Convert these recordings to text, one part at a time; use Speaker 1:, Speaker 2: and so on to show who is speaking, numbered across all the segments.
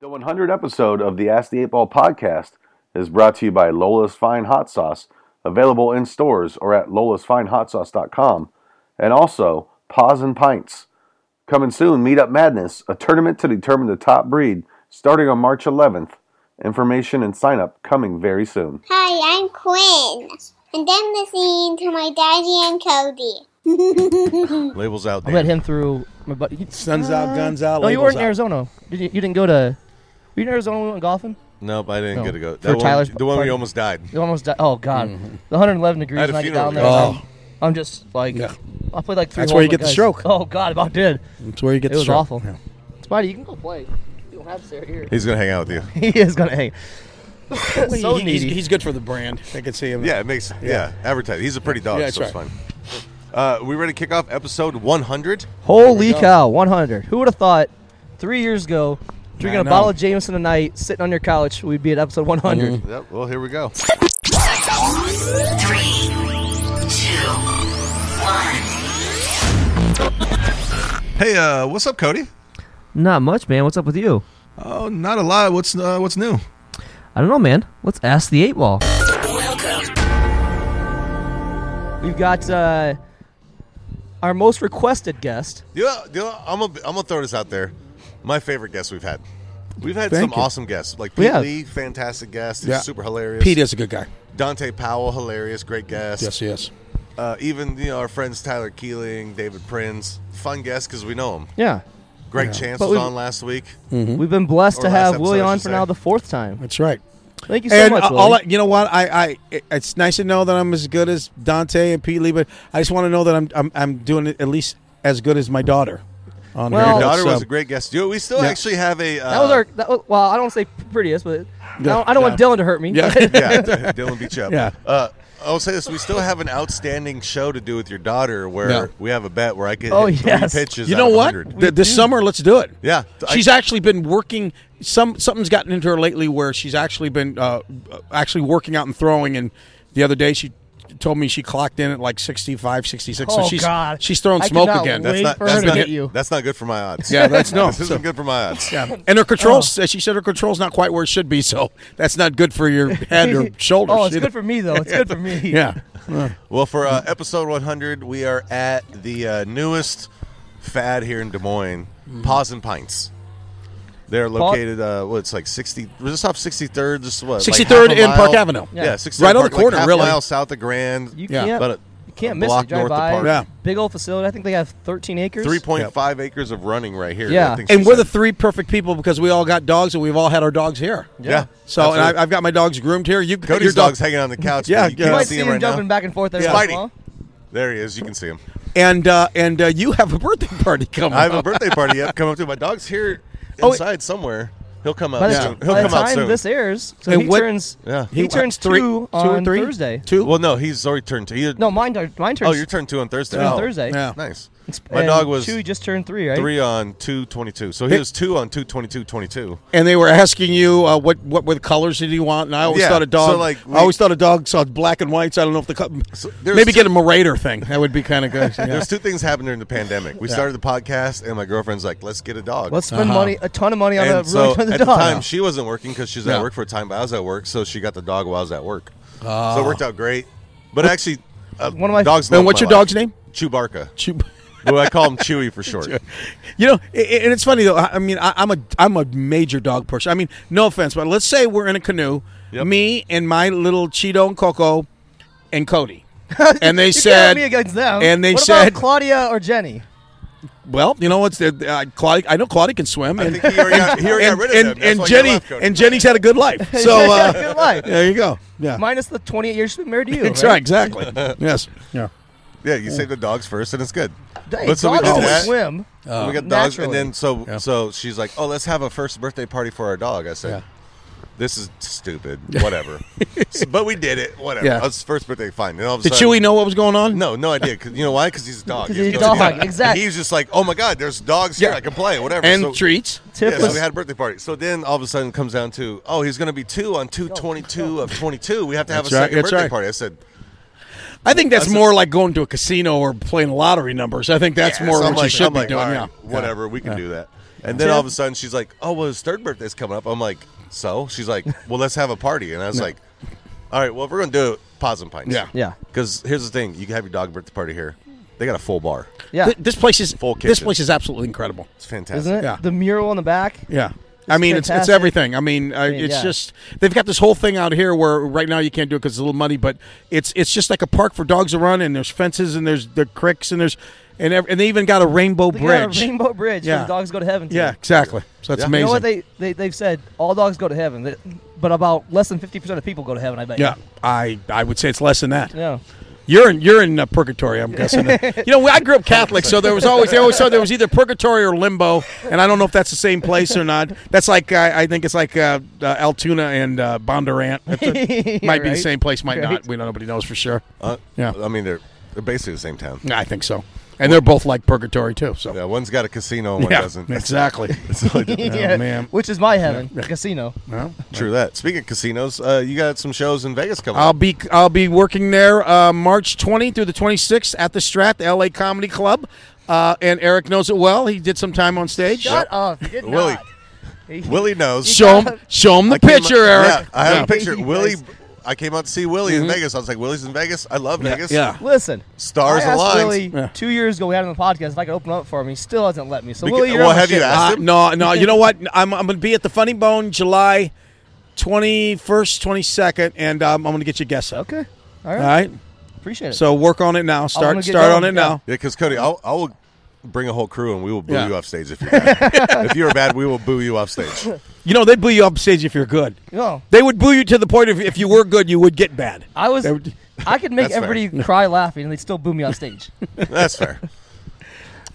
Speaker 1: The 100 episode of the Ask the Eight Ball podcast is brought to you by Lola's Fine Hot Sauce, available in stores or at lolasfinehotsauce.com, and also Paws and Pints. Coming soon, Meet Up Madness, a tournament to determine the top breed, starting on March 11th. Information and sign up coming very soon.
Speaker 2: Hi, I'm Quinn, and I'm listening to my daddy and Cody.
Speaker 3: Labels out
Speaker 4: I
Speaker 3: there.
Speaker 4: met him through my buddy.
Speaker 5: Sun's out, guns out.
Speaker 4: No, you
Speaker 5: labels
Speaker 4: were in
Speaker 5: out.
Speaker 4: Arizona. Did you, you didn't go to. Were you in Arizona when we went golfing?
Speaker 3: Nope, I didn't
Speaker 4: No.
Speaker 3: get to go.
Speaker 4: For
Speaker 3: That one,
Speaker 4: Tyler's
Speaker 3: the one where
Speaker 4: party.
Speaker 3: you almost died.
Speaker 4: You almost died. Oh God, the 111 degrees.
Speaker 3: I had a
Speaker 4: when I get
Speaker 3: funeral
Speaker 4: down there.
Speaker 3: there.
Speaker 4: I'm- I'm, just like,
Speaker 5: Oh, Yeah.
Speaker 4: I played like three.
Speaker 5: That's
Speaker 4: holes
Speaker 5: where you
Speaker 4: with
Speaker 5: get the
Speaker 4: guys.
Speaker 5: stroke.
Speaker 4: Oh God, about did.
Speaker 5: That's where you get
Speaker 4: It
Speaker 5: the
Speaker 4: was
Speaker 5: stroke.
Speaker 4: awful.
Speaker 5: Yeah.
Speaker 4: Spidey, you can go play. You don't have to sit here.
Speaker 3: He's gonna hang out with you.
Speaker 4: he is gonna hang.
Speaker 5: Well,
Speaker 4: so
Speaker 5: he- he's,
Speaker 4: needy.
Speaker 5: he's good for the brand. I could see him.
Speaker 3: Yeah, it makes. Yeah, advertise. He's a pretty dog,
Speaker 5: Yeah, that's
Speaker 3: so it's fine. Uh, we ready to kick off episode 100?
Speaker 4: Holy cow, 100. Who would have thought three years ago, drinking
Speaker 5: I
Speaker 4: a bottle
Speaker 5: know.
Speaker 4: of Jameson a night, sitting on your couch, we'd be at episode 100.
Speaker 3: Yep. Well, here we go.
Speaker 6: Three, two, one.
Speaker 3: Hey, uh, what's up, Cody?
Speaker 7: Not much, man. What's up with you?
Speaker 3: Oh, not a lot. What's uh, what's new?
Speaker 7: I don't know, man. Let's ask the eight ball.
Speaker 4: We've got uh, our most requested guest.
Speaker 3: You know, you know, I'm gonna I'm gonna throw this out there. My favorite guests we've had. We've had
Speaker 5: Thank
Speaker 3: some
Speaker 5: you.
Speaker 3: awesome guests, like Pete
Speaker 4: Yeah.
Speaker 3: Lee, fantastic guest, he's
Speaker 5: Yeah.
Speaker 3: super hilarious.
Speaker 5: Pete is a good guy.
Speaker 3: Dante Powell, hilarious, great guest.
Speaker 5: Yes, he is.
Speaker 3: Uh, even you know our friends Tyler Keeling, David Prince, fun guest because we know him.
Speaker 4: Yeah.
Speaker 3: Greg Chance
Speaker 4: But
Speaker 3: was
Speaker 4: we-
Speaker 3: on last week.
Speaker 7: Mm-hmm.
Speaker 4: We've been blessed
Speaker 3: Or
Speaker 4: to
Speaker 3: last
Speaker 4: have
Speaker 3: episode,
Speaker 4: Willie
Speaker 3: I
Speaker 4: on
Speaker 3: should
Speaker 4: for
Speaker 3: say.
Speaker 4: now the fourth time.
Speaker 5: That's right.
Speaker 4: Thank you so
Speaker 5: And
Speaker 4: much,
Speaker 5: all I,
Speaker 4: Willie.
Speaker 5: you know what? I, I, it- it's nice to know that I'm as good as Dante and Pete Lee, but I just want to know that I'm, I'm, I'm doing it at least as good as my daughter. On
Speaker 4: Well-
Speaker 3: Your
Speaker 4: Oh,
Speaker 3: daughter
Speaker 5: so-
Speaker 3: was a great guest. You know, we still
Speaker 5: Yeah.
Speaker 3: actually have a. Uh,
Speaker 4: that was our, that was, well, I don't say prettiest, but I don't, I don't want
Speaker 5: Yeah.
Speaker 4: Dylan to hurt me.
Speaker 5: Yeah.
Speaker 3: yeah, Dylan beat you up.
Speaker 5: Yeah.
Speaker 3: Uh, I'll say this: we still have an outstanding show to do with your daughter, where
Speaker 5: Yeah.
Speaker 3: we have a bet where I could
Speaker 4: Oh,
Speaker 3: hit three
Speaker 4: yes.
Speaker 3: pitches.
Speaker 5: You
Speaker 3: out
Speaker 5: know
Speaker 3: of
Speaker 5: what?
Speaker 3: 100.
Speaker 5: Th- this summer, let's do it.
Speaker 3: Yeah, I-
Speaker 5: she's actually been working. Some something's gotten into her lately where she's actually been uh, uh, actually working out and throwing. And the other day, she told me she clocked in at like 65, 66.
Speaker 4: Oh,
Speaker 5: so she's
Speaker 4: God.
Speaker 5: she's throwing
Speaker 4: I
Speaker 5: smoke
Speaker 4: cannot
Speaker 5: again.
Speaker 4: wait.
Speaker 3: that's not,
Speaker 4: for
Speaker 3: that's
Speaker 4: her to
Speaker 3: not-
Speaker 4: hit you.
Speaker 3: That's not good for my odds.
Speaker 5: Yeah, that's no.
Speaker 3: This
Speaker 5: So-
Speaker 3: isn't good for my odds.
Speaker 5: Yeah. And her
Speaker 4: Oh.
Speaker 5: controls, uh, she said her controls not quite where it should be, so that's not good for your head or shoulders.
Speaker 4: Oh, it's
Speaker 5: either.
Speaker 4: good for me, though. It's good for me.
Speaker 5: Yeah.
Speaker 3: Well, for uh, episode 100, we are at the uh, newest fad here in Des Moines,
Speaker 5: Mm-hmm.
Speaker 3: Paws and Pints. They're located, uh, well, it's like 60, was this off 63rd? Just what? like
Speaker 5: 63rd
Speaker 3: half a
Speaker 5: and Park
Speaker 3: mile?
Speaker 5: Avenue.
Speaker 3: Yeah,
Speaker 4: Yeah.
Speaker 3: 63rd.
Speaker 5: Right on
Speaker 3: Park,
Speaker 5: the corner,
Speaker 3: like half
Speaker 5: really.
Speaker 3: mile south of Grand.
Speaker 4: You
Speaker 5: Yeah.
Speaker 4: can't,
Speaker 3: About a-
Speaker 4: you can't
Speaker 3: a
Speaker 4: miss
Speaker 3: block
Speaker 4: it. Drive
Speaker 3: north of
Speaker 4: by.
Speaker 3: Park.
Speaker 5: Yeah.
Speaker 4: Big old facility. I think they have 13 acres.
Speaker 3: 3.5 acres of running right here.
Speaker 4: Yeah.
Speaker 3: I think she
Speaker 5: And we're the
Speaker 3: said.
Speaker 5: three perfect people because we all got dogs and we've all had our dogs here.
Speaker 3: Yeah.
Speaker 5: So and
Speaker 3: Absolutely.
Speaker 5: I, I've got my dogs groomed here. You've got
Speaker 3: Cody's
Speaker 5: your dog-
Speaker 3: dog's hanging on the couch. but
Speaker 5: Yeah,
Speaker 3: you
Speaker 5: yeah.
Speaker 4: You
Speaker 3: can't
Speaker 4: might
Speaker 3: see
Speaker 4: see
Speaker 3: him
Speaker 4: him
Speaker 3: right
Speaker 4: jumping
Speaker 3: now.
Speaker 4: back and forth every
Speaker 5: Yeah.
Speaker 4: once in a
Speaker 3: Spidey.
Speaker 4: while.
Speaker 3: There he is. You can see him.
Speaker 5: and uh, and uh, you have a birthday party coming.
Speaker 3: I have a
Speaker 5: up.
Speaker 3: birthday party yet coming up too. My dog's here
Speaker 5: Oh, wait.
Speaker 3: inside somewhere. He'll come out
Speaker 4: By the,
Speaker 3: soon. He'll
Speaker 4: by the
Speaker 3: come out
Speaker 4: time
Speaker 3: soon.
Speaker 4: this airs, so
Speaker 5: And
Speaker 4: he
Speaker 5: what-
Speaker 4: turns
Speaker 3: Yeah.
Speaker 4: he,
Speaker 5: He-
Speaker 4: turns
Speaker 5: three-
Speaker 4: two
Speaker 5: two or
Speaker 4: on
Speaker 5: three?
Speaker 4: Thursday.
Speaker 5: Two.
Speaker 3: Well, no, he's already turned two. He-
Speaker 4: No, mine tur- mine turns.
Speaker 3: oh, your turn two on Thursday.
Speaker 4: on
Speaker 3: Oh,
Speaker 4: Thursday.
Speaker 5: yeah.
Speaker 3: Nice.
Speaker 4: It's-
Speaker 3: My
Speaker 4: and
Speaker 3: dog was
Speaker 4: two. Just turned three, right?
Speaker 3: three on two twenty two. So he was two on two twenty two twenty two.
Speaker 5: and they were asking you uh, what what were the colors did you want, and I always
Speaker 3: Yeah.
Speaker 5: thought a dog.
Speaker 3: So, like, we-
Speaker 5: I always thought a dog saw black and whites. I don't know if the co-
Speaker 3: there's
Speaker 5: maybe
Speaker 3: two-
Speaker 5: get him a Raider thing. That would be kind of good. Yeah.
Speaker 3: There's two things happened during the pandemic. We started the podcast, and my girlfriend's like, "Let's get a dog."
Speaker 4: Let's spend
Speaker 5: Uh-huh.
Speaker 4: money, a ton of money on
Speaker 3: and
Speaker 4: a really
Speaker 3: so
Speaker 4: ton
Speaker 3: at
Speaker 4: of
Speaker 3: the
Speaker 4: dog.
Speaker 3: time she wasn't working because she was at
Speaker 5: Yeah.
Speaker 3: work for a time, but I was at work, so she got the dog while I was at work. so it worked out great. But actually, uh,
Speaker 4: Ah. One of my-
Speaker 3: dogs.
Speaker 5: And
Speaker 3: love
Speaker 5: what's
Speaker 3: my
Speaker 5: your dog's
Speaker 3: life.
Speaker 5: name?
Speaker 3: Chewbarca.
Speaker 5: Chew-
Speaker 3: well, I call him Chewy for short.
Speaker 5: You know, i- i- and it's funny though. I I mean, I, I'm a I'm a major dog pusher. I mean, no offense, but let's say we're in a canoe,
Speaker 3: Yep.
Speaker 5: me and my little Cheeto and Coco, and Cody, and they
Speaker 4: you can't have
Speaker 5: said,
Speaker 4: me against them.
Speaker 5: and they
Speaker 4: what
Speaker 5: said-
Speaker 4: about Claudia or Jenny.
Speaker 5: well, you know what's the uh, Claudia, I know Claudia can swim,
Speaker 3: I
Speaker 5: and
Speaker 3: think he already got, he already
Speaker 5: and,
Speaker 3: got rid of
Speaker 5: and,
Speaker 3: them. That's
Speaker 5: and
Speaker 3: why you
Speaker 5: Jenny
Speaker 3: left, Cody.
Speaker 5: and Jenny's had a good life. So
Speaker 4: Yeah,
Speaker 5: uh,
Speaker 4: good life.
Speaker 5: there you go. Yeah,
Speaker 4: Minus the 28 years she's been married to you.
Speaker 5: That's right, exactly. yes. Yeah.
Speaker 3: yeah, you save the dogs first, and it's good.
Speaker 4: Dang,
Speaker 3: But so we
Speaker 4: dogs
Speaker 3: did
Speaker 4: don't
Speaker 3: that.
Speaker 4: swim.
Speaker 5: Uh,
Speaker 3: we got dogs, and
Speaker 4: Um, naturally.
Speaker 3: then so
Speaker 5: Yeah.
Speaker 3: so she's like, "Oh, let's have a first birthday party for our dog." I said, "This is stupid. Whatever." So- but we did it. Whatever.
Speaker 5: Yeah.
Speaker 3: It's first birthday. Fine. And all of a
Speaker 5: Did
Speaker 3: sudden-
Speaker 5: Chewy know what was going on?
Speaker 3: No, no idea. 'Cause- you know why? Because he's a dog.
Speaker 4: 'Cause
Speaker 3: He
Speaker 4: he's
Speaker 3: has
Speaker 4: a
Speaker 3: no idea.
Speaker 4: dog, exactly.
Speaker 3: He was just like, "Oh my god, there's dogs here.
Speaker 5: Yeah.
Speaker 3: I can play. Whatever."
Speaker 5: And
Speaker 3: So-
Speaker 5: treats.
Speaker 4: Tiff
Speaker 3: yeah, so
Speaker 4: was
Speaker 3: we had a birthday party. So then all of a sudden it comes down to, oh, he's going to be two on 222 of 22. We have to have
Speaker 5: That's
Speaker 3: a
Speaker 5: right,
Speaker 3: second
Speaker 5: that's
Speaker 3: birthday
Speaker 5: right.
Speaker 3: party. I said,
Speaker 5: I think that's,
Speaker 3: That's a-
Speaker 5: more like going to a casino or playing lottery numbers. I think that's
Speaker 3: Yeah,
Speaker 5: more
Speaker 3: so
Speaker 5: what
Speaker 3: I'm
Speaker 5: you
Speaker 3: like,
Speaker 5: should
Speaker 3: I'm
Speaker 5: be
Speaker 3: like,
Speaker 5: doing.
Speaker 3: all
Speaker 5: yeah.
Speaker 3: right, Whatever, we can do that. And then all of a sudden she's like, "Oh, well, his third birthday's coming up." I'm like, "So?" She's like, "Well, let's have a party." And I was like, "All right, well, if we're gonna do it, pause and pints."
Speaker 5: Yeah.
Speaker 4: Yeah.
Speaker 3: Because here's the thing: you can have your dog birthday party here. They got a full bar.
Speaker 4: Yeah.
Speaker 5: Th- this place is
Speaker 3: Full
Speaker 5: this
Speaker 3: kitchen.
Speaker 5: place is absolutely incredible.
Speaker 3: It's fantastic.
Speaker 4: Isn't it?
Speaker 5: Yeah.
Speaker 4: The mural in the back.
Speaker 5: Yeah. I mean, it's, it's
Speaker 4: fantastic.
Speaker 5: everything. I mean, uh,
Speaker 4: mean,
Speaker 5: it's
Speaker 4: yeah.
Speaker 5: just they've got this whole thing out here where right now you can't do it because it's a little muddy, but it's it's just like a park for dogs to run, and there's fences and there's the creeks and there's and ev- and they even got a rainbow
Speaker 4: They got a
Speaker 5: bridge.
Speaker 4: rainbow bridge.
Speaker 5: Yeah.
Speaker 4: Yeah. Dogs go to heaven. to.
Speaker 5: yeah, exactly. So that's
Speaker 3: Yeah.
Speaker 5: amazing.
Speaker 4: You know what they, they they've said? All dogs go to heaven, that- but about less than fifty percent of people go to heaven. I bet. you.
Speaker 5: yeah, I I would say it's less than that.
Speaker 4: Yeah.
Speaker 5: You're in you're in uh, purgatory, I'm guessing. you know, I grew up Catholic, so there was always they always said there was either purgatory or limbo, and I don't know if that's the same place or not. That's like uh, I think it's like uh, uh, Altoona and uh, Bondurant. That's a- might be the
Speaker 4: Right.
Speaker 5: same place, might not.
Speaker 4: Right.
Speaker 5: We don't. Nobody knows for sure.
Speaker 3: Uh,
Speaker 5: Yeah.
Speaker 3: I mean, they're they're basically the same town.
Speaker 5: I think so, and they're both like purgatory too. So
Speaker 3: Yeah, one's got a casino, and one doesn't.
Speaker 5: exactly. Oh,
Speaker 3: That's the only difference.
Speaker 4: yeah.
Speaker 5: man.
Speaker 4: Which is my heaven, the casino.
Speaker 5: Well,
Speaker 3: True that. Speaking of casinos, uh, you got some shows in Vegas coming
Speaker 5: I'll
Speaker 3: up.
Speaker 5: be I'll be working there uh, March 20 through the 26th at the Strat, the LA Comedy Club, uh, and Eric knows it well. He did some time on stage.
Speaker 4: Shut up. You did
Speaker 3: Willie.
Speaker 4: not.
Speaker 3: Willie knows.
Speaker 5: Show him, show him the
Speaker 3: I came
Speaker 5: picture,
Speaker 3: out-
Speaker 5: Eric. Mm-hmm.
Speaker 3: Yeah, I have a picture.
Speaker 4: You
Speaker 3: Willie,
Speaker 4: guys-
Speaker 3: I came out to see Willie in Vegas. I was like, Willie's in Vegas. I love Vegas.
Speaker 5: yeah.
Speaker 4: Listen.
Speaker 3: Stars
Speaker 4: I asked
Speaker 3: aligned.
Speaker 4: Willie
Speaker 5: Yeah.
Speaker 4: two years ago we had him on the podcast if I could open up for him. He still hasn't let me. So
Speaker 3: Beca-
Speaker 4: Willie, you're
Speaker 3: well,
Speaker 4: on my
Speaker 3: have you
Speaker 4: shit
Speaker 3: asked?
Speaker 5: Uh,
Speaker 3: him?
Speaker 5: no, no. You know what? I'm, I'm going to be at the Funny Bone July 21st, 22nd, and um, I'm going to get you a guest up.
Speaker 4: Okay. All right.
Speaker 5: All right.
Speaker 4: Appreciate it.
Speaker 5: So work on it now.
Speaker 4: gonna
Speaker 5: Start
Speaker 4: get going,
Speaker 5: start on it
Speaker 4: yeah.
Speaker 5: now.
Speaker 3: Yeah, because Cody, I'll, I will bring a whole crew and we will boo
Speaker 5: Yeah.
Speaker 3: you off stage if you're bad. if you're bad, we will boo you off stage.
Speaker 5: You know they boo you up stage if you're good.
Speaker 4: No.
Speaker 5: They would boo you to the point of if you were good, you would get bad.
Speaker 4: I was.
Speaker 5: They would-
Speaker 4: I could make
Speaker 3: That's fair.
Speaker 4: everybody cry laughing, and they'd still boo me on stage.
Speaker 3: That's fair.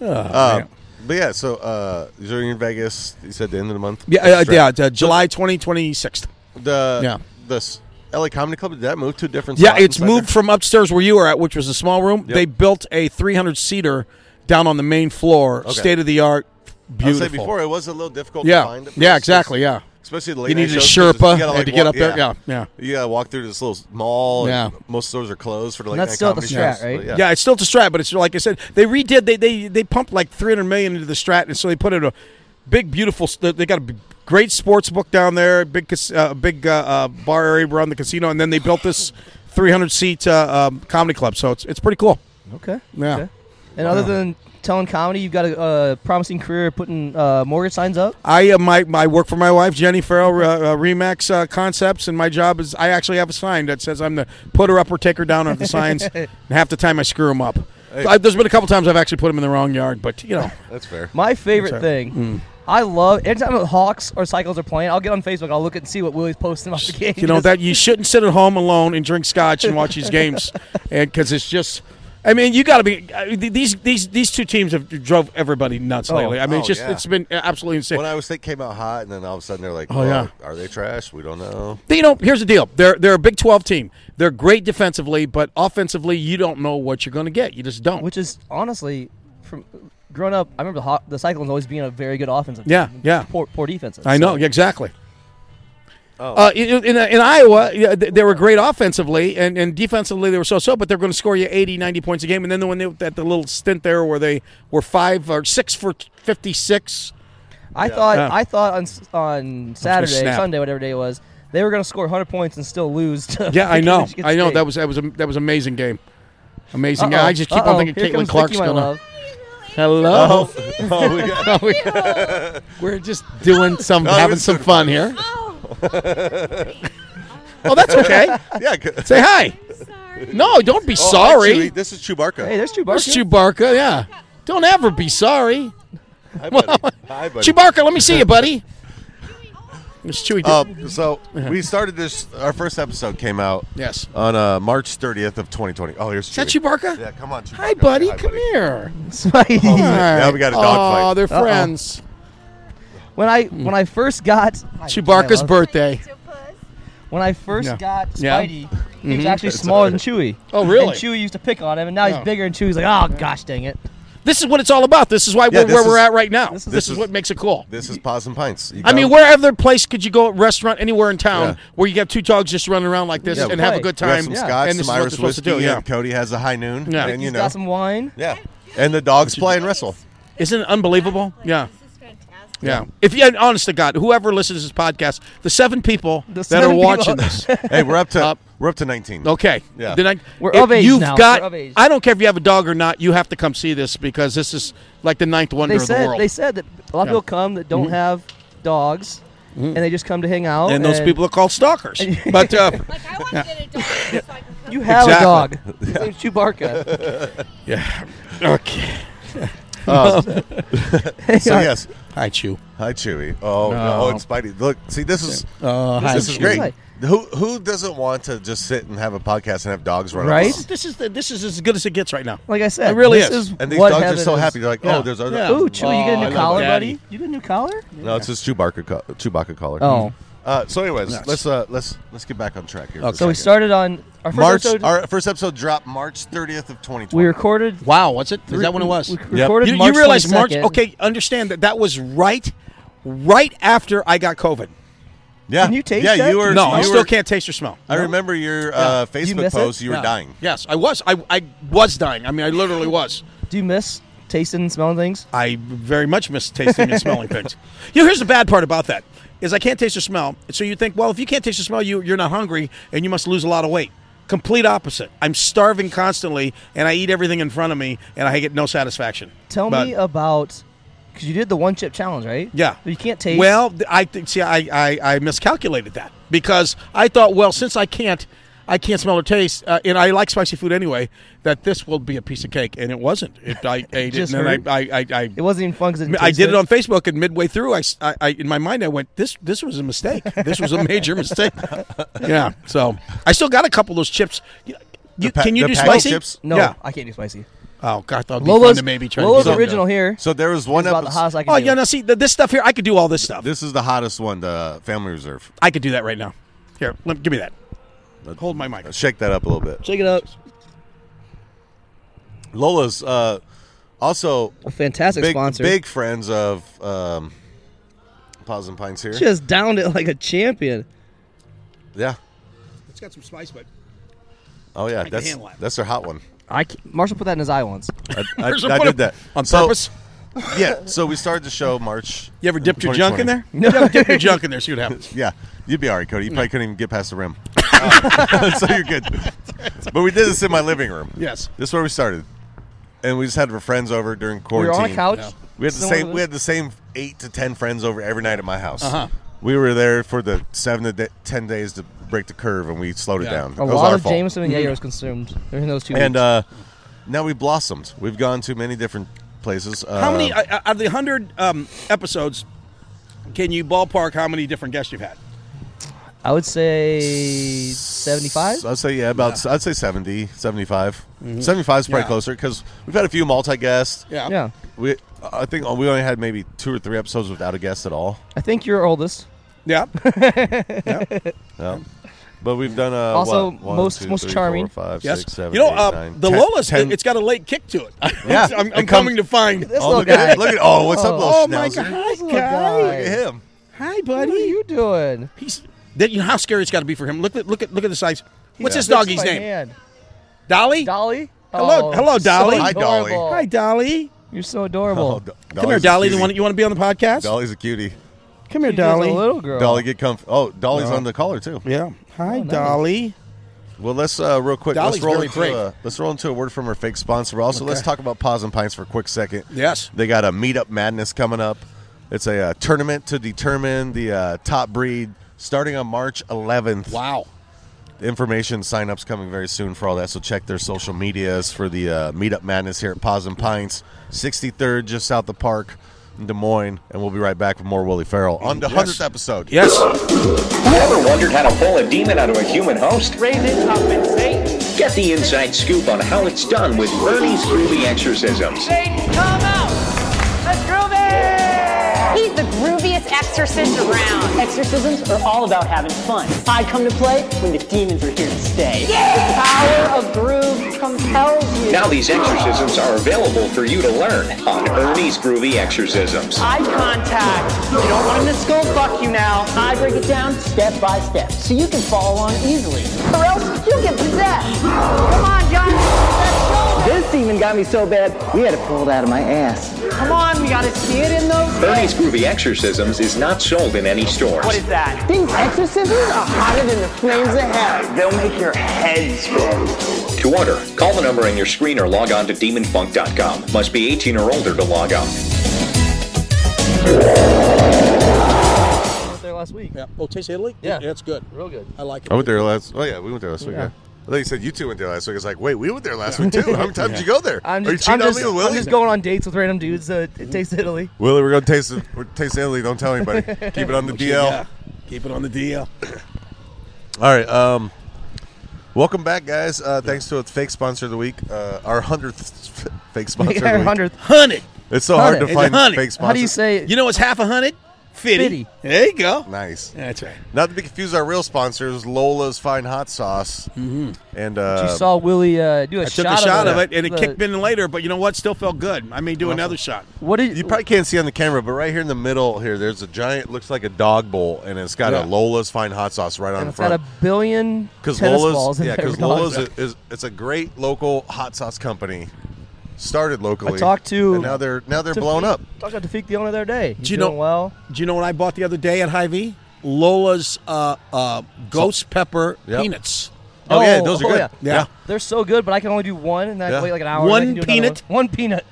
Speaker 5: Oh,
Speaker 3: Uh, but yeah, so uh, you're in Vegas. You said the end of the month.
Speaker 5: Yeah, uh,
Speaker 3: Strat.
Speaker 5: yeah. it's, uh, July 20, 26th.
Speaker 3: The
Speaker 5: Yeah.
Speaker 3: the s- LA Comedy Club did that move to a different?
Speaker 5: Yeah,
Speaker 3: spot
Speaker 5: it's
Speaker 3: inside
Speaker 5: moved
Speaker 3: there?
Speaker 5: from upstairs where you were at, which was a small room. They built a 300 seater down on the main floor, state of the art,
Speaker 3: I was
Speaker 5: beautiful.
Speaker 3: saying before it was a little difficult to
Speaker 5: yeah,
Speaker 3: find. at
Speaker 5: yeah,
Speaker 3: first,
Speaker 5: exactly. Yeah,
Speaker 3: Especially the late
Speaker 5: you
Speaker 3: night
Speaker 5: needed a
Speaker 3: shows, 'cause
Speaker 5: Sherpa
Speaker 3: you gotta, like,
Speaker 5: had to get
Speaker 3: walk-
Speaker 5: up there. Yeah, yeah.
Speaker 3: You gotta walk through this little mall. and
Speaker 5: Yeah.
Speaker 3: most stores are closed for like.
Speaker 4: that's
Speaker 3: night
Speaker 4: still at the
Speaker 3: comedy
Speaker 4: Strat,
Speaker 3: shows,
Speaker 4: right?
Speaker 3: but
Speaker 5: Yeah. it's still the Strat, but it's like I said, they redid. They they they pumped like three hundred million into the Strat, and so they put in a big, beautiful. st- They got a b- great sports book down there, big cas- uh, big uh, uh, bar area around the casino, and then they built this three hundred seat uh, um, comedy club. So it's it's pretty cool.
Speaker 4: Okay.
Speaker 5: Yeah.
Speaker 4: Okay. And other than telling comedy, you've got a uh, promising career putting uh, mortgage signs up.
Speaker 5: I uh, my my work for my wife Jenny Farrell uh, uh, Remax uh, Concepts, and my job is I actually have a sign that says I'm the put her up or take her down of the signs. and half the time I screw them up. I, there's been a couple times I've actually put them in the wrong yard, but you know,
Speaker 3: That's fair.
Speaker 4: My favorite thing.
Speaker 5: Mm.
Speaker 4: I love anytime the Hawks or Cycles are playing. I'll get on Facebook. I'll look and see what Willie's posting about the game.
Speaker 5: you know that you shouldn't sit at home alone and drink scotch and watch these games, and because it's just. I mean, you got to be I- these these these two teams have drove everybody nuts lately. I mean, it's
Speaker 3: Oh,
Speaker 5: just
Speaker 3: yeah.
Speaker 5: it's been absolutely insane.
Speaker 3: When I was State came out hot, and then all of a sudden they're like,
Speaker 5: Oh,
Speaker 3: "Oh
Speaker 5: yeah.
Speaker 3: yeah, are they trash? We don't know."
Speaker 5: you know, here's the deal. They're they're a Big 12 team. They're great defensively, but offensively, you don't know what you're going to get. You just don't.
Speaker 4: which is honestly from growing up. I remember the, Haw- the Cyclones always being a very good offensive.
Speaker 5: Yeah,
Speaker 4: team,
Speaker 5: yeah.
Speaker 4: Poor, poor defensive.
Speaker 5: I know
Speaker 4: So-
Speaker 5: yeah, exactly. Uh, in, in, in Iowa, yeah, th- they were great offensively, and, and defensively they were so-so, but they're going to score you 80, 90 points a game. And then the when they that the little stint there where they were five or six for fifty-six.
Speaker 4: I thought
Speaker 5: Yeah.
Speaker 4: I thought on s- on Saturday,
Speaker 5: snap.
Speaker 4: Sunday, whatever day it was, they were going to score 100 points and still lose. To
Speaker 5: Yeah, I know,
Speaker 4: Michigan
Speaker 5: I know.
Speaker 4: State.
Speaker 5: That was that was a, that was amazing game, amazing.
Speaker 4: Uh-oh,
Speaker 5: I just keep
Speaker 4: uh-oh,
Speaker 5: on thinking
Speaker 4: here
Speaker 5: Caitlin
Speaker 4: comes
Speaker 5: Clark's
Speaker 4: Vicky, my
Speaker 5: going to.
Speaker 4: love.
Speaker 5: Hello,
Speaker 3: oh, we got,
Speaker 5: we're just doing some
Speaker 3: you're
Speaker 5: having some
Speaker 3: so
Speaker 5: fun here. Oh, that's okay.
Speaker 3: yeah. good.
Speaker 5: Say hi. No, don't be
Speaker 3: Oh, actually,
Speaker 5: sorry.
Speaker 3: this is Chewbacca.
Speaker 4: Hey, there's
Speaker 5: That's
Speaker 4: Chewbacca.
Speaker 5: Chewbacca. Yeah. Don't ever be sorry.
Speaker 3: Hi, buddy. Hi, buddy.
Speaker 5: Chewbacca, let me see you, buddy. It's Chewie.
Speaker 3: Uh, so we started this. Our first episode came out
Speaker 5: yes.
Speaker 3: on uh, March 30th of 2020. Oh, here's
Speaker 5: Is that
Speaker 3: Chewie.
Speaker 5: Chewbacca?
Speaker 3: Yeah, come on. Chewbacca.
Speaker 5: Hi, buddy.
Speaker 3: Yeah, Oh,
Speaker 5: Come here.
Speaker 4: Spidey.
Speaker 3: Now we got a dog
Speaker 5: Oh,
Speaker 3: fight.
Speaker 5: they're friends.
Speaker 4: when I when I first got
Speaker 5: Chewbacca's birthday.
Speaker 4: When I first
Speaker 5: Yeah.
Speaker 4: got
Speaker 5: Yeah. Mm-hmm.
Speaker 4: Spidey, he was actually smaller than Chewie.
Speaker 5: Oh, really?
Speaker 4: And Chewie used to pick on him, and now
Speaker 5: Oh.
Speaker 4: he's bigger, and Chewie's like, oh gosh, dang it.
Speaker 5: This is what it's all about. This is why
Speaker 3: Yeah,
Speaker 5: we're
Speaker 3: this
Speaker 5: where we're
Speaker 3: is-
Speaker 5: at right now. This is,
Speaker 4: is-
Speaker 3: this
Speaker 5: what
Speaker 3: is-
Speaker 5: makes it cool.
Speaker 3: This is Paws and Pints. You
Speaker 5: I mean,
Speaker 3: go-
Speaker 5: where other place could you go? Restaurant anywhere in town
Speaker 3: Yeah.
Speaker 5: where you have two dogs just running around like this
Speaker 3: Yeah,
Speaker 5: and
Speaker 3: we-
Speaker 5: have a
Speaker 4: right.
Speaker 5: good
Speaker 3: we have
Speaker 5: time.
Speaker 3: some
Speaker 4: Yeah.
Speaker 3: scotch,
Speaker 5: and this
Speaker 3: some
Speaker 5: is what
Speaker 3: Irish
Speaker 5: they're supposed
Speaker 3: whiskey.
Speaker 5: to do. Yeah.
Speaker 3: and Cody has a high noon.
Speaker 5: Yeah.
Speaker 3: And you
Speaker 4: He's
Speaker 3: know.
Speaker 4: got some wine.
Speaker 3: Yeah. And the dogs play and wrestle.
Speaker 5: Isn't it unbelievable? Yeah.
Speaker 8: This is fantastic.
Speaker 5: Yeah. If you, and honest to God, whoever listens to this podcast, the seven people that
Speaker 4: seven
Speaker 5: are
Speaker 4: people-
Speaker 5: watching this,
Speaker 3: Hey, we're up to
Speaker 5: Up.
Speaker 3: we're up to 19.
Speaker 5: okay,
Speaker 3: Yeah.
Speaker 5: then I,
Speaker 4: We're
Speaker 5: if
Speaker 4: of age
Speaker 5: you've
Speaker 4: now.
Speaker 5: Got,
Speaker 4: We're of age.
Speaker 5: I don't care if you have a dog or not. You have to come see this because this is like the ninth wonder
Speaker 4: They
Speaker 5: of the
Speaker 4: said
Speaker 5: world.
Speaker 4: they said that a lot of
Speaker 5: Yeah. Mm-hmm.
Speaker 4: people come that don't have dogs, and they just come to hang out.
Speaker 5: and those people are called stalkers. but uh,
Speaker 8: Like I want to get a dog so I can come.
Speaker 4: you have a
Speaker 5: Exactly.
Speaker 4: dog. His name's Chewbarca.
Speaker 5: yeah, okay.
Speaker 3: So yes,
Speaker 5: Hi, Chew.
Speaker 3: hi Chewy. Oh, no. oh, and Spidey. Look, see this is
Speaker 5: Uh, hi,
Speaker 3: this is
Speaker 5: Chew.
Speaker 3: great. Who who doesn't want to just sit and have a podcast and have dogs run?
Speaker 4: Right?
Speaker 3: Around?
Speaker 5: This is the, this is as good as it gets right now.
Speaker 4: Like I said,
Speaker 5: It really
Speaker 4: this
Speaker 5: is.
Speaker 4: is.
Speaker 3: And these
Speaker 4: what
Speaker 3: dogs are
Speaker 4: heaven
Speaker 3: so
Speaker 4: is.
Speaker 3: happy. They're like,
Speaker 5: Yeah.
Speaker 3: oh, there's other.
Speaker 5: Yeah.
Speaker 4: Ooh, Chewy, you
Speaker 5: Oh, I
Speaker 4: get a
Speaker 5: love
Speaker 4: new collar,
Speaker 5: Daddy.
Speaker 4: buddy? You get a new collar?
Speaker 3: No, it's just Chewbacca co- Chewbacca collar.
Speaker 4: Oh.
Speaker 3: Uh, so, anyways,
Speaker 5: Nice.
Speaker 3: let's uh, let's let's get back on track here. for a
Speaker 4: So we
Speaker 3: second.
Speaker 4: started on our first
Speaker 3: March.
Speaker 4: episode.
Speaker 3: Our first episode dropped March 30th of 2020.
Speaker 4: we recorded.
Speaker 5: Wow, what's it? Is that when it was?
Speaker 4: We recorded
Speaker 5: You, you
Speaker 4: March
Speaker 5: realize
Speaker 4: 22nd.
Speaker 5: March? Okay, understand that that was right, right after I got COVID.
Speaker 3: yeah.
Speaker 4: Can you taste
Speaker 3: Yeah,
Speaker 4: that?
Speaker 3: you were.
Speaker 5: No,
Speaker 3: you
Speaker 5: I
Speaker 3: were-
Speaker 5: still can't taste or smell.
Speaker 3: I remember your uh,
Speaker 4: You
Speaker 3: Facebook
Speaker 4: miss it?
Speaker 3: post. You were
Speaker 5: Yeah.
Speaker 3: dying.
Speaker 5: Yes, I was. I, I was dying. I mean, I literally was.
Speaker 4: Do you miss tasting and smelling things?
Speaker 5: I very much miss tasting and smelling things. You know, here's the bad part about that is I can't taste or smell. So you think, well, if you can't taste or smell, you you're not hungry and you must lose a lot of weight. Complete opposite. I'm starving constantly, and I eat everything in front of me, and I get no satisfaction.
Speaker 4: Tell
Speaker 5: But-
Speaker 4: me about. Because you did the one chip challenge, right?
Speaker 5: Yeah.
Speaker 4: But you can't taste.
Speaker 5: Well, th- I think see, I, I I miscalculated that because I thought, well, since I can't, I can't smell or taste, uh, and I like spicy food anyway, that this will be a piece of cake, and it wasn't. It, I ate it,
Speaker 4: Just
Speaker 5: and then
Speaker 4: hurt.
Speaker 5: I I I, I,
Speaker 4: it wasn't even fun because
Speaker 5: I did it on Facebook, and midway through, I, s- I- I- in my mind I went, this this was a mistake. This was a major mistake. yeah. So I still got a couple of those chips. You- you-
Speaker 3: pa-
Speaker 5: can you
Speaker 3: the
Speaker 5: do
Speaker 3: packaged
Speaker 5: spicy?
Speaker 3: chips?
Speaker 4: No,
Speaker 5: Yeah.
Speaker 4: I can't do spicy.
Speaker 5: Oh God, that'd be fun
Speaker 4: Lola's,
Speaker 5: to maybe try. to
Speaker 4: Lola's
Speaker 5: do that.
Speaker 4: original here.
Speaker 3: So there was one
Speaker 4: is about the
Speaker 3: episode.
Speaker 4: hottest I can
Speaker 5: Oh
Speaker 4: do.
Speaker 5: yeah, no. See, th- this stuff here, I could do all this stuff.
Speaker 3: This is the hottest one. The Family Reserve.
Speaker 5: I could do that right now. Here, let, give me that. Hold my mic.
Speaker 3: Shake that up a little bit.
Speaker 4: Shake it up.
Speaker 3: Lola's uh, also
Speaker 4: A fantastic
Speaker 3: big
Speaker 4: sponsor.
Speaker 3: big friends of um, Paws and Pines here.
Speaker 4: Just downed it like a champion.
Speaker 3: Yeah.
Speaker 5: It's got some spice, but
Speaker 3: Oh yeah. That's
Speaker 5: handle it.
Speaker 3: that's their hot one.
Speaker 4: I can't- Marshall put that in his eye once.
Speaker 3: I, I, I did that
Speaker 5: on
Speaker 3: So-
Speaker 5: purpose.
Speaker 3: Yeah. So we started the show March.
Speaker 5: You ever dipped your junk in
Speaker 3: 2020.
Speaker 5: there? No, you ever dipped your junk in there. See what happens.
Speaker 3: Yeah, you'd be all right, Cody. You probably couldn't even get past the rim, Uh, so you're good. But we did this in my living room.
Speaker 5: Yes.
Speaker 3: this is where we started, and we just had our friends over during
Speaker 4: We were
Speaker 3: quarantine.
Speaker 4: on a couch.
Speaker 5: Yeah.
Speaker 3: We had the
Speaker 4: Someone
Speaker 3: same.
Speaker 4: was-
Speaker 3: We had the same eight to ten friends over every night at my house.
Speaker 5: Uh-huh.
Speaker 3: We were there for the seven to de- ten days to break the curve, and we slowed it
Speaker 5: Yeah.
Speaker 3: down.
Speaker 4: A
Speaker 3: it was
Speaker 4: lot
Speaker 3: our
Speaker 4: of
Speaker 3: fault.
Speaker 4: Jameson and Jaeger
Speaker 5: Mm-hmm.
Speaker 4: was consumed during those two
Speaker 3: and
Speaker 4: weeks.
Speaker 3: uh, now we blossomed. We've gone to many different places.
Speaker 5: How many
Speaker 3: Uh,
Speaker 5: uh, out of the hundred um, episodes can you ballpark how many different guests you've had? uh,
Speaker 4: I would say 75.
Speaker 3: I'd say yeah, about I'd say 70, 75. 75 is probably
Speaker 5: Mm-hmm. Yeah.
Speaker 3: closer because we've had a few multi guests.
Speaker 4: Yeah.
Speaker 3: We, I think uh, we only had maybe two or three episodes without a guest at all.
Speaker 4: I think you're oldest.
Speaker 5: yeah.
Speaker 3: Yeah. But we've done uh,
Speaker 4: Also,
Speaker 3: what? One,
Speaker 4: most-
Speaker 3: two,
Speaker 4: most
Speaker 3: three,
Speaker 4: charming.
Speaker 3: four, five,
Speaker 5: Yes.
Speaker 3: six, seven,
Speaker 5: you know,
Speaker 3: eight,
Speaker 5: uh,
Speaker 3: nine,
Speaker 5: the
Speaker 3: ten-
Speaker 5: Lola's,
Speaker 3: ten-
Speaker 5: it's got a late kick to it.
Speaker 3: Yeah.
Speaker 5: I'm, I'm
Speaker 3: It comes-
Speaker 5: coming to find.
Speaker 4: This
Speaker 3: Oh,
Speaker 4: little
Speaker 3: look at,
Speaker 4: guy.
Speaker 3: it. look at oh, what's up, little
Speaker 5: Oh, my
Speaker 3: schnauzer?
Speaker 5: God.
Speaker 4: This little
Speaker 5: guy.
Speaker 3: Look at
Speaker 4: guy.
Speaker 3: him.
Speaker 5: Hi,
Speaker 4: What are
Speaker 5: buddy.
Speaker 4: you doing?
Speaker 5: He's that. You know how scary it's got to be for him. Look at look at look at the size. What's
Speaker 3: Yeah.
Speaker 5: this doggy's
Speaker 4: By
Speaker 5: name?
Speaker 4: hand.
Speaker 5: Dolly.
Speaker 4: Dolly?
Speaker 5: Hello-
Speaker 4: Oh,
Speaker 5: hello,
Speaker 4: so
Speaker 5: Dolly.
Speaker 3: Hi, Dolly.
Speaker 4: adorable.
Speaker 5: Hi, Dolly.
Speaker 4: You're so
Speaker 3: Oh,
Speaker 4: adorable.
Speaker 3: Do-
Speaker 5: Come
Speaker 3: Dolly's
Speaker 5: here,
Speaker 3: a
Speaker 5: Dolly. The
Speaker 3: cutie.
Speaker 5: one that you want to be on the podcast?
Speaker 3: Dolly's a cutie.
Speaker 5: Come here,
Speaker 4: She was
Speaker 5: Dolly.
Speaker 4: a little girl. Uh-huh.
Speaker 3: Dolly, get comfy. Oh, Dolly's
Speaker 5: No.
Speaker 3: on the collar too.
Speaker 5: Yeah. Hi,
Speaker 4: Oh,
Speaker 5: Dolly.
Speaker 3: Well, let's uh, real quick.
Speaker 5: Dolly's
Speaker 3: let's roll
Speaker 5: very
Speaker 3: into
Speaker 5: brave.
Speaker 3: A, let's roll into a word from our fake sponsor. But also, let's
Speaker 5: Okay.
Speaker 3: talk about Paws and Pints for a quick second.
Speaker 5: Yes.
Speaker 3: they got a meetup madness coming up. It's a uh, tournament to determine the uh, top breed starting on March 11th.
Speaker 5: Wow.
Speaker 3: Information signups coming very soon for all that. So check their social medias for the uh, meetup madness here at Paws and Pints, 63rd, just south of Park, in Des Moines, and we'll be right back with more Willie Farrell on the 100th episode.
Speaker 5: Yes.
Speaker 9: Ever wondered how to pull a demon out of a human host? Raise it up and Satan. Get the inside scoop on how it's done with Bernie's groovy exorcisms.
Speaker 8: Come out. Let's groove it. He's the grooviest exorcist around.
Speaker 10: Exorcisms are all about having fun. I come to play when the demons are here to stay. The power of groove compels you.
Speaker 9: Now these exorcisms are available for you to learn on Ernie's Groovy Exorcisms.
Speaker 10: Eye contact. You don't want him to skull fuck you now. I break it down step by step so you can follow along easily. Or else you'll get possessed.
Speaker 8: Come on, John. Let's go.
Speaker 10: This This demon got me so bad, we had to pull it out of my ass. Come on, we gotta see it in those.
Speaker 9: Bernie's Groovy Exorcisms is not sold in any stores.
Speaker 10: What is that? These exorcisms are hotter than the flames of hell. They'll make your head spin.
Speaker 9: To order, call the number on your screen or log on to demonfunk.com. Must be 18 or older to log on.
Speaker 4: there last week.
Speaker 5: Yeah. Oh, Taste Italy?
Speaker 4: Yeah.
Speaker 5: it's good.
Speaker 4: Real good.
Speaker 5: I like it.
Speaker 3: I went there last. Oh yeah, we went there last week.
Speaker 4: Yeah.
Speaker 3: Yeah. I think you said you two went there last week. It's like, wait, we went there last week too. How many times did you go there?
Speaker 4: I'm
Speaker 3: Are you
Speaker 4: just,
Speaker 3: cheating
Speaker 4: I'm,
Speaker 3: on
Speaker 4: just,
Speaker 3: me with
Speaker 4: I'm
Speaker 3: Willie?
Speaker 4: just going on dates with random dudes that it tastes Italy.
Speaker 3: Willie, we're gonna taste it. We're tasting Italy. Don't tell anybody. Keep it on the DL.
Speaker 5: Yeah. Keep it on the DL.
Speaker 3: All right. Um, welcome back, guys. Uh, thanks to a fake sponsor of the week, uh, our hundredth fake sponsor of the week.
Speaker 4: 100th.
Speaker 5: Hundred.
Speaker 3: It's so
Speaker 4: Hundred.
Speaker 3: hard to
Speaker 4: It's
Speaker 3: find
Speaker 5: hundred.
Speaker 3: fake sponsors.
Speaker 4: How do you say
Speaker 5: You know what's half a hundred? Fifty.
Speaker 4: Fifty.
Speaker 5: There you go.
Speaker 3: Nice.
Speaker 5: That's right.
Speaker 3: Not to be confused, our real sponsors, Lola's Fine Hot Sauce, mm-hmm. and uh,
Speaker 4: you saw Willie uh, do a
Speaker 5: I
Speaker 4: shot
Speaker 5: took a shot of it, and it
Speaker 4: the-
Speaker 5: kicked in later, but you know what? Still felt good. I may do another shot.
Speaker 4: What did
Speaker 3: you probably can't see on the camera, but right here in the middle here, there's a giant, looks like a dog bowl, and it's got a
Speaker 5: Yeah.
Speaker 3: Lola's Fine Hot Sauce right on
Speaker 4: and
Speaker 3: the
Speaker 4: it's got a
Speaker 3: front.
Speaker 4: billion tennis balls
Speaker 3: Lola's,
Speaker 4: in
Speaker 3: yeah,
Speaker 4: there.
Speaker 3: because Lola's is, is it's a great local hot sauce company, started locally.
Speaker 4: I talked to-
Speaker 3: and now they're now they're
Speaker 4: Tafik-
Speaker 3: blown up.
Speaker 4: Talked about Tafik the owner the other day. He's
Speaker 5: Do you know-
Speaker 4: doing well.
Speaker 5: Do you know what I bought the other day at Hy-Vee? Lola's uh, uh, ghost pepper
Speaker 3: Yep.
Speaker 5: peanuts.
Speaker 3: Oh, yeah, those are good.
Speaker 5: Yeah.
Speaker 3: Yeah.
Speaker 4: They're so good, but I can only do one, and then I
Speaker 3: Yeah.
Speaker 4: wait like an hour.
Speaker 5: One
Speaker 4: and I can do another
Speaker 5: peanut?
Speaker 4: One. One peanut.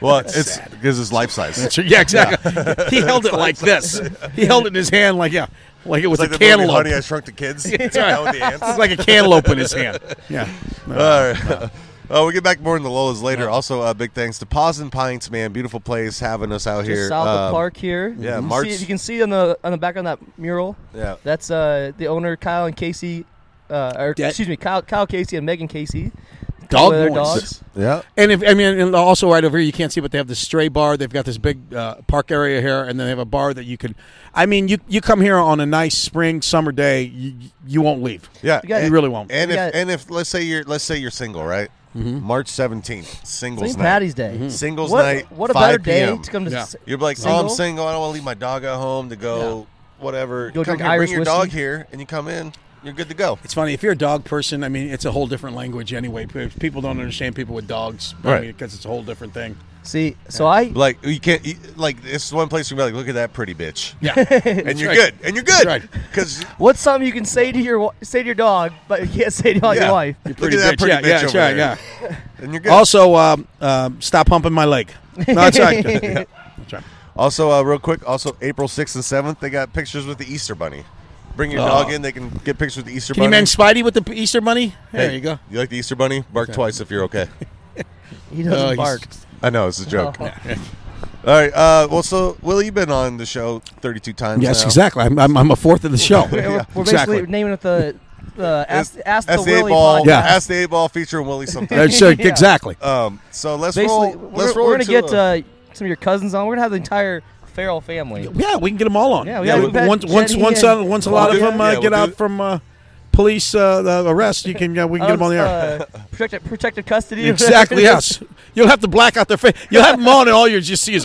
Speaker 3: Well, it's because it's life size. It's
Speaker 5: Yeah, exactly. he held it like this. He held it in his hand like yeah, like it was
Speaker 3: like
Speaker 5: a
Speaker 3: the movie
Speaker 5: cantaloupe.
Speaker 3: Honey, I Shrunk the Kids.
Speaker 5: That's right.
Speaker 3: Now with the ants.
Speaker 5: It's like a cantaloupe in his hand. Yeah.
Speaker 3: All right. Uh, we'll get back more in the Lolas later. Also, uh, big thanks to Paws and Pints, man. Beautiful place having us out here.
Speaker 4: Just south
Speaker 3: Um,
Speaker 4: of Park here.
Speaker 3: yeah,
Speaker 4: you
Speaker 3: March-
Speaker 4: See, you can see on the on the back on that mural.
Speaker 3: Yeah.
Speaker 4: That's uh the owner Kyle and Casey, uh, or
Speaker 5: Yeah.
Speaker 4: excuse me, Kyle, Kyle Casey and Megan Casey.
Speaker 5: Dog
Speaker 4: Their
Speaker 5: boys.
Speaker 4: dogs.
Speaker 3: Yeah.
Speaker 5: And if I mean, and also right over here, you can't see, but they have this stray bar. They've got this big uh, park area here, and then they have a bar that you can. I mean, you you come here on a nice spring summer day, you you won't leave.
Speaker 3: Yeah.
Speaker 4: You got-
Speaker 5: You really won't.
Speaker 3: And
Speaker 4: We
Speaker 3: if
Speaker 4: got-
Speaker 3: and if let's say you're let's say you're single, right? March seventeenth, singles
Speaker 4: St.
Speaker 3: night. Mm-hmm.
Speaker 4: Patty's Day. Mm-hmm.
Speaker 3: Singles
Speaker 4: What,
Speaker 3: night.
Speaker 4: what a
Speaker 3: 5
Speaker 4: better day
Speaker 3: PM.
Speaker 4: to come to.
Speaker 5: Yeah.
Speaker 4: s-
Speaker 3: You're like, oh, I'm
Speaker 4: Single?
Speaker 3: single. I don't want to leave my dog at home to go whatever.
Speaker 4: Go
Speaker 3: come
Speaker 4: drink
Speaker 3: here, bring
Speaker 4: Irish
Speaker 3: your dog
Speaker 4: whiskey.
Speaker 3: here, and you come in. You're good to go.
Speaker 5: It's funny if you're a dog person. I mean, it's a whole different language anyway. P- People don't understand people with dogs,
Speaker 3: Right.
Speaker 5: Because it's a whole different thing.
Speaker 4: See, so I
Speaker 3: Like you can't. You, like this is one place you can be like, look at that pretty bitch,
Speaker 5: Yeah.
Speaker 3: and you're
Speaker 5: right.
Speaker 3: good, and you're good,
Speaker 5: right.
Speaker 3: Because
Speaker 4: What's something you can say to your wa- say to your dog, but you can't say to like,
Speaker 3: yeah,
Speaker 4: your wife?
Speaker 3: look
Speaker 5: pretty
Speaker 3: at that
Speaker 5: bitch.
Speaker 3: pretty
Speaker 5: Yeah,
Speaker 3: bitch
Speaker 5: yeah,
Speaker 3: over
Speaker 5: sure,
Speaker 3: there,
Speaker 5: yeah.
Speaker 3: and you're good.
Speaker 5: Also, um, um, stop humping my leg. No, that's right. Yeah, that's right.
Speaker 3: Also, uh, real quick, also April 6th and 7th, they got pictures with the Easter Bunny. Bring your dog in, they can get pictures with the Easter
Speaker 5: Oh. Can you
Speaker 3: Bunny.
Speaker 5: man Spidey with the p- Easter money? There
Speaker 3: Hey,
Speaker 5: you go.
Speaker 3: You like the Easter Bunny? Bark twice if you're okay.
Speaker 4: He doesn't
Speaker 5: Oh, he's-
Speaker 4: bark.
Speaker 3: I know, it's a
Speaker 5: Oh.
Speaker 3: joke. All right. Uh, well, so, Willie, you've been on the show 32 times
Speaker 5: Yes,
Speaker 3: now.
Speaker 5: exactly. I'm, I'm, I'm a fourth of the show.
Speaker 4: We're, we're basically
Speaker 5: exactly.
Speaker 4: naming it the the ask,
Speaker 3: It's-
Speaker 4: ask the
Speaker 3: Ask the Eight
Speaker 4: Willie
Speaker 3: Ball.
Speaker 4: podcast.
Speaker 5: Yeah.
Speaker 3: Ask the Eight Ball featuring Willie sometime.
Speaker 5: That's- uh,
Speaker 4: Yeah.
Speaker 5: Exactly.
Speaker 3: um, so let's
Speaker 4: Basically,
Speaker 3: roll.
Speaker 4: we're,
Speaker 3: Let's roll
Speaker 4: we're gonna
Speaker 3: into
Speaker 4: get
Speaker 3: a-
Speaker 4: uh, some of your cousins on. We're gonna have the entire Farrell family.
Speaker 5: Yeah, we can get them all on.
Speaker 4: Yeah, we got- we've had
Speaker 5: once once
Speaker 4: Jenny
Speaker 5: once,
Speaker 4: and-
Speaker 5: uh, once a lot of
Speaker 3: We'll do
Speaker 5: them
Speaker 3: it.
Speaker 5: uh,
Speaker 3: Yeah, we'll
Speaker 5: get
Speaker 3: do
Speaker 5: out
Speaker 3: it.
Speaker 5: from uh, police uh, the arrest, you can uh, we can get them on the air.
Speaker 4: Uh, protected, protected custody. or whatever
Speaker 5: Exactly.
Speaker 4: it is.
Speaker 5: Yes, you'll have to black out their face. You'll have them on, and all you just see is,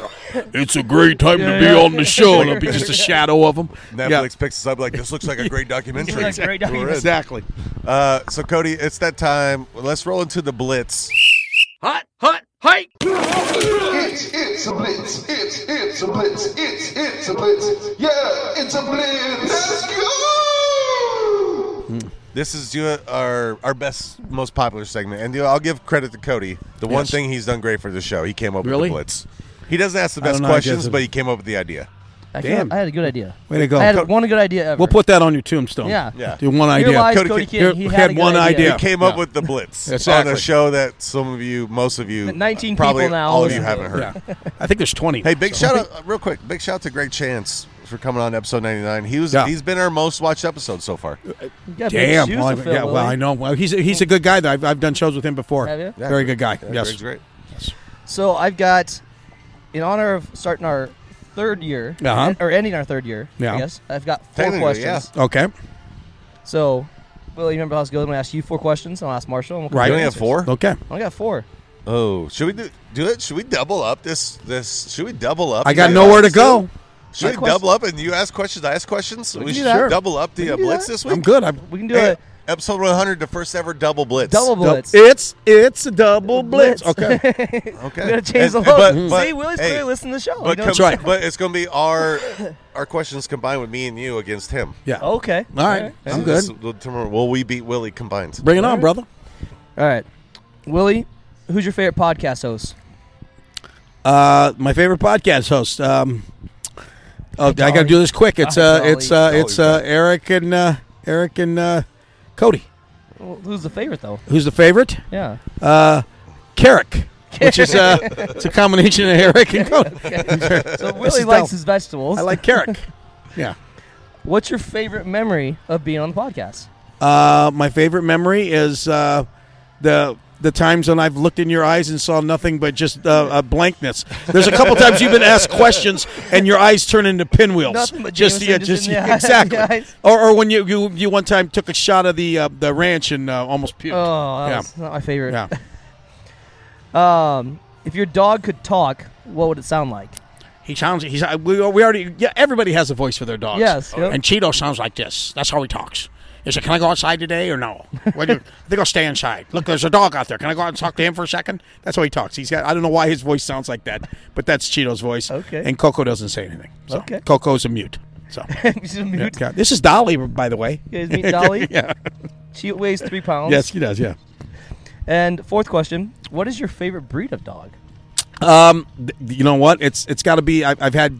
Speaker 5: "It's a great time to be
Speaker 4: Yeah.
Speaker 5: on the show." And it'll be just a shadow of them.
Speaker 3: Netflix picks us up like, this looks like a great documentary.
Speaker 4: Looks like a great
Speaker 3: We're in.
Speaker 4: documentary.
Speaker 5: Exactly.
Speaker 3: Uh, so, Cody, it's that time. Let's roll into the Blitz.
Speaker 5: Hot, hot, hike.
Speaker 11: It's it's a blitz. It's it's a blitz. It's it's a blitz. Yeah, it's a blitz. Let's go.
Speaker 3: This is you- our our best, most popular segment, and you know, I'll give credit to Cody. The one
Speaker 5: Yes.
Speaker 3: thing he's done great for the show, he came up with
Speaker 5: Really?
Speaker 3: the blitz. He doesn't ask the
Speaker 5: I don't
Speaker 3: best
Speaker 5: know, I guess
Speaker 3: questions,
Speaker 5: it-
Speaker 3: but he came up with the idea.
Speaker 4: I,
Speaker 5: Damn.
Speaker 4: Damn. I had a good idea.
Speaker 5: Way to go.
Speaker 4: I
Speaker 5: Co-
Speaker 4: had one good idea ever.
Speaker 5: We'll put that on your tombstone.
Speaker 4: Yeah.
Speaker 3: Yeah.
Speaker 5: Do one
Speaker 4: Here
Speaker 5: idea.
Speaker 4: lies
Speaker 3: Cody
Speaker 4: Cody,
Speaker 3: Ki-
Speaker 4: Kidd.
Speaker 5: Here-
Speaker 4: He
Speaker 5: we
Speaker 4: had,
Speaker 5: had
Speaker 4: a good
Speaker 5: one
Speaker 3: He
Speaker 5: idea. Yeah.
Speaker 3: came up
Speaker 5: Yeah.
Speaker 3: with the blitz
Speaker 5: Exactly.
Speaker 3: on a show that some of you, most of you,
Speaker 4: 19
Speaker 3: probably
Speaker 4: people now
Speaker 3: all of you
Speaker 4: listen to
Speaker 3: haven't
Speaker 4: it.
Speaker 3: heard.
Speaker 5: Yeah. I think there's 20.
Speaker 3: Hey, big shout out, uh, real quick, big shout out to Greg Chance for coming on episode ninety nine. He was
Speaker 5: Yeah. Uh,
Speaker 3: he's been our most watched episode so far.
Speaker 4: You got big
Speaker 5: Damn.
Speaker 4: shoes
Speaker 5: Well, I,
Speaker 4: to fill,
Speaker 5: yeah, well,
Speaker 4: Willie.
Speaker 5: I know. Well, he's a, he's a good guy. Though. I've, I've done shows with him before.
Speaker 4: Have you?
Speaker 3: Yeah,
Speaker 5: Very
Speaker 3: Greg-
Speaker 5: good guy.
Speaker 3: yeah,
Speaker 5: yes.
Speaker 3: Greg's great.
Speaker 4: So I've got, in honor of starting our third year,
Speaker 5: Uh-huh.
Speaker 4: or ending our third year,
Speaker 5: Yeah.
Speaker 4: I guess, I've got four
Speaker 3: Technically,
Speaker 4: questions.
Speaker 3: yeah.
Speaker 5: Okay.
Speaker 4: So, Will, you remember how this goes? I'm going to ask you four questions, and I'll ask Marshall. And we'll come
Speaker 5: Right.
Speaker 4: up
Speaker 3: You
Speaker 4: with
Speaker 3: only have
Speaker 4: answers.
Speaker 3: four.
Speaker 5: Okay.
Speaker 4: I only got four.
Speaker 3: Oh, should we do do it? Should we double up this this? Should we double up?
Speaker 5: I got
Speaker 3: these
Speaker 5: nowhere to
Speaker 3: questions
Speaker 5: go.
Speaker 3: too? Should we
Speaker 4: My question-
Speaker 3: double up and you ask questions? I ask questions. We,
Speaker 4: can do
Speaker 3: should
Speaker 4: that.
Speaker 3: double up the
Speaker 4: can
Speaker 3: uh,
Speaker 4: do
Speaker 3: blitz
Speaker 4: that.
Speaker 3: this week.
Speaker 5: I'm good. I,
Speaker 4: We can do
Speaker 3: Hey,
Speaker 4: a
Speaker 3: Episode 100, the first ever double blitz.
Speaker 5: Dou- It's it's a double blitz. Okay. Hmm.
Speaker 3: okay.
Speaker 4: We're gonna change the
Speaker 3: And- but-
Speaker 4: logo.
Speaker 3: but-
Speaker 4: See, Willie's
Speaker 3: hey,
Speaker 4: clearly listening to the show. He
Speaker 3: But,
Speaker 4: knows-
Speaker 3: com- but it's going to be our our questions combined with me and you against him.
Speaker 5: Yeah.
Speaker 4: Okay.
Speaker 5: All right. I'm
Speaker 3: So this
Speaker 5: good.
Speaker 3: will determine- Will we beat Willie combined?
Speaker 5: Bring it on, brother.
Speaker 4: All right, Willie, who's your favorite podcast host?
Speaker 5: Uh, my favorite podcast host. Um, oh, I got to do this quick. It's uh,
Speaker 4: Dolly.
Speaker 5: it's uh, it's
Speaker 3: Dolly's
Speaker 5: uh, Eric and uh, Eric and uh, Cody.
Speaker 4: Well, who's the favorite though?
Speaker 5: Who's the favorite?
Speaker 4: Yeah.
Speaker 5: Uh, Carrick, which is uh, it's a combination of Eric and Cody.
Speaker 4: So
Speaker 5: This
Speaker 4: Willie
Speaker 5: is
Speaker 4: likes
Speaker 5: dumb.
Speaker 4: his vegetables.
Speaker 5: I like Carrick. Yeah.
Speaker 4: What's your favorite memory of being on the podcast?
Speaker 5: Uh, my favorite memory is uh, the the times when I've looked in your eyes and saw nothing but just uh, a blankness. There's a couple times you've been asked questions and your eyes turn into pinwheels.
Speaker 4: Nothing but
Speaker 5: just yeah,
Speaker 4: Jameson just
Speaker 5: just
Speaker 4: in the
Speaker 5: yeah,
Speaker 4: eye-
Speaker 5: exactly.
Speaker 4: the eyes.
Speaker 5: Or, or when you, you you one time took a shot of the uh, the ranch and uh, almost puked.
Speaker 4: Oh,
Speaker 5: yeah,
Speaker 4: that's not my favorite.
Speaker 5: yeah.
Speaker 4: Um, if your dog could talk, what would it sound like?
Speaker 5: He sounds. He's. uh, We, we already. Yeah. Everybody has a voice for their dogs.
Speaker 4: Yes, yep.
Speaker 5: And Cheeto sounds like this. That's how he talks. He said, "Can I go outside today or no? What do you, I think I'll stay inside. Look, there's a dog out there. Can I go out and talk to him for a second? That's how he talks. He's got. I don't know why his voice sounds like that, but that's Cheeto's voice.
Speaker 4: Okay.
Speaker 5: And Coco doesn't say anything. So
Speaker 4: Okay.
Speaker 5: Coco's a mute. So.
Speaker 4: She's a mute.
Speaker 5: Okay. This is Dolly, by the way.
Speaker 4: You guys meet Dolly?
Speaker 5: yeah.
Speaker 4: She weighs three pounds.
Speaker 5: Yes, he does. Yeah.
Speaker 4: And fourth question: What is your favorite breed of dog?
Speaker 5: Um, th- you know what? It's it's got to be. I, I've had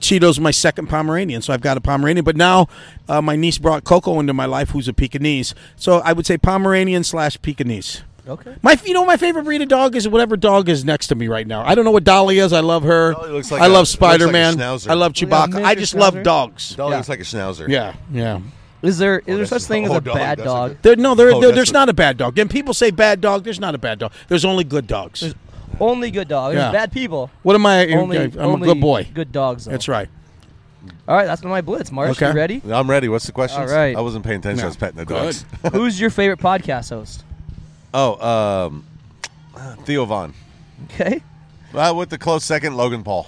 Speaker 5: Cheetos my second Pomeranian, so I've got a Pomeranian. But now uh, my niece brought Coco into my life, who's a Pekingese. So I would say Pomeranian slash Pekingese.
Speaker 4: Okay.
Speaker 5: My, you know, my favorite breed of dog is whatever dog is next to me right now. I don't know what Dolly is. I love her.
Speaker 3: Dolly looks like
Speaker 5: I
Speaker 3: a-
Speaker 5: love
Speaker 3: looks like a
Speaker 5: Spider Man.
Speaker 3: schnauzer.
Speaker 5: I love
Speaker 4: Yeah,
Speaker 5: Chewbacca. I
Speaker 4: miniature
Speaker 5: just love
Speaker 4: schnauzer.
Speaker 5: dogs.
Speaker 3: Dog
Speaker 5: yeah.
Speaker 3: looks like a schnauzer.
Speaker 5: yeah, yeah.
Speaker 4: Is there is there
Speaker 3: that's
Speaker 4: such
Speaker 3: a-
Speaker 4: thing as
Speaker 3: oh,
Speaker 4: a
Speaker 3: dog,
Speaker 4: bad
Speaker 3: that's a
Speaker 4: dog?
Speaker 3: good-
Speaker 5: There, no, there,
Speaker 3: Oh,
Speaker 5: there-
Speaker 3: that's
Speaker 5: there's
Speaker 3: a-
Speaker 5: not a bad dog. And people say bad dog. There's not a bad dog. There's only good dogs.
Speaker 4: Only good dogs. There's
Speaker 5: Yeah.
Speaker 4: bad people.
Speaker 5: what am I? uh,
Speaker 4: Only,
Speaker 5: I'm
Speaker 4: only
Speaker 5: a good boy.
Speaker 4: Good dogs. Though.
Speaker 5: That's right.
Speaker 4: All right, that's been my blitz. Marsh,
Speaker 5: Okay.
Speaker 4: you ready?
Speaker 3: I'm ready. What's the question?
Speaker 4: All right.
Speaker 3: I wasn't paying attention. I was petting the dogs.
Speaker 4: Who's your favorite podcast host?
Speaker 3: oh, um, Theo Vaughn.
Speaker 4: Okay.
Speaker 3: Uh, with the close second, Logan Paul.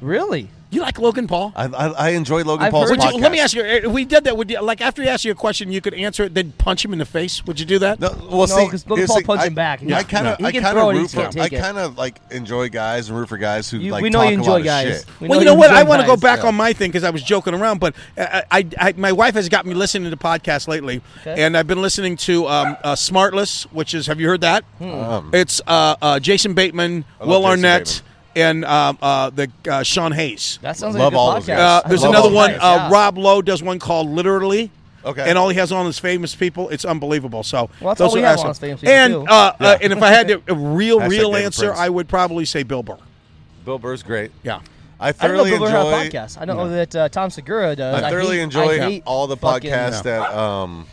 Speaker 4: Really?
Speaker 5: You like Logan Paul?
Speaker 3: I, I, I enjoy Logan
Speaker 4: I've
Speaker 3: Paul's
Speaker 4: heard-
Speaker 5: Would
Speaker 3: podcast.
Speaker 5: you, let me ask you. If we did that, would you like after he asked you a question, you could answer it, then punch him in the face? Would you do that?
Speaker 3: No, well,
Speaker 4: No,
Speaker 3: see,
Speaker 4: 'cause Logan
Speaker 3: you
Speaker 4: Paul
Speaker 3: see,
Speaker 4: punches
Speaker 3: I-
Speaker 4: him back.
Speaker 3: I
Speaker 4: Yeah.
Speaker 3: kind of,
Speaker 4: He
Speaker 3: I
Speaker 4: can
Speaker 3: kind
Speaker 4: throw
Speaker 3: of
Speaker 4: it,
Speaker 3: root
Speaker 4: he's
Speaker 3: for.
Speaker 4: gonna
Speaker 3: I
Speaker 4: take it.
Speaker 3: kind of like enjoy guys and root for guys who
Speaker 4: You-
Speaker 3: like
Speaker 4: we know you
Speaker 3: talk a lot
Speaker 4: enjoy
Speaker 3: of
Speaker 4: guys.
Speaker 3: shit.
Speaker 4: We
Speaker 5: well,
Speaker 4: know
Speaker 5: you know what? I
Speaker 4: enjoy
Speaker 5: want to go
Speaker 4: guys.
Speaker 5: back
Speaker 3: Yeah.
Speaker 5: on my thing because I was joking around, but I, I, I, my wife has got me listening to podcasts lately,
Speaker 4: Okay.
Speaker 5: and I've been listening to um, uh, Smartless, which is have you heard that?
Speaker 4: Hmm.
Speaker 3: Um,
Speaker 5: It's uh, uh, Jason Bateman,
Speaker 3: I love
Speaker 5: Will
Speaker 3: Jason
Speaker 5: Arnett, and um, uh, the uh, Sean Hayes.
Speaker 4: That sounds
Speaker 3: Love
Speaker 4: like a good
Speaker 3: all those
Speaker 4: podcast.
Speaker 5: Uh,
Speaker 3: guys.
Speaker 4: I
Speaker 5: there's
Speaker 4: love
Speaker 5: another
Speaker 4: all
Speaker 5: one.
Speaker 4: those guys,
Speaker 5: Uh,
Speaker 4: yeah.
Speaker 5: Rob Lowe does one called Literally.
Speaker 3: Okay.
Speaker 5: And all he has on is famous people. It's unbelievable. So
Speaker 4: Well, that's
Speaker 5: those
Speaker 4: all we
Speaker 5: are
Speaker 4: have
Speaker 5: awesome.
Speaker 4: on is famous people,
Speaker 5: and
Speaker 4: too.
Speaker 5: uh, uh, and if I had to, a real
Speaker 3: Hashtag
Speaker 5: real
Speaker 3: David
Speaker 5: answer,
Speaker 3: Prince.
Speaker 5: I would probably say Bill Burr.
Speaker 3: Bill Burr's great.
Speaker 5: Yeah.
Speaker 3: I
Speaker 4: I don't know if
Speaker 3: thoroughly
Speaker 4: Bill Burr had a
Speaker 3: enjoy.
Speaker 4: podcast. I don't know that uh, Tom Segura does.
Speaker 3: I thoroughly
Speaker 4: hate-
Speaker 3: enjoy
Speaker 4: I hate
Speaker 3: all the
Speaker 4: fucking-
Speaker 3: podcasts that um,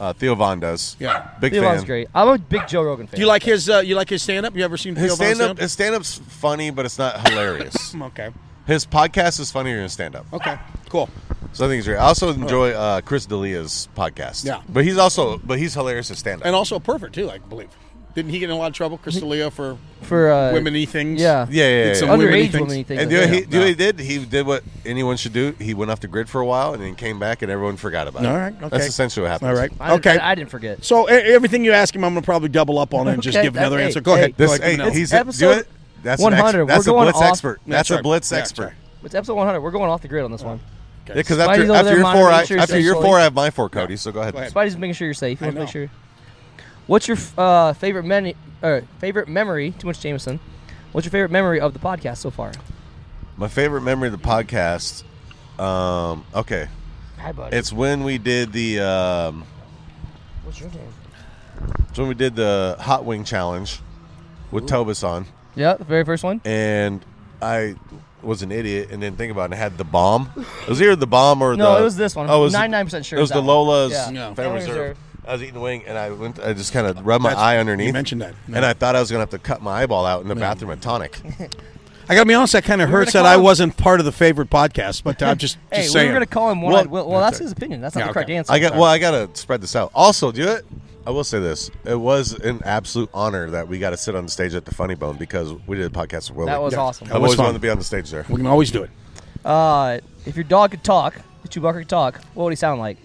Speaker 3: uh, Theo Vaughn does.
Speaker 5: Yeah.
Speaker 3: big
Speaker 4: Theo
Speaker 3: fan.
Speaker 4: Vaughn's great. I'm a big Joe Rogan fan.
Speaker 5: Do you like his uh, you like his stand up? You ever seen
Speaker 3: His
Speaker 5: Theo Vaughn's
Speaker 3: stand up,
Speaker 5: stand-up? Mm,
Speaker 3: his stand up's funny, but it's not hilarious.
Speaker 5: Okay.
Speaker 3: his podcast is funnier than stand up.
Speaker 5: Okay. Cool.
Speaker 3: So I think it's great. I also enjoy uh, Chris D'Elia's podcast.
Speaker 5: Yeah.
Speaker 3: but he's also, but he's hilarious at stand
Speaker 5: And
Speaker 3: up.
Speaker 5: also a pervert too, I believe. Didn't he get in a lot of trouble, Chris D'Elia, for
Speaker 4: for uh,
Speaker 5: women-y things?
Speaker 4: Yeah.
Speaker 3: Yeah, yeah, yeah.
Speaker 5: Did some
Speaker 3: yeah.
Speaker 5: women-y
Speaker 4: Underage
Speaker 5: things?
Speaker 4: women things.
Speaker 3: And do you know what he, do
Speaker 5: Yeah.
Speaker 3: you know what he
Speaker 5: No.
Speaker 3: did? He did what anyone should do. He went off the grid for a while and then came back, and everyone forgot about it.
Speaker 5: All right, okay.
Speaker 3: That's essentially what happened.
Speaker 5: All right.
Speaker 4: I,
Speaker 5: okay.
Speaker 4: I, didn't forget.
Speaker 5: so e- everything you ask him, I'm going to probably double up on it and just
Speaker 4: Okay,
Speaker 5: give
Speaker 4: that's-
Speaker 5: another
Speaker 4: hey,
Speaker 5: answer. Go
Speaker 4: hey.
Speaker 5: ahead.
Speaker 3: This,
Speaker 5: Go ahead.
Speaker 3: hey,
Speaker 5: No.
Speaker 3: he's
Speaker 4: It's
Speaker 3: a, do
Speaker 4: episode
Speaker 3: it. That's an ex-
Speaker 4: 100.
Speaker 3: that's
Speaker 4: We're
Speaker 3: a
Speaker 4: going
Speaker 3: blitz
Speaker 4: off-
Speaker 3: expert. That's,
Speaker 5: That's
Speaker 3: a
Speaker 5: right.
Speaker 3: blitz
Speaker 5: Yeah, that's
Speaker 3: expert.
Speaker 5: right.
Speaker 4: It's episode 100. We're going off the grid on this one.
Speaker 3: Yeah, because
Speaker 4: Spidey's
Speaker 3: after
Speaker 4: over
Speaker 3: after
Speaker 4: there
Speaker 3: your four, I,
Speaker 4: monitoring
Speaker 3: after your
Speaker 4: sexually.
Speaker 3: four, I have my four, Cody. So go ahead.
Speaker 5: ahead.
Speaker 4: Spidey's making sure you're safe. He
Speaker 5: I
Speaker 4: wants to make
Speaker 5: know.
Speaker 4: sure. What's your f- uh, favorite menu? Or favorite memory? Too much Jameson. What's your favorite memory of the podcast so far?
Speaker 3: My favorite memory of the podcast. Um, okay,
Speaker 4: Hi, buddy.
Speaker 3: it's when we did the. Um,
Speaker 4: What's your name?
Speaker 3: it's when we did the hot wing challenge with Tobis on,
Speaker 4: Yeah, the very first one.
Speaker 3: and I was an idiot and didn't think about it. and had the bomb. It was either the bomb or
Speaker 4: No,
Speaker 3: the.
Speaker 4: it was this one.
Speaker 3: Oh, it was the-
Speaker 4: 99% sure
Speaker 3: It
Speaker 4: it was
Speaker 3: was the
Speaker 4: that one.
Speaker 3: Lola's
Speaker 4: Yeah.
Speaker 5: No.
Speaker 3: Family
Speaker 4: Family
Speaker 3: Reserve.
Speaker 4: Reserve.
Speaker 3: I was eating the wing and I went. I just kind of rubbed my eye underneath.
Speaker 5: mentioned that. No.
Speaker 3: and I thought I was gonna have to cut my eyeball out in the bathroom at Tonic.
Speaker 5: I gotta be honest, that kind of
Speaker 4: were
Speaker 5: hurts
Speaker 4: gonna
Speaker 5: that I
Speaker 4: call him-
Speaker 5: wasn't part of the favorite podcast, but I'm just,
Speaker 4: Hey,
Speaker 5: just
Speaker 4: we
Speaker 5: saying.
Speaker 4: were gonna call him one.
Speaker 3: Well-
Speaker 4: Well, well, that's his opinion. That's not
Speaker 5: Yeah,
Speaker 4: the correct
Speaker 5: okay.
Speaker 4: answer.
Speaker 3: I got well. I gotta spread this out. Also, do it. I will say this: it was an absolute honor that we got to sit on the stage at the Funny Bone because we did a podcast with Willie.
Speaker 4: That was awesome.
Speaker 3: I've
Speaker 5: That was
Speaker 3: always
Speaker 5: fun.
Speaker 3: wanted to be on the stage there.
Speaker 5: we can always do it.
Speaker 4: Uh, if your dog could talk, if Chewbacca could talk, what would he sound like?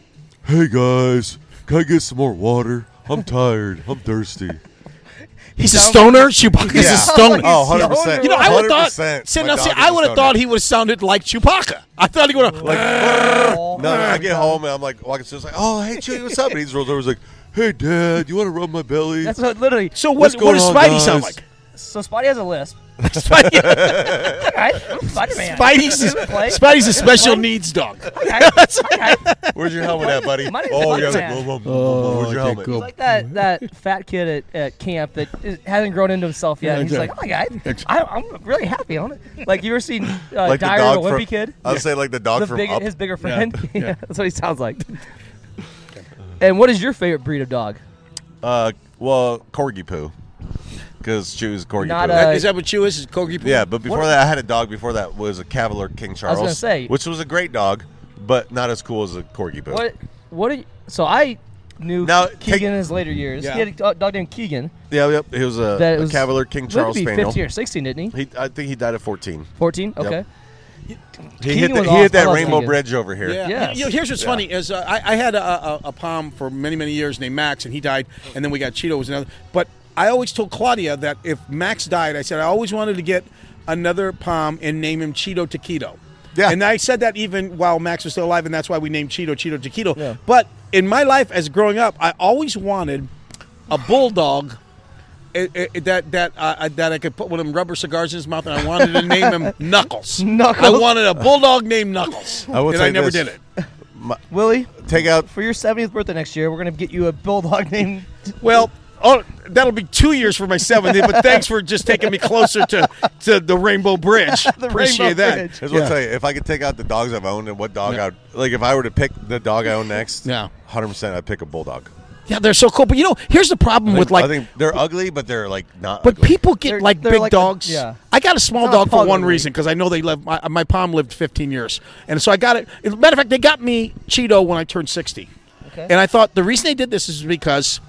Speaker 3: Hey guys, Can I get some more water? I'm tired. I'm thirsty.
Speaker 5: He's a stoner. Chewbacca's
Speaker 3: Yeah.
Speaker 5: a stoner.
Speaker 3: Oh, 100%.
Speaker 5: You know, I would thought.
Speaker 3: 100%.
Speaker 5: See,
Speaker 3: My
Speaker 5: now, see,
Speaker 3: dog is
Speaker 5: I
Speaker 3: a
Speaker 5: would have
Speaker 3: stoner.
Speaker 5: thought he would have sounded like Chewbacca. I thought he would have.
Speaker 3: Like, no, no, I get home and I'm like walking to the like, oh, hey, Chewie, what's up? And he's rolled over. He's like, hey, Dad, you want to rub my belly?
Speaker 4: That's what literally.
Speaker 5: So
Speaker 3: What's
Speaker 5: what? What does
Speaker 3: going on,
Speaker 5: Spidey sound
Speaker 3: guys?
Speaker 5: like?
Speaker 4: So Spidey has a lisp.
Speaker 5: Spidey-
Speaker 4: All right, I'm Spider-Man.
Speaker 5: Spidey's
Speaker 4: Give it a play.
Speaker 5: Spidey's a
Speaker 4: Give it play.
Speaker 5: special needs dog.
Speaker 3: Where's your helmet at, buddy?
Speaker 4: My name's
Speaker 3: Oh, yeah.
Speaker 4: Spider-Man.
Speaker 3: like, "Whoa, whoa, whoa, whoa, Where's your helmet?
Speaker 4: He's like that that fat kid at, at camp that is, hasn't grown into himself yet.
Speaker 3: Yeah,
Speaker 4: and he's
Speaker 3: exactly.
Speaker 4: like, oh, my God, I, I'm really happy on it. Like, you ever seen uh,
Speaker 3: Like the
Speaker 4: Diary of a
Speaker 3: dog from-
Speaker 4: Wimpy Kid?
Speaker 3: I would say like the dog
Speaker 4: The
Speaker 3: from
Speaker 4: big-
Speaker 3: Up.
Speaker 4: His
Speaker 3: Yeah.
Speaker 4: bigger friend.
Speaker 3: Yeah.
Speaker 4: Yeah. that's what he sounds like. and what is your favorite breed of dog?
Speaker 3: Uh, well, corgi poo, because Chewie's corgi
Speaker 4: Not
Speaker 3: poo.
Speaker 4: a-
Speaker 5: Is that what you is? Is Corgi?
Speaker 3: yeah, but before
Speaker 5: What-
Speaker 3: that, I had a dog. Before that was a Cavalier King
Speaker 4: I was
Speaker 3: Charles,
Speaker 4: gonna say-
Speaker 3: which was a great dog, but not as cool as a corgi poo.
Speaker 4: What? What? Are you, so I knew
Speaker 3: Now,
Speaker 4: Keegan
Speaker 3: take-
Speaker 4: in his later years.
Speaker 3: Yeah.
Speaker 4: He had a dog- dog named Keegan.
Speaker 3: Yeah, yep. He was a,
Speaker 4: That
Speaker 3: a
Speaker 4: was-
Speaker 3: Cavalier King
Speaker 4: lived to
Speaker 3: Charles
Speaker 4: be
Speaker 3: Spaniel.
Speaker 4: 15 or 16, didn't
Speaker 3: he? I think he died at 14.
Speaker 4: 14?
Speaker 3: Yep.
Speaker 4: Okay.
Speaker 3: He
Speaker 4: Keegan
Speaker 3: hit, the,
Speaker 4: was
Speaker 3: he hit
Speaker 4: awesome. I
Speaker 3: that
Speaker 4: love
Speaker 3: rainbow
Speaker 4: Keegan.
Speaker 3: bridge over here.
Speaker 5: Yeah.
Speaker 4: Yes.
Speaker 5: You know, here's what's
Speaker 4: Yeah.
Speaker 5: funny is uh, I, I had a, a, a palm for many many years named Max, and he died, and then we got Cheeto was another. But I always told Claudia that if Max died, I said I always wanted to get another palm and name him Cheeto Taquito. Yeah. And I said that even while Max was still alive, and that's why we named Cheeto Cheeto Taquito. But in my life as growing up, I always wanted a bulldog. eh, eh, that that uh, uh, that I could put one of them rubber cigars in his mouth, and I wanted to name him Knuckles.
Speaker 4: Knuckles.
Speaker 5: I wanted a bulldog named Knuckles,
Speaker 3: I will
Speaker 5: and
Speaker 3: say
Speaker 5: I never
Speaker 3: this.
Speaker 5: did it.
Speaker 4: Willie,
Speaker 3: take out
Speaker 4: for your 70th birthday next year. We're gonna get you a bulldog named.
Speaker 5: Well, oh, that'll be two years for my 70th, but thanks for just taking me closer to, to the Rainbow Bridge. Appreciate that.
Speaker 3: Here's what
Speaker 5: Yeah.
Speaker 3: I'll tell you. If I could take out the dogs I've owned and what dog I would, like if I were to pick the dog I own next,
Speaker 5: Yeah.
Speaker 3: 100% I'd pick a bulldog.
Speaker 5: Yeah, they're so cool. But you know, here's the problem
Speaker 3: I
Speaker 5: with
Speaker 3: think-
Speaker 5: like,
Speaker 3: I think they're ugly, but they're like not.
Speaker 5: but
Speaker 3: ugly.
Speaker 5: people get like
Speaker 4: they're
Speaker 5: big
Speaker 4: like a-
Speaker 5: dogs.
Speaker 4: yeah.
Speaker 5: I got a small
Speaker 4: Not a
Speaker 5: dog for
Speaker 4: pug
Speaker 5: one
Speaker 4: ugly.
Speaker 5: reason because I know they live. My, my palm lived 15 years, and so I got it. As a matter of fact, they got me Cheeto when I turned 60,
Speaker 4: Okay.
Speaker 5: and I thought the reason they did this is because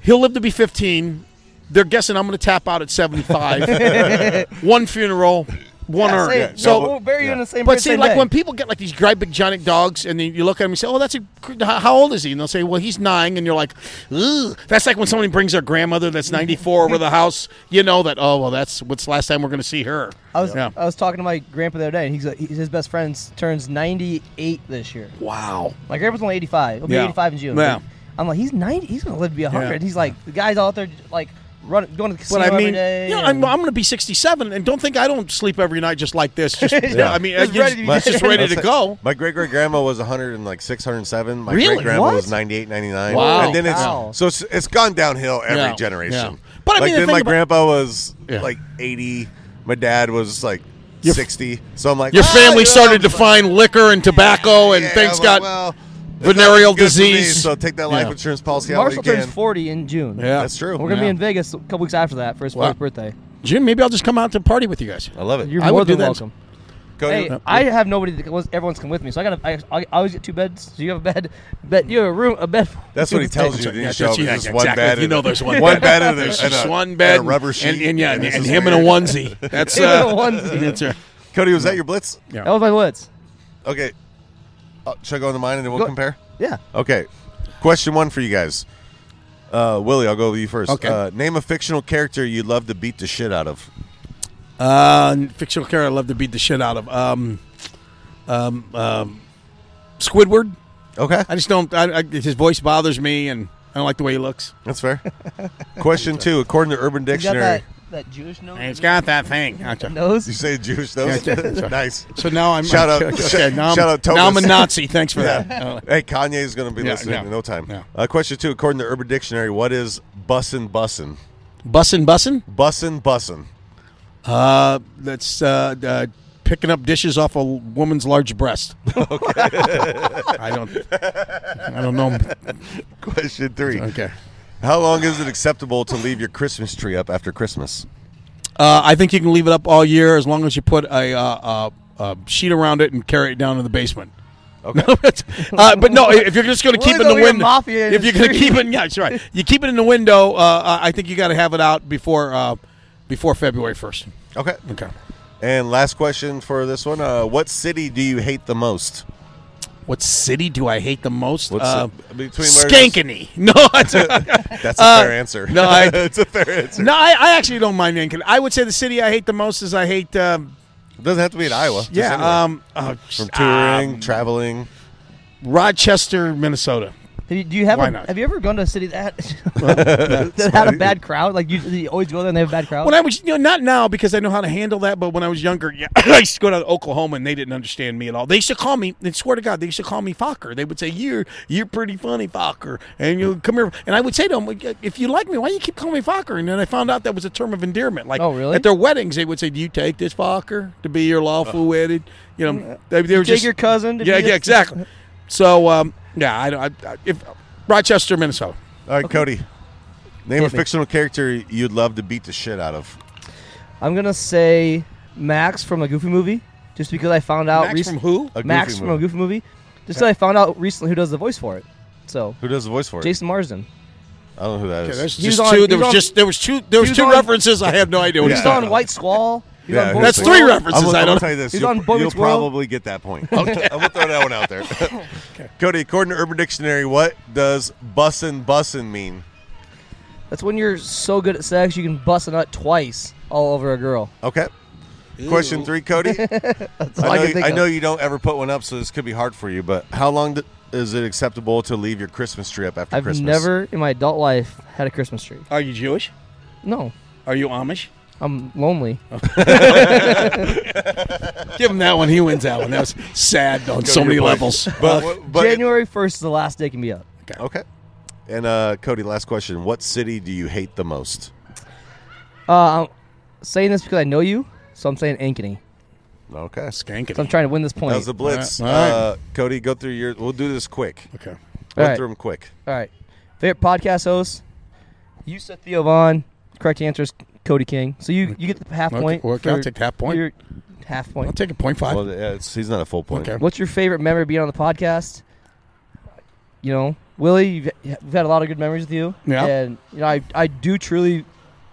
Speaker 5: he'll live to be 15. They're guessing I'm going to tap out at 75. one funeral, one
Speaker 4: Yeah,
Speaker 5: urn.
Speaker 4: same.
Speaker 5: so
Speaker 4: We'll bury you in the same
Speaker 5: But
Speaker 4: birth,
Speaker 5: see,
Speaker 4: same
Speaker 5: like
Speaker 4: day.
Speaker 5: when people get like these great big giant dogs, and then you look at them and say, "Oh, that's a how how old is he?" And they'll say, "Well, he's nine," and you're like, "Ugh." That's like when somebody brings their grandmother that's 94 over the house. You know that? Oh, well, that's what's the last time we're going to see her.
Speaker 4: I was
Speaker 5: Yeah.
Speaker 4: I was talking to my grandpa the other day, and he's, he's his best friend turns 98 this year.
Speaker 5: Wow.
Speaker 4: My grandpa's only 85. He'll be
Speaker 5: Yeah.
Speaker 4: 85 in June.
Speaker 5: Yeah.
Speaker 4: I'm like, he's 90. He's gonna live to be 100.
Speaker 5: Yeah.
Speaker 4: He's like, the guy's out there like running, going to the
Speaker 5: But
Speaker 4: casino
Speaker 5: I
Speaker 4: every
Speaker 5: mean,
Speaker 4: day.
Speaker 5: you know,
Speaker 4: and-
Speaker 5: I'm, I'm going to be 67, and don't think I don't sleep every night just like this. Just, yeah. I mean,
Speaker 4: Just
Speaker 5: it's
Speaker 4: ready to be
Speaker 5: just,
Speaker 4: dead.
Speaker 5: ready
Speaker 3: That's
Speaker 5: to
Speaker 3: it.
Speaker 5: go.
Speaker 3: My great great grandma was 100 and like 607. My
Speaker 5: Really?
Speaker 3: great grandma
Speaker 5: What?
Speaker 3: was 98, 99.
Speaker 5: Wow.
Speaker 3: And then it's
Speaker 5: Wow.
Speaker 3: so it's, it's gone downhill every
Speaker 5: Yeah,
Speaker 3: generation.
Speaker 5: yeah. But I
Speaker 3: like
Speaker 5: mean, the
Speaker 3: then
Speaker 5: thing
Speaker 3: my
Speaker 5: about-
Speaker 3: grandpa was
Speaker 5: Yeah.
Speaker 3: like 80. My dad was like 60. So I'm like
Speaker 5: Your
Speaker 3: "Ah,
Speaker 5: family
Speaker 3: you know,
Speaker 5: started to find liquor and tobacco, and
Speaker 3: yeah,
Speaker 5: things
Speaker 3: I'm like,
Speaker 5: got
Speaker 3: well, it's not
Speaker 5: venereal
Speaker 3: good for me,
Speaker 5: disease.
Speaker 3: so take that life
Speaker 5: Yeah.
Speaker 3: insurance policy out
Speaker 4: Marshall
Speaker 3: again.
Speaker 4: turns 40 in June.
Speaker 5: Yeah.
Speaker 3: That's true.
Speaker 4: We're gonna be
Speaker 5: Yeah.
Speaker 4: in Vegas a couple weeks after that for his
Speaker 5: Wow.
Speaker 4: fourth birthday.
Speaker 5: Jim, maybe I'll just come out to party with you guys.
Speaker 3: I love it.
Speaker 4: You're
Speaker 5: I
Speaker 4: more
Speaker 5: would do
Speaker 4: than
Speaker 5: that.
Speaker 4: welcome.
Speaker 3: Go
Speaker 4: Hey,
Speaker 3: to-
Speaker 4: I have nobody that was, everyone's come with me, so I got I, I always get two beds. So you have a bed, bed you have a room, a bed. for
Speaker 3: That's
Speaker 4: two
Speaker 3: what he
Speaker 4: to
Speaker 3: tells
Speaker 4: stay.
Speaker 3: you. Didn't
Speaker 5: Yeah,
Speaker 3: show up.
Speaker 5: yeah,
Speaker 3: There's just one
Speaker 5: exactly.
Speaker 3: bed.
Speaker 5: You
Speaker 3: and
Speaker 5: know
Speaker 3: a-
Speaker 5: there's one
Speaker 3: one
Speaker 5: bed.
Speaker 3: bed and a-
Speaker 5: There's
Speaker 3: and
Speaker 5: just
Speaker 3: a-
Speaker 5: one
Speaker 3: and
Speaker 5: bed
Speaker 3: a rubber sheet,
Speaker 5: and, and yeah, and,
Speaker 3: it's just
Speaker 5: him in a
Speaker 3: weird.
Speaker 5: onesie. That's
Speaker 4: Him in
Speaker 5: uh,
Speaker 4: a onesie.
Speaker 5: That's right.
Speaker 3: Cody, was that your blitz?
Speaker 5: Yeah.
Speaker 4: That was my woods.
Speaker 3: Okay. Uh, should I go into mine and then we'll
Speaker 4: Go-
Speaker 3: compare?
Speaker 4: Yeah.
Speaker 3: Okay. Question one for you guys. Uh, Willie, I'll go with you first.
Speaker 5: Okay.
Speaker 3: Uh, name a fictional character you'd love to beat the shit out of.
Speaker 5: Uh, fictional character I love to beat the shit out of. Um, um, um, Squidward.
Speaker 3: Okay.
Speaker 5: I just don't. I, I, his voice bothers me, and I don't like the way he looks.
Speaker 3: That's fair. Question two. According to Urban
Speaker 4: He's got that,
Speaker 3: Dictionary,
Speaker 4: that Jewish nose.
Speaker 5: And he's got that thing. Okay.
Speaker 4: nose.
Speaker 3: you say Jewish those?
Speaker 5: Yeah, that's right.
Speaker 3: nice.
Speaker 5: So now I'm
Speaker 3: Shout out-
Speaker 5: Okay, now
Speaker 3: shout
Speaker 5: I'm,
Speaker 3: out Thomas.
Speaker 5: now I'm a Nazi. Thanks for that.
Speaker 3: Yeah. Hey, Kanye's going to be
Speaker 5: Yeah,
Speaker 3: listening
Speaker 5: yeah.
Speaker 3: in no time.
Speaker 5: Yeah.
Speaker 3: Uh, question two. According to Urban Dictionary, what is bussin' bussin'?
Speaker 5: Bussin', bussin'.
Speaker 3: Bussin' bussin'.
Speaker 5: Uh, that's uh, uh, picking up dishes off a woman's large breast. I don't. I don't know.
Speaker 3: Question three.
Speaker 5: Okay.
Speaker 3: How long is it acceptable to leave your Christmas tree up after Christmas?
Speaker 5: Uh, I think you can leave it up all year as long as you put a, uh, uh, a sheet around it and carry it down in the basement.
Speaker 3: Okay.
Speaker 5: uh, but no, if you're just going to keep it
Speaker 4: Really
Speaker 5: in
Speaker 4: thought
Speaker 5: the
Speaker 4: we were mafia
Speaker 5: window,
Speaker 4: in
Speaker 5: if
Speaker 4: the
Speaker 5: you're going to
Speaker 4: street.
Speaker 5: keep it, yeah, that's right. You keep it in the window. Uh, uh, I think you got to have it out before uh, before February first.
Speaker 3: Okay.
Speaker 5: Okay.
Speaker 3: And last question for this one: uh, What city do you hate the most?
Speaker 5: What city do I hate the most?
Speaker 3: What's
Speaker 5: Uh,
Speaker 3: it- between where it is-
Speaker 5: Skankany. No, that's
Speaker 3: That's a fair answer.
Speaker 5: No, I,
Speaker 3: It's a fair answer.
Speaker 5: No, I, I actually don't mind Yankton. I would say the city I hate the most is I hate. Um,
Speaker 3: it doesn't have to be in Iowa. Just
Speaker 5: Yeah.
Speaker 3: anywhere.
Speaker 5: Um, oh,
Speaker 3: from
Speaker 5: ah,
Speaker 3: touring, traveling.
Speaker 5: Rochester, Minnesota.
Speaker 4: Have you, do you have
Speaker 5: Why
Speaker 4: a,
Speaker 5: not?
Speaker 4: Have you ever gone to a city that
Speaker 5: That's
Speaker 4: that had a
Speaker 5: funny.
Speaker 4: bad crowd? Like you, you always go there and they have a bad crowd.
Speaker 5: When I was, you know, not now because I know how to handle that, but when I was younger, yeah, I used to go to Oklahoma and they didn't understand me at all. They used to call me, and swear to God, they used to call me Fokker. They would say, "You're you're pretty funny, Fokker," and you come here, and I would say to them, "Like, "If you like me, why you keep calling me Fokker?" And then I found out that was a term of endearment. Like,
Speaker 4: Oh, really?
Speaker 5: At their weddings, they would say, "Do you take this Fokker to be your lawful wedded?" You know, they, they
Speaker 4: Mm-hmm. You
Speaker 5: were
Speaker 4: take
Speaker 5: just
Speaker 4: your cousin to
Speaker 5: yeah,
Speaker 4: be
Speaker 5: yeah,
Speaker 4: a-
Speaker 5: exactly. So, um, yeah, I don't. I, I, if Rochester, Minnesota.
Speaker 3: All right, Cody. Name
Speaker 4: Hit
Speaker 3: a
Speaker 4: me.
Speaker 3: fictional character you'd love to beat the shit out of.
Speaker 4: I'm gonna say Max from the Goofy movie, just because I found out.
Speaker 5: Max from who?
Speaker 3: A
Speaker 4: Max
Speaker 3: Goofy
Speaker 4: from a
Speaker 3: movie.
Speaker 4: Goofy movie. Just 'cause I found out recently who does the voice for it. So
Speaker 3: Who does the voice for it?
Speaker 4: Jason Marsden.
Speaker 3: I don't know who that
Speaker 5: Okay,
Speaker 3: is.
Speaker 5: there's
Speaker 4: He was
Speaker 5: just
Speaker 4: on-
Speaker 5: two.
Speaker 4: he
Speaker 5: There
Speaker 4: was
Speaker 5: was
Speaker 4: on-
Speaker 5: just there was two. There
Speaker 4: he
Speaker 5: was
Speaker 4: was
Speaker 5: two
Speaker 4: on-
Speaker 5: references. I have no idea. what
Speaker 4: He's
Speaker 5: he's talking
Speaker 4: on White Squall. He's on
Speaker 3: Yeah,
Speaker 4: Boy
Speaker 5: That's
Speaker 4: Squad.
Speaker 5: three
Speaker 3: I'm
Speaker 5: references.
Speaker 3: gonna,
Speaker 5: I
Speaker 3: I'm gonna
Speaker 5: don't
Speaker 3: tell you this.
Speaker 4: He's
Speaker 3: you'll
Speaker 4: on
Speaker 3: pr-
Speaker 4: Boy
Speaker 3: you'll
Speaker 4: Meets World.
Speaker 3: probably get that point. I'm gonna throw that one out there. Cody, according to Urban Dictionary, what does bussin' bussin' mean?
Speaker 4: That's when you're so good at sex you can bust a nut twice all over a girl.
Speaker 3: Okay. Question three, Cody.
Speaker 4: all I
Speaker 3: I, know
Speaker 4: can
Speaker 3: you,
Speaker 4: think
Speaker 3: I
Speaker 4: of.
Speaker 3: know you don't ever put one up, so this could be hard for you. But how long d is it acceptable to leave your Christmas tree up after
Speaker 4: I've
Speaker 3: Christmas?
Speaker 4: never in my adult life had a Christmas tree.
Speaker 5: Are you Jewish?
Speaker 4: No,
Speaker 5: Are you Amish?
Speaker 4: I'm lonely.
Speaker 5: Give him that one. He wins that one. That was sad on so
Speaker 3: your
Speaker 5: many
Speaker 3: point.
Speaker 5: levels.
Speaker 4: Uh,
Speaker 3: But, but-
Speaker 4: January 1st is the last day it can be up.
Speaker 3: okay. And uh, Cody, last question: What city do you hate the most?
Speaker 4: Uh, I'm saying this because I know you, so I'm saying Ankeny.
Speaker 3: Okay.
Speaker 5: Skanking.
Speaker 4: So I'm trying to win this point.
Speaker 3: That was the blitz.
Speaker 5: All right.
Speaker 3: Uh, Cody, go through your. We'll do this quick.
Speaker 5: okay.
Speaker 3: Go
Speaker 4: All right.
Speaker 3: through them quick.
Speaker 4: All right. Favorite podcast host? You said Theo Vaughn. Correct answer is Cody King. So you, you get the half
Speaker 5: Okay,
Speaker 4: point.
Speaker 5: okay, I'll
Speaker 4: for
Speaker 5: take the half point.
Speaker 4: your- half
Speaker 5: I'll
Speaker 4: point.
Speaker 5: take a point five.
Speaker 3: Well, yeah, it's, he's not a full point.
Speaker 5: Okay.
Speaker 4: What's your favorite memory being on the podcast? You know, Willie, you've, we've had a lot of good memories with you.
Speaker 5: Yeah.
Speaker 4: And, you know, I, I do truly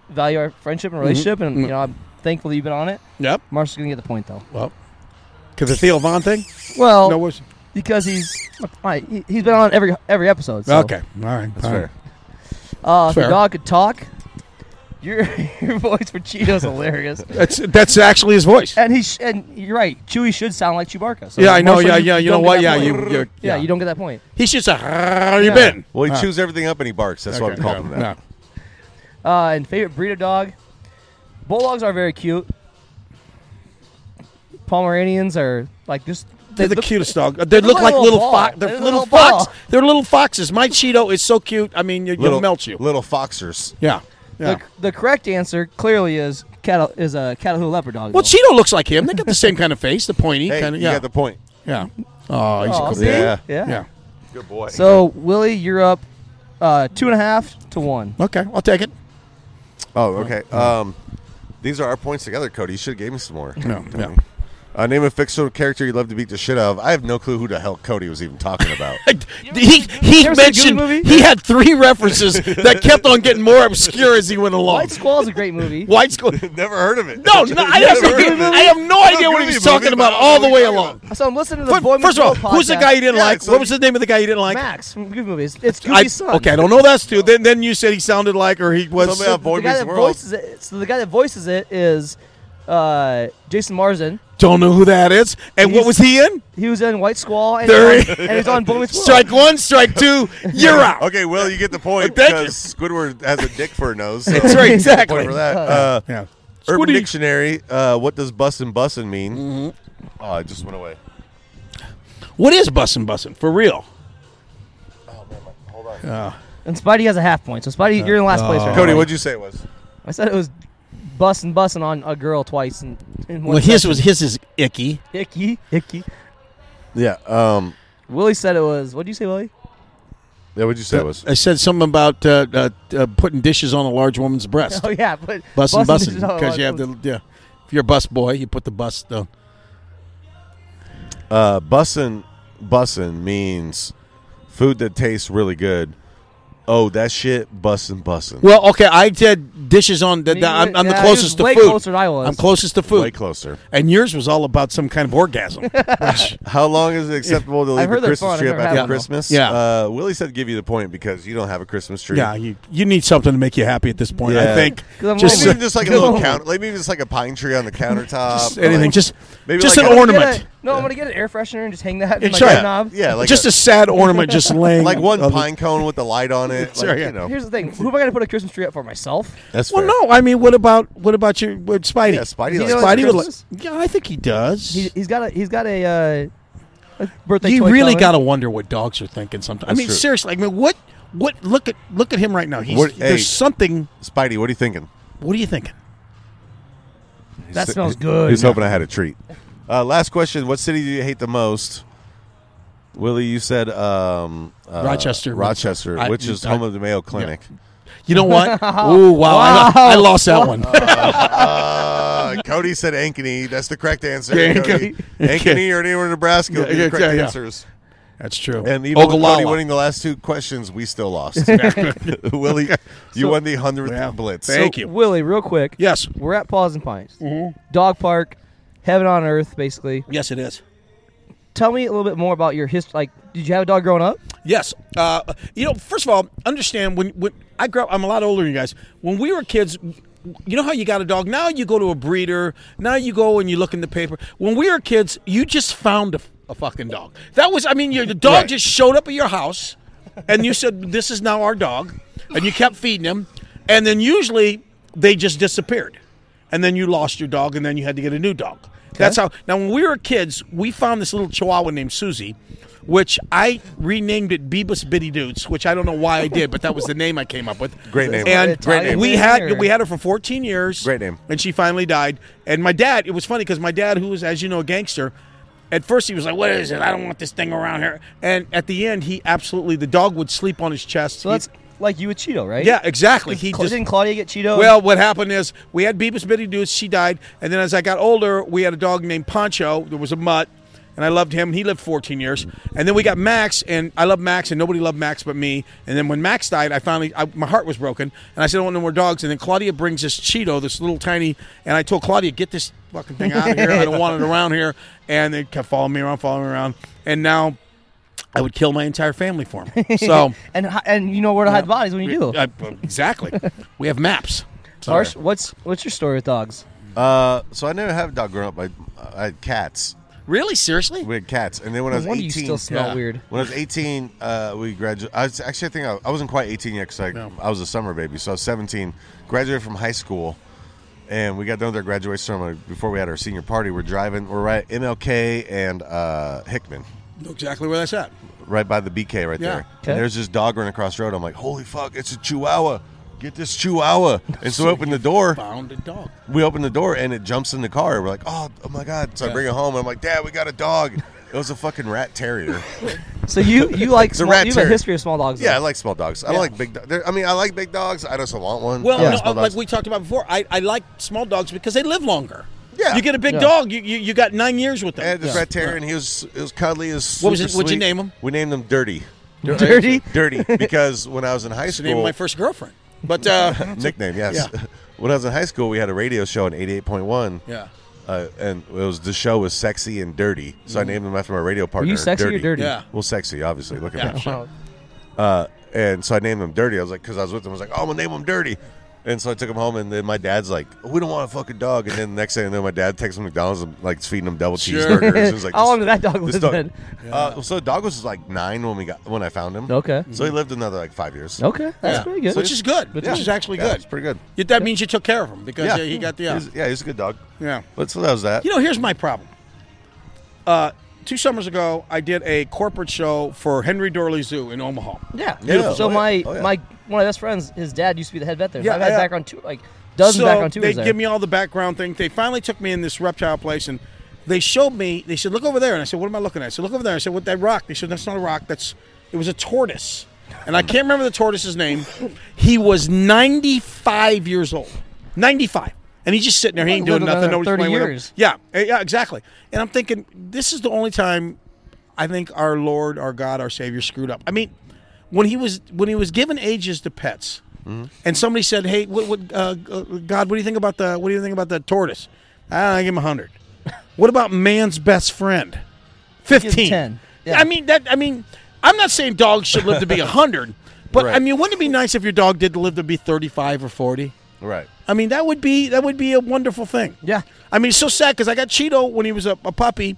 Speaker 4: value our friendship
Speaker 5: Mm-hmm.
Speaker 4: and relationship, and, you know, I'm thankful that you've been on it.
Speaker 5: yep.
Speaker 4: Mark's going to get the point, though.
Speaker 5: Well, because the Theo Vaughn thing.
Speaker 4: Well,
Speaker 3: Oh.
Speaker 5: no. Was,
Speaker 4: because he's my, he, he's been on every every episode. So.
Speaker 5: Okay. All right.
Speaker 3: That's
Speaker 5: all right.
Speaker 3: fair.
Speaker 4: Uh, if the
Speaker 5: Fair.
Speaker 4: dog could talk. Your your voice for Cheeto's hilarious,
Speaker 5: That's that's actually his voice.
Speaker 4: and he sh- and you're right. Chewy should sound like Chewbacca. So
Speaker 5: Yeah, I know,
Speaker 4: Marshall,
Speaker 5: yeah, yeah, you
Speaker 4: don't
Speaker 5: know
Speaker 4: get
Speaker 5: what,
Speaker 4: that
Speaker 5: yeah,
Speaker 4: point.
Speaker 5: you- you're-
Speaker 4: yeah,
Speaker 5: yeah.
Speaker 4: you don't get that point.
Speaker 5: He should say, "How you
Speaker 4: Yeah.
Speaker 5: been?"
Speaker 3: Well, he
Speaker 5: Ah.
Speaker 3: chews everything up and he barks. That's why we
Speaker 5: Okay,
Speaker 3: call
Speaker 5: no,
Speaker 3: him that.
Speaker 5: no.
Speaker 4: Uh, and favorite breed of dog. Bulldogs are very cute. Pomeranians are like just
Speaker 5: They're the cutest dog. They
Speaker 4: look
Speaker 5: look
Speaker 4: like
Speaker 5: like
Speaker 4: a
Speaker 5: little
Speaker 4: ball.
Speaker 5: fox. They're
Speaker 4: They're a
Speaker 5: little
Speaker 4: little ball.
Speaker 5: fox. They're little foxes. My Cheeto is so cute. I mean, you-
Speaker 3: Little
Speaker 5: you'll melt you.
Speaker 3: Little foxers.
Speaker 5: Yeah. Yeah.
Speaker 4: The, the correct answer clearly is cattle is a Catahoula leopard dog.
Speaker 5: Well,
Speaker 4: though.
Speaker 5: Cheeto looks like him. They got the same kind of face, the pointy
Speaker 3: Hey,
Speaker 5: kind of.
Speaker 3: you
Speaker 5: Yeah.
Speaker 3: got the point.
Speaker 5: yeah. Oh, he's a
Speaker 4: Aw,
Speaker 5: cool
Speaker 4: see?
Speaker 5: guy.
Speaker 3: Yeah.
Speaker 4: yeah,
Speaker 5: Yeah.
Speaker 3: Good boy.
Speaker 4: So Willie, you're up uh, two and a half to one.
Speaker 5: Okay, I'll take it.
Speaker 3: oh, okay. Um, these are our points together, Cody. You should have gave me some more.
Speaker 5: No, no.
Speaker 3: Uh, name a fictional character you'd love to beat the shit out of. I have no clue who the hell Cody was even talking about.
Speaker 5: He he
Speaker 4: ever seen
Speaker 5: mentioned
Speaker 4: Goofy movie?
Speaker 5: he had three references that kept on getting more obscure as he went along.
Speaker 4: White Squall is a great movie.
Speaker 5: White school.
Speaker 3: Never heard of it.
Speaker 5: No, no, I have,
Speaker 3: Never heard of it.
Speaker 5: I have no
Speaker 3: It's not
Speaker 5: idea what he
Speaker 3: Goofy
Speaker 5: was
Speaker 3: movie,
Speaker 5: talking
Speaker 3: but
Speaker 5: about
Speaker 3: I
Speaker 5: all
Speaker 3: know
Speaker 5: the
Speaker 3: what
Speaker 5: way
Speaker 3: you're talking
Speaker 5: along.
Speaker 4: So I'm listening to the
Speaker 5: First,
Speaker 4: Boy Meets
Speaker 5: first of all,
Speaker 4: World
Speaker 5: who's the
Speaker 4: podcast.
Speaker 5: guy you didn't
Speaker 3: Yeah,
Speaker 5: like?
Speaker 3: so
Speaker 5: what was the name of the guy you didn't like?
Speaker 4: Max from Goofy Movies. It's
Speaker 5: I,
Speaker 4: Goofy's son.
Speaker 5: okay, I don't know that's two. Then then you said he sounded like or he was
Speaker 3: Somebody on Boy
Speaker 4: the guy
Speaker 3: Meets
Speaker 4: that
Speaker 3: World.
Speaker 4: voices it. So the guy that voices it is uh, Jason Marsden.
Speaker 5: Don't know who that is. And what
Speaker 4: He's-
Speaker 5: was he in?
Speaker 4: He was in White Squall and,
Speaker 5: There
Speaker 4: he's
Speaker 5: he-
Speaker 4: on, and he's on Boy Meets World.
Speaker 5: Strike one, strike two, you're out.
Speaker 3: Okay, well, you get the point
Speaker 5: Thank you.
Speaker 3: because Squidward has a dick for a nose. So
Speaker 5: That's right,
Speaker 3: Point
Speaker 5: exactly.
Speaker 3: for that. Uh,
Speaker 5: Yeah.
Speaker 3: Urban
Speaker 5: Squiddy.
Speaker 3: Dictionary. Uh, what does bussin' bussin' mean? Oh, it just went away.
Speaker 5: What is bussin' bussin' for real?
Speaker 4: And Spidey has a half point. So Spidey, you're in last place right
Speaker 3: Cody,
Speaker 4: now.
Speaker 3: what'd you say it was?
Speaker 4: I said it was busting, busting on a girl twice. In, in one
Speaker 5: Well, his
Speaker 4: session.
Speaker 5: was his is icky.
Speaker 4: icky, icky.
Speaker 3: Yeah. Um.
Speaker 4: Willie said it was. What did you say, Willie?
Speaker 3: Yeah. What'd you say it was?
Speaker 5: I said something about uh, uh, uh, putting dishes on a large woman's breast.
Speaker 4: Oh yeah, but
Speaker 5: Bussin' bussin'
Speaker 4: is not a
Speaker 5: because you have
Speaker 4: lot.
Speaker 5: the yeah. If you're a bus boy, you put the bus down.
Speaker 3: Uh, bussin' bussin' means food that tastes really good. Oh, that shit bussin' bussin'.
Speaker 5: Well, okay, I did dishes on. The, the- I'm, I'm the
Speaker 4: Yeah, he was
Speaker 5: closest to
Speaker 4: way
Speaker 5: food.
Speaker 4: closer than I was.
Speaker 5: I'm closest to food.
Speaker 3: Way closer.
Speaker 5: And yours was all about some kind of orgasm.
Speaker 3: How long is it acceptable to leave a
Speaker 5: I've heard they're
Speaker 3: Christmas
Speaker 5: fun. I've
Speaker 3: tree up
Speaker 5: never
Speaker 3: after
Speaker 5: had one, though.
Speaker 3: Christmas?
Speaker 5: Yeah.
Speaker 3: Uh, Willie said give you the point because you don't have a Christmas tree.
Speaker 5: yeah, you, you need something to make you happy at this point. I
Speaker 3: Yeah.
Speaker 5: think
Speaker 3: maybe
Speaker 5: uh,
Speaker 3: even just like a little counter, like maybe just like a pine tree on the countertop.
Speaker 5: Just
Speaker 3: or, like,
Speaker 5: anything, just-
Speaker 3: maybe
Speaker 5: just
Speaker 3: like
Speaker 5: an
Speaker 3: a-
Speaker 5: ornament.
Speaker 4: Get a- no, I'm gonna get an air freshener and just hang that. in,
Speaker 5: It's
Speaker 4: Like,
Speaker 5: right.
Speaker 4: a knob.
Speaker 3: Yeah, like
Speaker 5: Just a sad ornament just laying
Speaker 3: like one
Speaker 5: on the-
Speaker 3: pine cone with the light on it.
Speaker 5: Sure,
Speaker 3: like,
Speaker 5: yeah.
Speaker 3: you know.
Speaker 4: Here's the thing: Who am I gonna put a Christmas tree up for? Myself?
Speaker 3: That's
Speaker 5: well, no, I mean, what about what about your what, Spidey?
Speaker 3: Yeah, Spidey
Speaker 5: Spidey,
Speaker 3: likes
Speaker 5: would like,
Speaker 4: Christmas.
Speaker 5: yeah, I think he does.
Speaker 4: He, he's got a he's got a, uh, a birthday.
Speaker 5: you
Speaker 4: toy
Speaker 5: really
Speaker 4: coming.
Speaker 5: got to wonder what dogs are thinking sometimes.
Speaker 3: That's
Speaker 5: I mean,
Speaker 3: true.
Speaker 5: seriously, I mean, what what look at look at him right now. He's
Speaker 3: What-
Speaker 5: there's
Speaker 3: hey.
Speaker 5: something.
Speaker 3: Spidey, what are you thinking?
Speaker 5: What are you thinking?
Speaker 4: That
Speaker 3: He's-
Speaker 4: smells good.
Speaker 3: He's hoping I had a treat. Uh, last question: What city do you hate the most? Willie, you said um, uh,
Speaker 5: Rochester.
Speaker 3: Rochester,
Speaker 5: I-
Speaker 3: which is
Speaker 5: I-
Speaker 3: home of the Mayo Clinic.
Speaker 5: You know what? Ooh, wow! I, lo- I lost that one.
Speaker 3: Uh, Cody said Ankeny. That's the correct answer.
Speaker 5: Yeah,
Speaker 3: Cody.
Speaker 5: okay.
Speaker 3: Ankeny or anywhere in Nebraska would be
Speaker 5: Yeah,
Speaker 3: the
Speaker 5: yeah,
Speaker 3: correct
Speaker 5: yeah, yeah.
Speaker 3: answers.
Speaker 5: That's true.
Speaker 3: And even with Cody
Speaker 5: Ogallala.
Speaker 3: winning the last two questions, we still lost. Willie, you won the hundredth blitz.
Speaker 4: So, Willie. Real quick.
Speaker 5: Yes,
Speaker 4: we're at Paws and Pines,
Speaker 5: Mm-hmm.
Speaker 4: dog park, heaven on earth, basically.
Speaker 5: Yes, it is.
Speaker 4: Tell me a little bit more about your history. Like, did you have a dog growing up?
Speaker 5: Yes. Uh, you know, first of all, understand when, when I grew up, I'm a lot older than you guys. When we were kids, you know how you got a dog? Now you go to a breeder. Now you go and you look in the paper. When we were kids, you just found a, a fucking dog. That was, I mean, your, the dog
Speaker 12: Right.
Speaker 5: just showed up at your house and you said, This is now our dog. And you kept feeding him. And then usually they just disappeared. And then you lost your dog and then you had to get a new dog. That's how. Now, when we were kids, we found this little chihuahua named Susie, which I renamed it Beebus Bitty Dudes, which I don't know why I did, but that was the name I came up with.
Speaker 3: Great name.
Speaker 5: And
Speaker 3: Great name.
Speaker 5: We had we had her for 14 years.
Speaker 3: Great name.
Speaker 5: And she finally died. And my dad, it was funny because my dad, who was as you know a gangster, at first he was like, "What is it? I don't want this thing around here." And at the end, he absolutely the dog would sleep on his chest. So that's
Speaker 4: like you with Cheeto, right?
Speaker 5: Yeah, exactly.
Speaker 4: Did
Speaker 5: He
Speaker 4: Cla-
Speaker 5: just
Speaker 4: didn't Claudia get Cheeto?
Speaker 5: Well, what happened is we had Beavis Bitty Deuce. She died, and then as I got older, we had a dog named Poncho. There was a mutt, and I loved him. He lived 14 years, and then we got Max, and I loved Max, and nobody loved Max but me. And then when Max died, I finally I, my heart was broken, and I said I want no more dogs. And then Claudia brings this Cheeto, this little tiny, and I told Claudia get this fucking thing out of here. I don't want it around here. And they kept following me around, following me around, and now. I would kill my entire family for him. So
Speaker 4: and h- and you know where to hide the bodies when you do.
Speaker 5: I- exactly. we have maps.
Speaker 4: Harsh, what's what's your story with dogs?
Speaker 3: Uh, so I never had a dog growing up. I, I had cats.
Speaker 5: Really? Seriously?
Speaker 3: We had cats, and then when
Speaker 4: No
Speaker 3: I was
Speaker 4: wonder
Speaker 3: eighteen,
Speaker 4: you still smell Yeah. weird.
Speaker 3: When I was eighteen, uh, we graduated. I was actually I think I, I wasn't quite eighteen yet because I, I was a summer baby. So I was seventeen, graduated from high school, and we got done with our graduation ceremony before we had our senior party. We're driving. We're right at MLK and uh, Hickman,
Speaker 5: Know exactly where that's at.
Speaker 3: right by the BK, right
Speaker 5: Yeah.
Speaker 3: there.
Speaker 5: Okay.
Speaker 3: And there's this dog running across the road. I'm like, holy fuck, it's a Chihuahua. Get this Chihuahua. And so, I open the door.
Speaker 5: Found a dog.
Speaker 3: We open the door and it jumps in the car. We're like, oh, oh my god! So I
Speaker 5: Yeah.
Speaker 3: bring it home. I'm like, Dad, we got a dog. It was a fucking rat terrier.
Speaker 4: So you you like
Speaker 3: It's a
Speaker 4: small,
Speaker 3: rat
Speaker 4: you have a
Speaker 3: terrier.
Speaker 4: history of small dogs.
Speaker 3: yeah, I
Speaker 4: though.
Speaker 3: like small dogs. I
Speaker 4: Yeah.
Speaker 3: don't like big. Do- there- I mean, I like big dogs. I just don't want one.
Speaker 5: Well,
Speaker 3: I like
Speaker 5: no, uh,
Speaker 3: small
Speaker 5: like
Speaker 3: dogs.
Speaker 5: we talked about before, I, I like small dogs because they live longer.
Speaker 3: Yeah.
Speaker 5: You get a big
Speaker 3: Yeah.
Speaker 5: dog, you, you you got nine years with them.
Speaker 3: I had this rat terrier, and he was it was cuddly as.
Speaker 5: What was it-
Speaker 3: super
Speaker 5: what'd you
Speaker 3: sweet.
Speaker 5: name him?
Speaker 3: We named him Dirty.
Speaker 5: Dirty?
Speaker 3: Dirty. Because when I was in high
Speaker 5: That's the
Speaker 3: school,
Speaker 5: name of my first girlfriend. But uh,
Speaker 3: nickname, yes.
Speaker 5: Yeah.
Speaker 3: when I was in high school, we had a radio show on 88.1.
Speaker 5: Yeah.
Speaker 3: Uh, and it was the show was sexy and dirty, so
Speaker 5: Mm.
Speaker 3: I named him after my radio partner.
Speaker 4: you sexy or
Speaker 3: dirty.
Speaker 4: dirty? Yeah.
Speaker 3: Well, sexy, obviously. Look at
Speaker 4: Yeah,
Speaker 3: that.
Speaker 5: Oh.
Speaker 4: sure.
Speaker 3: Uh, and so I named him Dirty. I was like, because I was with him, I was like, oh, I'm gonna name him Dirty. And so I took him home, and then my dad's like, "We don't want a fucking dog." And then the next thing I know, my dad takes him to McDonald's and like feeding him double
Speaker 4: Sure.
Speaker 3: cheeseburgers. It was like,
Speaker 4: How
Speaker 3: this-
Speaker 4: long did that dog
Speaker 3: this
Speaker 4: live then?
Speaker 3: Uh, well, so the dog was like nine when we got when I found him.
Speaker 4: Okay.
Speaker 3: So he lived another like five years.
Speaker 4: Okay, that's
Speaker 5: Yeah.
Speaker 4: pretty good.
Speaker 5: Which is good. Which
Speaker 3: Yeah.
Speaker 5: is actually
Speaker 3: Yeah,
Speaker 5: good.
Speaker 3: It's pretty good.
Speaker 5: You- that means you took care of him because
Speaker 3: Yeah.
Speaker 5: uh, he got the.
Speaker 3: He's- yeah, he's a good dog.
Speaker 5: Yeah.
Speaker 3: But so that was that.
Speaker 5: You know, here's my problem. Uh, two summers ago, I did a corporate show for Henry Dorley Zoo in Omaha.
Speaker 4: Yeah.
Speaker 5: Beautiful.
Speaker 4: So my
Speaker 5: Oh, yeah.
Speaker 4: my one of my best friends, his dad used to be the head vet there.
Speaker 5: Yeah,
Speaker 4: Yeah, I've had
Speaker 5: yeah.
Speaker 4: background tour like dozens
Speaker 5: so
Speaker 4: of background tours
Speaker 5: they
Speaker 4: there.
Speaker 5: give me all the background thing. They finally took me in this reptile place and they showed me. They said, "Look over there," and I said, "What am I looking at?" I said, "Look over there." I said, "What that rock?" They said, "That's not a rock. That's it was a tortoise." And I can't remember the tortoise's name. He was 95 years old. 95. And he's just sitting there. He ain't doing
Speaker 4: Lived another
Speaker 5: nothing. Nobody's
Speaker 4: 30
Speaker 5: playing with him.
Speaker 4: years.
Speaker 5: Yeah, eh, yeah, exactly. And I'm thinking, this is the only time I think our Lord, our God, our Savior screwed up. I mean, when he was when he was given ages to pets, and somebody said, "Hey, what, what, uh, uh, God, what do you think about the what do you think about the tortoise?" Ah, I give him hundred. What about man's best friend? Fifteen.
Speaker 4: 10,
Speaker 5: I mean that. I mean, I'm not saying dogs should live to be hundred, but I mean, wouldn't it be nice if your dog did live to be thirty-five or forty?
Speaker 3: Right.
Speaker 5: I mean, that would be that would be a wonderful thing.
Speaker 4: Yeah.
Speaker 5: I mean, it's so sad because I got Cheeto when he was a, a puppy,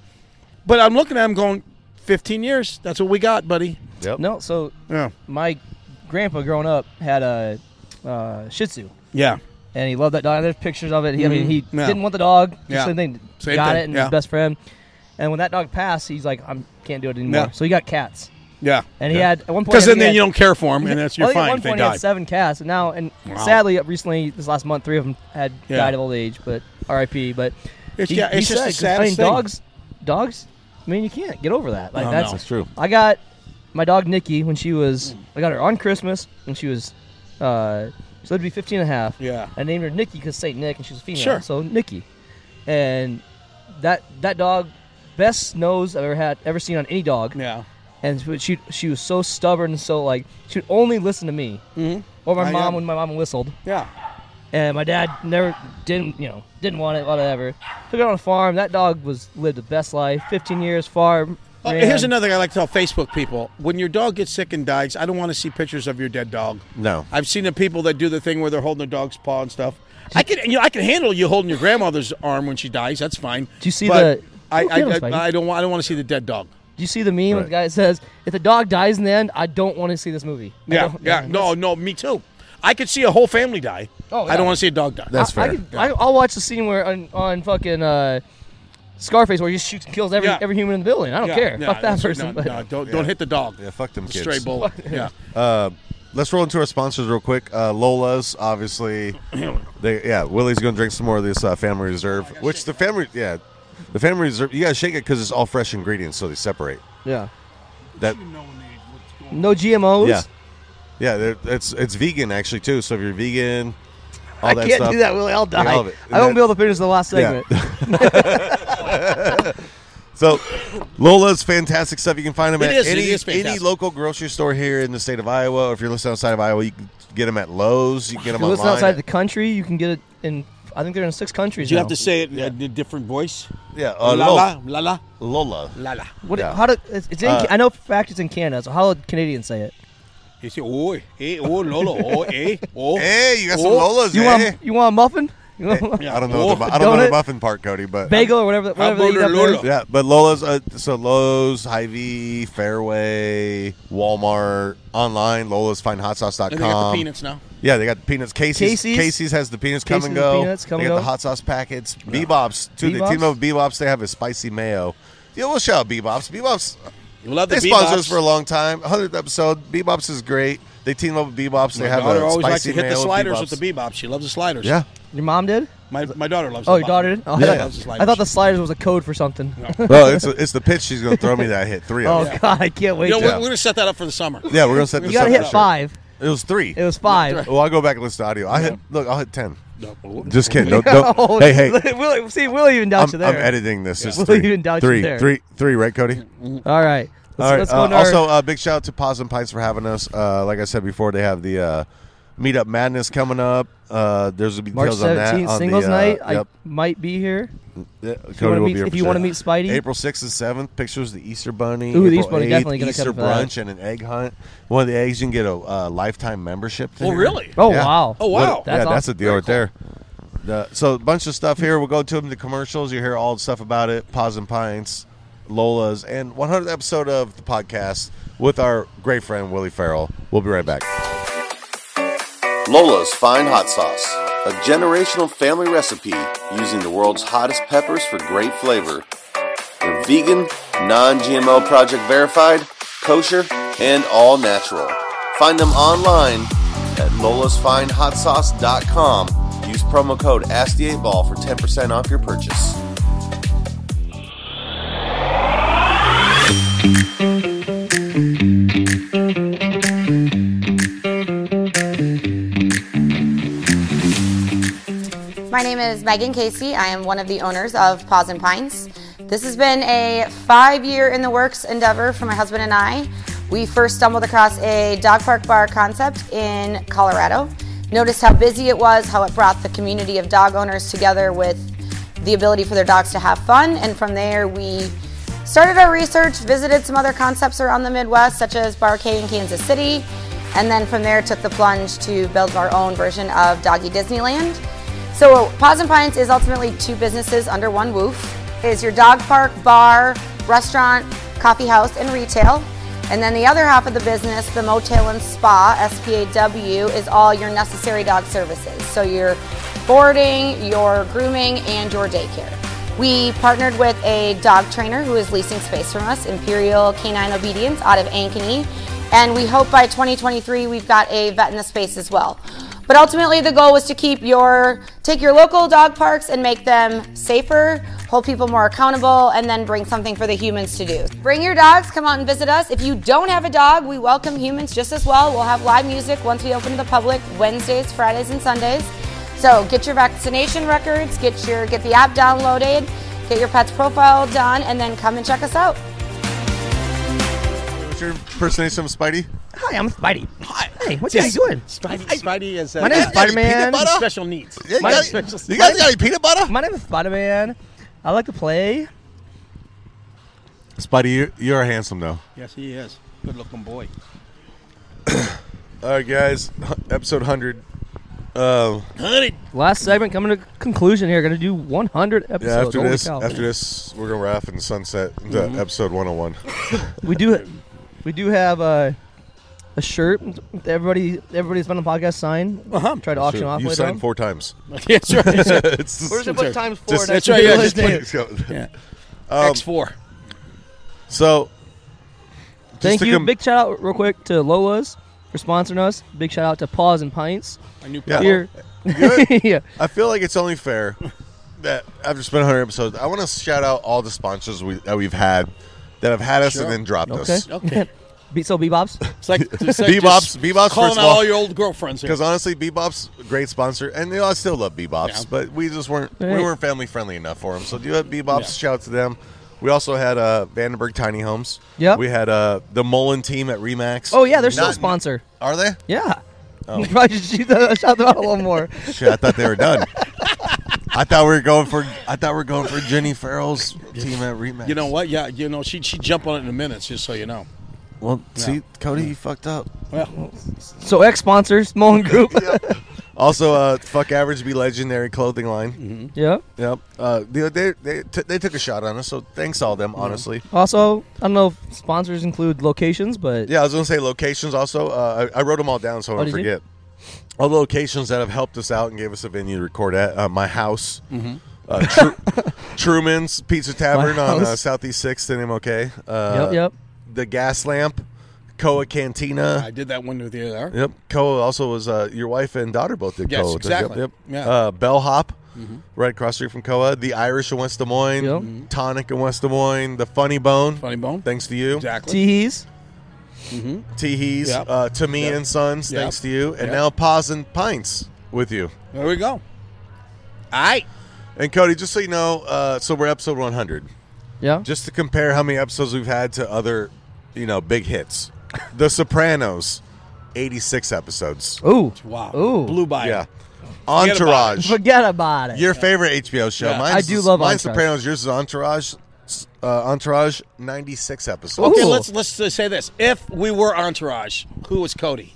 Speaker 5: but I'm looking at him going, 15 years. That's what we got, buddy.
Speaker 3: Yep.
Speaker 4: No, so
Speaker 5: Yeah.
Speaker 4: my grandpa growing up had a uh, Shih Tzu,
Speaker 5: Yeah.
Speaker 4: and he loved that dog. There's pictures of it. He, I mean, he
Speaker 5: Mhm. Yeah.
Speaker 4: didn't want the dog.
Speaker 5: Yeah.
Speaker 4: Yeah. Same thing.
Speaker 5: Same
Speaker 4: got
Speaker 5: thing,
Speaker 4: it and
Speaker 5: yeah.
Speaker 4: his best friend. And when that dog passed, he's like, I can't do it anymore.
Speaker 5: Yeah.
Speaker 4: So he got cats.
Speaker 5: Yeah.
Speaker 4: And he had at one point I
Speaker 5: Because then,
Speaker 4: think he
Speaker 5: then
Speaker 4: had-
Speaker 5: you don't care for him, and
Speaker 4: I
Speaker 5: that's you're
Speaker 4: think at
Speaker 5: fine
Speaker 4: one
Speaker 5: if they
Speaker 4: point he
Speaker 5: die.
Speaker 4: had seven cats, and now and
Speaker 5: Wow.
Speaker 4: sadly, recently this last month, three of them had
Speaker 5: Yeah.
Speaker 4: died of old age, but R.I.P. But
Speaker 5: It's-
Speaker 4: he-
Speaker 5: yeah,
Speaker 4: he
Speaker 5: it's just
Speaker 4: said,
Speaker 5: the
Speaker 4: 'cause, I
Speaker 5: saddest
Speaker 4: mean,
Speaker 5: thing.
Speaker 4: dogs, dogs. I mean, you can't get over that. Like
Speaker 5: No,
Speaker 4: that's
Speaker 5: Oh, no. It's true.
Speaker 4: I got my dog Nikki when she was. I got her on Christmas when she was. Uh, she lived to be 15 and a half.
Speaker 5: Yeah.
Speaker 4: I named her Nikki because Saint Nick, and she was a female.
Speaker 5: Sure.
Speaker 4: So Nikki, and that that dog, best nose I've ever had, ever seen on any dog.
Speaker 5: Yeah.
Speaker 4: And she- she she was so stubborn and so like she would only listen to me
Speaker 5: Mhm.
Speaker 4: or my
Speaker 5: I
Speaker 4: mom
Speaker 5: am.
Speaker 4: when my mom whistled.
Speaker 5: Yeah.
Speaker 4: And my dad never didn't you know didn't want it whatever. Took it on a farm. That dog was lived the best life. 15 years farm.
Speaker 5: Oh,
Speaker 4: ran.
Speaker 5: here's another thing I like to tell Facebook people: when your dog gets sick and dies, I don't want to see pictures of your dead dog.
Speaker 3: No.
Speaker 5: I've seen the people that do the thing where they're holding their dog's paw and stuff. I can, you know, I can handle you holding your grandmother's arm when she dies. That's fine. Do
Speaker 4: you see the-
Speaker 5: I,
Speaker 4: Oh,
Speaker 5: I,
Speaker 4: get him,
Speaker 5: I,
Speaker 4: Spidey.
Speaker 5: I don't want. I don't want to see the dead dog.
Speaker 4: Do you see the meme where the guy says if the dog dies in the end, I don't want to see this movie. I
Speaker 5: Yeah,
Speaker 4: don't-
Speaker 5: yeah. No, no, me too. I could see a whole family die.
Speaker 4: Oh,
Speaker 5: I
Speaker 4: yeah.
Speaker 5: don't want to see a dog die.
Speaker 3: That's
Speaker 4: I,
Speaker 3: fair.
Speaker 4: could, I, I'll watch the scene where on, on fucking uh, Scarface where he just shoots and kills every
Speaker 5: Yeah.
Speaker 4: every human in the building. I don't
Speaker 5: Yeah,
Speaker 4: care.
Speaker 5: yeah,
Speaker 4: Fuck that
Speaker 5: that's-
Speaker 4: person.
Speaker 5: No,
Speaker 4: but-
Speaker 5: no, don't don't hit the dog.
Speaker 3: yeah, fuck them
Speaker 5: It's a
Speaker 3: kids.
Speaker 5: Stray bullet. yeah.
Speaker 3: Uh, let's roll into our sponsors real quick. Uh, Lola's, obviously. they yeah, Willie's gonna drink some more of this uh, Family Reserve, which the family yeah, the Family Reserve. You gotta shake it because it's all fresh ingredients, so they separate.
Speaker 4: Yeah.
Speaker 3: That
Speaker 4: No GMOs.
Speaker 3: yeah, yeah. they're- It's it's vegan actually too. So if you're vegan, all
Speaker 4: I
Speaker 3: that
Speaker 4: can't
Speaker 3: stuff-
Speaker 4: do that, Willie. I'll
Speaker 3: Yeah,
Speaker 4: die.
Speaker 3: all of it.
Speaker 4: I
Speaker 3: That-
Speaker 4: won't be able to finish the last segment.
Speaker 3: So, Lola's fantastic stuff. You can find them
Speaker 5: It
Speaker 3: at
Speaker 5: is, it
Speaker 3: any,
Speaker 5: is fantastic.
Speaker 3: any local grocery store here in the state of Iowa. Or if you're listening outside of Iowa, you can get them at Lowe's. You can get
Speaker 4: If
Speaker 3: them
Speaker 4: you listen
Speaker 3: online.
Speaker 4: outside the country, you can get it in. I think they're in six countries.
Speaker 5: Do you
Speaker 4: now.
Speaker 5: have to say it in a different voice?
Speaker 3: yeah, uh,
Speaker 5: la,
Speaker 3: Lola.
Speaker 5: la la la
Speaker 3: Lola.
Speaker 5: la la.
Speaker 4: What?
Speaker 3: yeah.
Speaker 4: How do? It's, it's in,
Speaker 3: Uh,
Speaker 4: I know for a fact it's in Canada. So how do Canadians say it?
Speaker 5: You say oi, eh, oh Lolo, oh eh, oh.
Speaker 3: Hey, you got some
Speaker 5: Oh.
Speaker 3: Lolas,
Speaker 4: You
Speaker 3: eh?
Speaker 4: want? You want a muffin? You want a muffin?
Speaker 3: I don't know. the,
Speaker 5: Oh,
Speaker 3: mu- I don't know the
Speaker 4: donut.
Speaker 3: muffin part, Cody, but
Speaker 4: Bagel or whatever. Whatever they
Speaker 5: about
Speaker 4: eat
Speaker 5: a
Speaker 4: up there.
Speaker 5: Lolo?
Speaker 3: Yeah, but Lola's uh, so Lowe's, Hy-Vee, Fairway, Walmart, online. Lola's
Speaker 5: And they got the
Speaker 3: findhotsauce.com.
Speaker 5: peanuts now.
Speaker 3: Yeah, they got the peanuts. Casey's,
Speaker 4: Casey's?
Speaker 3: has the peanuts come
Speaker 4: Casey's
Speaker 3: and
Speaker 4: the
Speaker 3: go.
Speaker 4: peanuts come
Speaker 3: they
Speaker 4: and
Speaker 3: got the
Speaker 4: go.
Speaker 3: hot sauce packets. Bebops too. They team
Speaker 4: Bebop's?
Speaker 3: up with Bebops. They have a spicy mayo. Yeah, we'll shout out Bebops. Bebops.
Speaker 5: You love the
Speaker 3: They sponsored us
Speaker 5: Bebops.
Speaker 3: for a long time. Hundredth episode. Bebops is great. They team up with Bebops. They
Speaker 5: My
Speaker 3: have
Speaker 5: daughter
Speaker 3: a
Speaker 5: always likes
Speaker 3: spicy
Speaker 5: to hit the
Speaker 3: mayo
Speaker 5: sliders with
Speaker 3: Bebops.
Speaker 5: the bebop. She loves the sliders.
Speaker 3: Yeah.
Speaker 4: Your mom did?
Speaker 5: My, my daughter loves.
Speaker 4: Oh,
Speaker 5: the
Speaker 4: your
Speaker 5: bebop.
Speaker 4: daughter did? Oh,
Speaker 5: yeah,
Speaker 4: I,
Speaker 5: loves the
Speaker 4: thought,
Speaker 5: sliders.
Speaker 4: I thought the sliders was a code for something.
Speaker 3: well, it's it's the pitch she's going to throw me that I hit three.
Speaker 4: Oh
Speaker 3: Of them.
Speaker 4: God, I can't wait.
Speaker 5: You know,
Speaker 4: to-
Speaker 5: we're, we're gonna set that up for the summer.
Speaker 3: Yeah, we're going to set this
Speaker 4: you gotta
Speaker 3: up.
Speaker 4: hit
Speaker 3: for sure.
Speaker 4: five.
Speaker 3: It was three.
Speaker 4: It was five.
Speaker 3: Well, I'll go back and listen to audio. I hit look. I'll hit ten. Just kidding. Don't,
Speaker 4: Oh,
Speaker 3: don't. hey, hey.
Speaker 4: Willie, see, Willie even doubt
Speaker 3: I'm,
Speaker 4: you
Speaker 3: I'm
Speaker 4: there.
Speaker 3: editing this. It's
Speaker 4: We'll
Speaker 3: three.
Speaker 4: even doubt you
Speaker 3: Three.
Speaker 4: there.
Speaker 3: Three- three, right, Cody?
Speaker 4: All right. Let's,
Speaker 3: All right.
Speaker 4: let's
Speaker 3: uh,
Speaker 4: go to our-
Speaker 3: also, uh, big shout out to Paws and Pints for having us. Uh, like I said before, they have the uh, Meetup Madness coming up. Uh, there's gonna be
Speaker 4: March
Speaker 3: details on that.
Speaker 4: seventeenth,
Speaker 3: on
Speaker 4: singles
Speaker 3: the, uh,
Speaker 4: night.
Speaker 3: Yep.
Speaker 4: I might be here.
Speaker 3: Yeah, Cody
Speaker 4: wanna
Speaker 3: will
Speaker 4: meet-
Speaker 3: be here
Speaker 4: if
Speaker 3: for
Speaker 4: you wanna
Speaker 3: sure.
Speaker 4: meet Spidey.
Speaker 3: April sixth and seventh, pictures of the Easter Bunny.
Speaker 4: Ooh,
Speaker 3: April
Speaker 4: the Easter Bunny,
Speaker 3: 8th,
Speaker 4: definitely gonna
Speaker 3: Easter
Speaker 4: come for that.
Speaker 3: brunch and an egg hunt. One of the eggs you can get a uh, lifetime membership. To
Speaker 5: Oh,
Speaker 3: here.
Speaker 5: really?
Speaker 4: Oh
Speaker 3: Yeah.
Speaker 4: wow.
Speaker 5: Oh,
Speaker 3: What-
Speaker 5: wow.
Speaker 4: That's
Speaker 3: yeah, that's a
Speaker 4: awesome.
Speaker 3: deal right there. The- so a bunch of stuff here. We'll go to them the commercials. You hear all the stuff about it. Paws and Pints, Lola's, and 100th episode of the podcast with our great friend Willie Farrell. We'll be right back.
Speaker 1: Lola's Fine Hot Sauce, a generational family recipe using the world's hottest peppers for great flavor. They're vegan, non GMO project verified, kosher, and all natural. Find them online at lolasfinehotsauce.com. Use promo code ASK8BALL for 10% off your purchase.
Speaker 12: My name is Megan Casey. I am one of the owners of Paws and Pines. This has been a five year in the works endeavor for my husband and I. we first stumbled across a dog park bar concept in Colorado. Noticed how busy it was, how it brought the community of dog owners together with the ability for their dogs to have fun. And from there, we started our research, visited some other concepts around the Midwest, such as Bar K in Kansas City, and then from there took the plunge to build our own version of Doggy Disneyland. So Paws and Pines is ultimately two businesses under one roof. It is your dog park, bar, restaurant, coffee house, and retail. And then the other half of the business, the motel and spa, SPAW, is all your necessary dog services. So your boarding, your grooming, and your daycare. We partnered with a dog trainer who is leasing space from us, Imperial Canine Obedience, out of Ankeny. And we hope by 2023 we've got a vet in the space as well. But ultimately, the goal was to keep your take your local dog parks and make them safer, hold people more accountable, and then bring something for the humans to do. Bring your dogs, come out and visit us. If you don't have a dog, we welcome humans just as well. We'll have live music once we open to the public Wednesdays, Fridays, and Sundays. So get your vaccination records, get your get the app downloaded, get your pet's profile done, and then come and check us out.
Speaker 3: What's your impersonation of Spidey?
Speaker 4: Hi, I'm Spidey.
Speaker 3: Hi.
Speaker 4: Hey, what you guys doing?
Speaker 13: Spidey, Spidey is uh,
Speaker 4: My
Speaker 13: you got
Speaker 4: name's
Speaker 13: any
Speaker 4: Spider-Man.
Speaker 13: peanut butter?
Speaker 4: Butter?
Speaker 13: Special needs.
Speaker 4: My-
Speaker 13: special
Speaker 4: My name- My name is Spider Man. I like to play.
Speaker 3: Spidey, you're, you're handsome though.
Speaker 13: Yes, he is. Good looking boy.
Speaker 3: All right, guys, episode hundred. Uh,
Speaker 13: Honey.
Speaker 4: Last segment coming to conclusion here. Gonna do 100 episodes.
Speaker 3: yeah, after
Speaker 4: Holy
Speaker 3: this,
Speaker 4: cow.
Speaker 3: after this, we're gonna wrap in sunset into
Speaker 4: Mhm.
Speaker 3: episode one hundred one.
Speaker 4: we do, we do have a, a shirt. that Everybody, everybody's been on the podcast. Sign. Uh-huh. Try to auction
Speaker 3: Sure.
Speaker 4: off.
Speaker 3: You
Speaker 4: later
Speaker 3: signed
Speaker 4: on.
Speaker 3: four times.
Speaker 5: Yeah, that's right.
Speaker 3: It's-
Speaker 4: Where's it put times four?
Speaker 3: Just-
Speaker 4: next
Speaker 3: that's right,
Speaker 4: to
Speaker 3: yeah,
Speaker 4: the
Speaker 3: just
Speaker 4: name?
Speaker 3: put it-
Speaker 5: Yeah.
Speaker 3: Um,
Speaker 5: X4.
Speaker 3: So, just
Speaker 4: Thank
Speaker 3: to
Speaker 4: you.
Speaker 3: com-
Speaker 4: Big shout out, real quick, to Lola's for sponsoring us. Big shout out to Paws and Pints.
Speaker 13: Our new
Speaker 3: Yeah.
Speaker 4: Here.
Speaker 3: Good.
Speaker 4: yeah.
Speaker 3: I feel like it's only fair that after spending 100 episodes, I want to shout out all the sponsors we, that we've had that have had us and then dropped
Speaker 4: okay.
Speaker 3: us.
Speaker 4: Okay. Be, so bebops.
Speaker 13: It's like, it's like
Speaker 3: Bebop's,
Speaker 13: just
Speaker 3: Bebop's
Speaker 13: calling
Speaker 3: first
Speaker 13: out
Speaker 3: of all,
Speaker 13: all your old girlfriends. here.
Speaker 3: Because honestly, Bebop's a great sponsor, and you know, I still love Bebop's,
Speaker 13: Yeah.
Speaker 3: but we just weren't we
Speaker 13: Right.
Speaker 3: weren't family friendly enough for them. So do you have Bebop's? Shout out to them. We also had uh, Vandenberg Tiny Homes.
Speaker 4: Yep.
Speaker 3: We had uh, the Mullen team at Remax.
Speaker 4: Oh yeah, they're still a
Speaker 3: Not-
Speaker 4: sponsor.
Speaker 3: Are they?
Speaker 4: Yeah.
Speaker 3: Oh.
Speaker 4: You probably should shoot the- shout them out a little more.
Speaker 3: Shit, I thought they were done. I thought we were going for I thought we were going for Jenny Farrell's team at Remax.
Speaker 13: You know what? Yeah, you know she she jump on it in a minute, just so you know.
Speaker 3: Well,
Speaker 13: Yeah.
Speaker 3: see, Cody, you fucked up.
Speaker 13: Well,
Speaker 4: So ex sponsors, Mullen Group.
Speaker 3: Also, uh, fuck average be legendary clothing line.
Speaker 13: Mm-hmm.
Speaker 4: Yeah.
Speaker 3: Yep. Uh, they they they, t- they took a shot on us, so thanks all
Speaker 13: Mm-hmm.
Speaker 3: them. Honestly.
Speaker 4: Also, I don't know if sponsors include locations, but
Speaker 3: Yeah, I was gonna say locations. Also, uh, I, I wrote them all down so I
Speaker 4: Oh,
Speaker 3: don't
Speaker 4: did you?
Speaker 3: forget. All the locations that have helped us out and gave us a venue to record at uh, my house,
Speaker 13: Mhm.
Speaker 3: uh, Tru- Truman's Pizza Tavern
Speaker 4: Mm-hmm. My
Speaker 3: on uh,
Speaker 4: house.
Speaker 3: Southeast Sixth and MLK. Uh,
Speaker 4: Yep, yep.
Speaker 3: The Gas Lamp, Koa Cantina.
Speaker 13: I did that one with you there.
Speaker 3: Yep. Koa also was uh, your wife and daughter both did
Speaker 13: Yes,
Speaker 3: Koa.
Speaker 13: exactly.
Speaker 3: Yep. yep.
Speaker 13: Yeah.
Speaker 3: Uh, Bellhop,
Speaker 13: Mhm.
Speaker 3: right across the street from Koa. The Irish in West Des Moines.
Speaker 4: Yep.
Speaker 3: Tonic in West Des Moines. The Funny Bone.
Speaker 13: Mm-hmm. Funny Bone.
Speaker 3: Thanks to you.
Speaker 13: Exactly.
Speaker 4: Teehees.
Speaker 13: Mm-hmm.
Speaker 3: Teehees.
Speaker 13: Yep.
Speaker 3: Uh, to me
Speaker 13: Yep.
Speaker 3: and Sons.
Speaker 13: Yep.
Speaker 3: Thanks to you. And
Speaker 13: Yep.
Speaker 3: now Paws and Pints with you.
Speaker 13: There we go. All right.
Speaker 3: And Cody, just so you know, uh, so we're episode 100.
Speaker 4: Yeah.
Speaker 3: Just to compare how many episodes we've had to other, you know, big hits. the Sopranos, 86 episodes.
Speaker 4: Ooh.
Speaker 13: Wow.
Speaker 4: Ooh.
Speaker 13: Blew by.
Speaker 3: Yeah.
Speaker 13: Forget about
Speaker 3: Entourage.
Speaker 4: Forget about it.
Speaker 3: Your favorite HBO show?
Speaker 4: Yeah.
Speaker 3: Mine's,
Speaker 4: I do love
Speaker 3: mine's
Speaker 4: Entourage.
Speaker 3: Sopranos. Yours is Entourage. S- Uh, Entourage, ninety six episodes.
Speaker 13: Okay, let's let's just say this: If we were Entourage, who was Cody?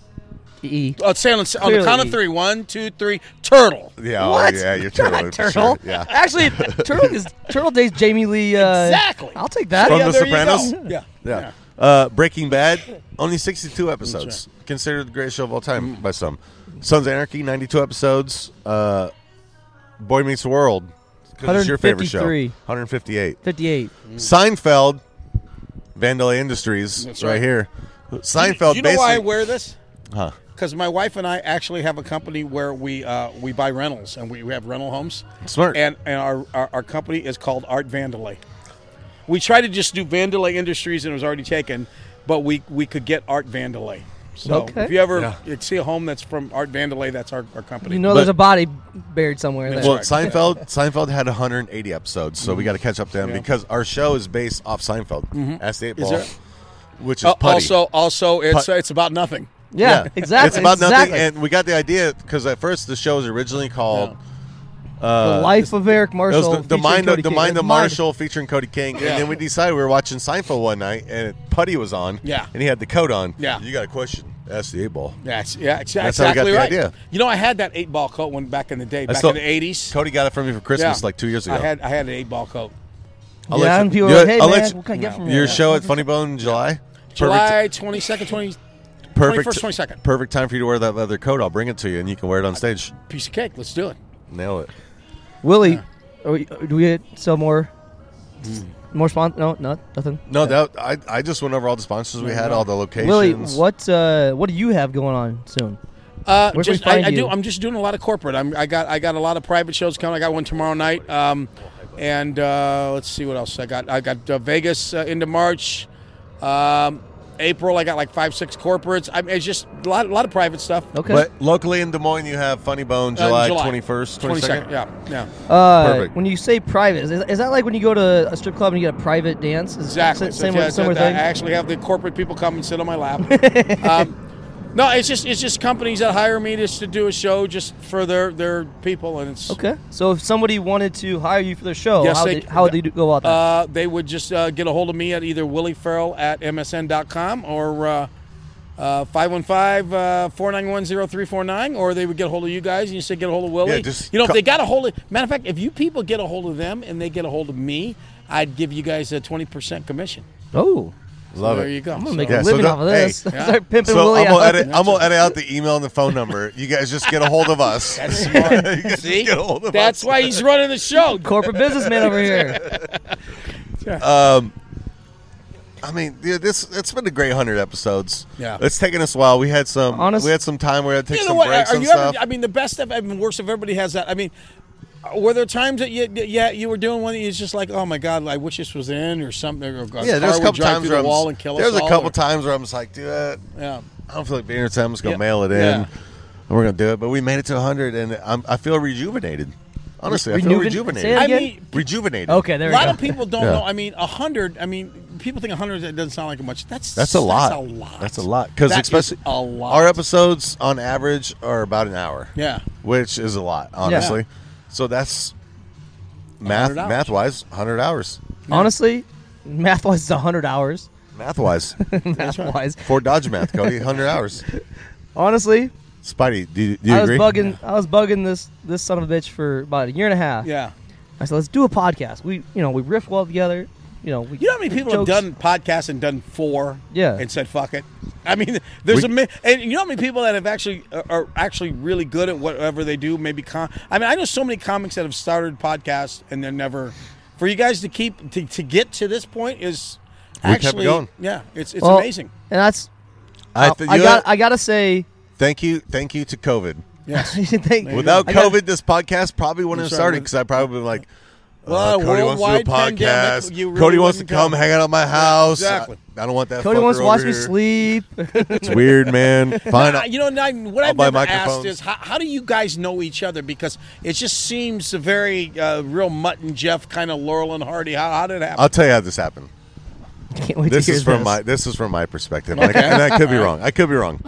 Speaker 4: E.
Speaker 13: Oh, say on, the- on the
Speaker 4: Clearly
Speaker 13: count of
Speaker 4: E.
Speaker 13: three. One, two, three. Turtle.
Speaker 3: Yeah, oh,
Speaker 4: What?
Speaker 3: yeah, you're
Speaker 4: Not
Speaker 3: turtle. for sure.
Speaker 4: turtle.
Speaker 3: Yeah.
Speaker 4: Actually, Turtle is Turtle Days. Jamie Lee. Uh,
Speaker 13: Exactly.
Speaker 4: I'll take that.
Speaker 3: From
Speaker 13: Yeah,
Speaker 3: The
Speaker 13: there you go.
Speaker 3: Sopranos.
Speaker 13: Yeah.
Speaker 3: Yeah. Uh, Breaking Bad, only sixty two episodes, considered the greatest show of all time by some. Sons of Anarchy, ninety two episodes. Uh, Boy Meets the World, 'cause it's your favorite show.
Speaker 4: 153.
Speaker 3: One hundred fifty eight.
Speaker 4: 58.
Speaker 13: Mm.
Speaker 3: Seinfeld, Vandalay Industries,
Speaker 13: That's
Speaker 3: right.
Speaker 13: right.
Speaker 3: here.
Speaker 13: Do
Speaker 3: Seinfeld.
Speaker 13: you know why I
Speaker 3: basically-
Speaker 13: wear this?
Speaker 3: Huh.
Speaker 13: Because my wife and I actually have a company where we uh, we buy rentals and we, we have rental homes.
Speaker 3: Smart.
Speaker 13: And and our, our, our company is called Art Vandalay. We tried to just do Vandalay Industries and it was already taken, but we we could get Art Vandalay. So
Speaker 4: Okay.
Speaker 13: if you ever
Speaker 3: Yeah.
Speaker 13: you see a home that's from Art Vandalay, that's our, our company.
Speaker 4: You know,
Speaker 3: But-
Speaker 4: there's a body buried somewhere. There.
Speaker 3: Well, Seinfeld. Seinfeld had 180 episodes, so we got to catch up to them
Speaker 13: Mm. Yeah. Mm-hmm.
Speaker 3: because our show is based off Seinfeld. Ask the Eight
Speaker 13: Is
Speaker 3: Ball.
Speaker 13: there- Uh,
Speaker 3: which is
Speaker 5: Al-
Speaker 3: putty.
Speaker 5: also also it's
Speaker 3: Put-
Speaker 5: it's about nothing.
Speaker 3: It's about nothing, and we got the idea because at first the show was originally called uh,
Speaker 4: the Life of Eric
Speaker 3: It was
Speaker 4: Marshall.
Speaker 3: the, the
Speaker 4: featuring
Speaker 3: mind,
Speaker 4: Cody
Speaker 3: the
Speaker 4: King.
Speaker 3: mind
Speaker 4: The
Speaker 3: of Marshall featuring Cody King,
Speaker 4: Yeah.
Speaker 3: and then we decided we were watching Seinfeld one night, and Putty was on,
Speaker 5: Yeah.
Speaker 3: and he had the coat on,
Speaker 5: Yeah.
Speaker 3: You got a question? Ask the eight ball.
Speaker 5: That's yeah, ex-
Speaker 3: That's how we
Speaker 5: exactly
Speaker 3: got the
Speaker 5: right.
Speaker 3: idea.
Speaker 5: You know, I had that eight ball coat one back in the day,
Speaker 3: I
Speaker 5: back
Speaker 3: still-
Speaker 5: in the eighties.
Speaker 3: Cody got it for me for Christmas like two years ago.
Speaker 5: I had I had an eight ball coat.
Speaker 3: I'll
Speaker 4: Yeah,
Speaker 3: let
Speaker 4: and people
Speaker 3: you-
Speaker 4: are like, "Hey,
Speaker 3: I'll
Speaker 4: man,
Speaker 3: let you-
Speaker 4: what can I get from you?"
Speaker 3: Your
Speaker 4: Yeah.
Speaker 3: show at Funny Bone in July,
Speaker 5: July twenty second, twenty
Speaker 3: perfect,
Speaker 5: first, twenty second.
Speaker 3: perfect time for you to wear that leather coat. I'll bring it to you, and you can wear it on stage.
Speaker 5: Piece of cake. Let's do it.
Speaker 3: Nail it.
Speaker 4: Willie, are we, do we get some more?
Speaker 3: Mm.
Speaker 4: More sponsors? No, not nothing.
Speaker 3: No, that I, I just went over all the sponsors we had, all the locations.
Speaker 4: Willie, what uh, what do you have going on soon? Where
Speaker 5: Uh,
Speaker 4: can we
Speaker 5: just, I,
Speaker 4: find
Speaker 5: I do.
Speaker 4: you?
Speaker 5: I'm just doing a lot of corporate. I'm, I got I got a lot of private shows coming. I got one tomorrow night. Um, and uh, let's see what else I got. I got uh, Vegas uh, into March, um, April. I got like five six corporates. I, it's just a lot, a lot of private stuff.
Speaker 3: But locally in Des Moines, you have Funny Bone
Speaker 5: Uh,
Speaker 3: July
Speaker 5: July.
Speaker 3: twenty first, twenty
Speaker 5: 22nd,
Speaker 3: second.
Speaker 5: yeah, yeah.
Speaker 4: Uh,
Speaker 3: Perfect.
Speaker 4: When you say private, is, is that like when you go to a strip club and you get a private dance? Is
Speaker 5: Exactly.
Speaker 4: Same,
Speaker 5: So,
Speaker 4: same
Speaker 5: yeah,
Speaker 4: with- similar
Speaker 5: so that-
Speaker 4: thing.
Speaker 5: I actually have the corporate people come and sit on my lap. um, no, it's just it's just companies that hire me just to do a show just for their their people, and it's
Speaker 4: okay. So if somebody wanted to hire you for their show,
Speaker 5: Yes,
Speaker 4: how,
Speaker 5: they-
Speaker 4: would they, how would they do, go about that?
Speaker 5: Uh, they would just uh, get a hold of me at either Willie Farrell at MSN.com or uh, uh, 515-491-0349, or they would get a hold of you guys and you say, get a hold of Willie.
Speaker 3: Yeah, just
Speaker 5: you know, if
Speaker 3: co-
Speaker 5: they got a hold of, matter of fact, if you people get a hold of them and they get a hold of me, I'd give you guys a 20% commission.
Speaker 4: Oh,
Speaker 3: love
Speaker 5: so there
Speaker 3: it.
Speaker 5: you go.
Speaker 4: I'm
Speaker 5: So-
Speaker 4: gonna make a living
Speaker 3: don't-
Speaker 4: off of this.
Speaker 3: hey,
Speaker 4: Start pimping
Speaker 3: so
Speaker 4: Willie
Speaker 3: I'm gonna
Speaker 4: out.
Speaker 3: edit. I'm gonna edit out the email and the phone number. You guys just get a hold of us.
Speaker 5: That's smart. See? That's why he's running the show.
Speaker 4: Corporate businessman over here.
Speaker 3: Um, I mean, yeah, this it's been a great hundred episodes.
Speaker 5: Yeah.
Speaker 3: it's taken us a while. We had some.
Speaker 5: Honest-
Speaker 3: we had some time where I had to take
Speaker 5: you know
Speaker 3: some
Speaker 5: what?
Speaker 3: breaks
Speaker 5: Are
Speaker 3: and
Speaker 5: you
Speaker 3: stuff.
Speaker 5: ever? I mean, the best of and worst of everybody has that. I mean, were there times that you, yeah, you were doing one that you just like, oh my god, I wish this was in or something. Or a
Speaker 3: yeah,
Speaker 5: car
Speaker 3: there's a
Speaker 5: would
Speaker 3: couple
Speaker 5: drive
Speaker 3: times
Speaker 5: through
Speaker 3: where
Speaker 5: the
Speaker 3: I'm,
Speaker 5: wall and kill
Speaker 3: there's
Speaker 5: us
Speaker 3: a
Speaker 5: all,
Speaker 3: couple
Speaker 5: or-
Speaker 3: times where I'm just like, dude, I
Speaker 5: Yeah.
Speaker 3: don't feel like being here today. I'm just gonna
Speaker 5: Yeah.
Speaker 3: mail it in.
Speaker 5: Yeah.
Speaker 3: And we're gonna do it, but we made it to hundred, and I'm, I feel rejuvenated. Honestly, I feel
Speaker 5: Rejuven- say
Speaker 3: rejuvenated.
Speaker 5: that I again? mean-
Speaker 3: rejuvenated.
Speaker 5: a lot of people don't
Speaker 3: Yeah.
Speaker 5: know. I mean, a hundred. I mean, people think a hundred doesn't sound like much. That's
Speaker 3: That's a lot.
Speaker 5: That's a lot.
Speaker 3: That's a lot. Because
Speaker 5: That is
Speaker 3: especially
Speaker 5: a lot.
Speaker 3: Our episodes on average are about an hour.
Speaker 5: Yeah.
Speaker 3: which is a lot, honestly. So that's math
Speaker 4: 100 hours.
Speaker 3: math wise, hundred hours.
Speaker 4: Honestly, math wise, it's 100 hours.
Speaker 3: Math wise,
Speaker 4: math wise.
Speaker 3: for Dodge math, Cody, hundred hours.
Speaker 4: Honestly,
Speaker 3: Spidey, do, you- do you
Speaker 4: I was
Speaker 3: agree?
Speaker 4: bugging. I was bugging this this son of a bitch for about a year and a half.
Speaker 5: Yeah.
Speaker 4: I said, let's do a podcast. We, you know, we riff well together. You know, we
Speaker 5: You know how many people
Speaker 4: jokes.
Speaker 5: have done podcasts and done four?
Speaker 4: Yeah.
Speaker 5: and said fuck it. I mean, there's
Speaker 4: We-
Speaker 5: a mi- and you know how many people that have actually are- are actually really good at whatever they do. Maybe com- I mean, I know so many comics that have started podcasts and they're never. For you guys to keep to, to get to this point is
Speaker 3: We kept
Speaker 5: actually
Speaker 3: going.
Speaker 5: yeah, it's it's
Speaker 4: Well,
Speaker 5: amazing.
Speaker 4: And that's.
Speaker 3: I
Speaker 4: I,
Speaker 3: th-
Speaker 4: I
Speaker 3: you
Speaker 4: got.
Speaker 3: know-
Speaker 4: I gotta say.
Speaker 3: Thank you, thank you to COVID.
Speaker 5: Yes.
Speaker 4: Thank-
Speaker 3: Without
Speaker 4: I gotta-
Speaker 3: COVID, this podcast probably wouldn't have
Speaker 5: That's right.
Speaker 3: started because I probably been like, uh,
Speaker 5: Well,
Speaker 3: Cody wants to do a
Speaker 5: worldwide pandemic,
Speaker 3: podcast.
Speaker 5: you
Speaker 3: Cody
Speaker 5: really
Speaker 3: wants to
Speaker 5: wouldn't
Speaker 3: come
Speaker 5: come.
Speaker 3: hang out at my
Speaker 5: Yeah,
Speaker 3: house. I-
Speaker 5: exactly.
Speaker 3: I, don't want that.
Speaker 4: Cody
Speaker 3: fucker
Speaker 4: wants to
Speaker 3: over
Speaker 4: watch me
Speaker 3: here.
Speaker 4: sleep.
Speaker 3: It's weird, man. Fine.
Speaker 5: Nah, you know, now, what
Speaker 3: I'll
Speaker 5: I've
Speaker 3: buy
Speaker 5: never asked
Speaker 3: microphones.
Speaker 5: is how, how do you guys know each other? Because it just seems a very uh, real Mutt and Jeff kind of Laurel and Hardy. How, how did it happen?
Speaker 3: I'll tell you how this happened.
Speaker 4: Can't wait
Speaker 3: this
Speaker 4: to hear
Speaker 3: is from
Speaker 4: this.
Speaker 3: my this is from my perspective,
Speaker 5: Okay.
Speaker 3: and I, and I could be wrong. I could be wrong.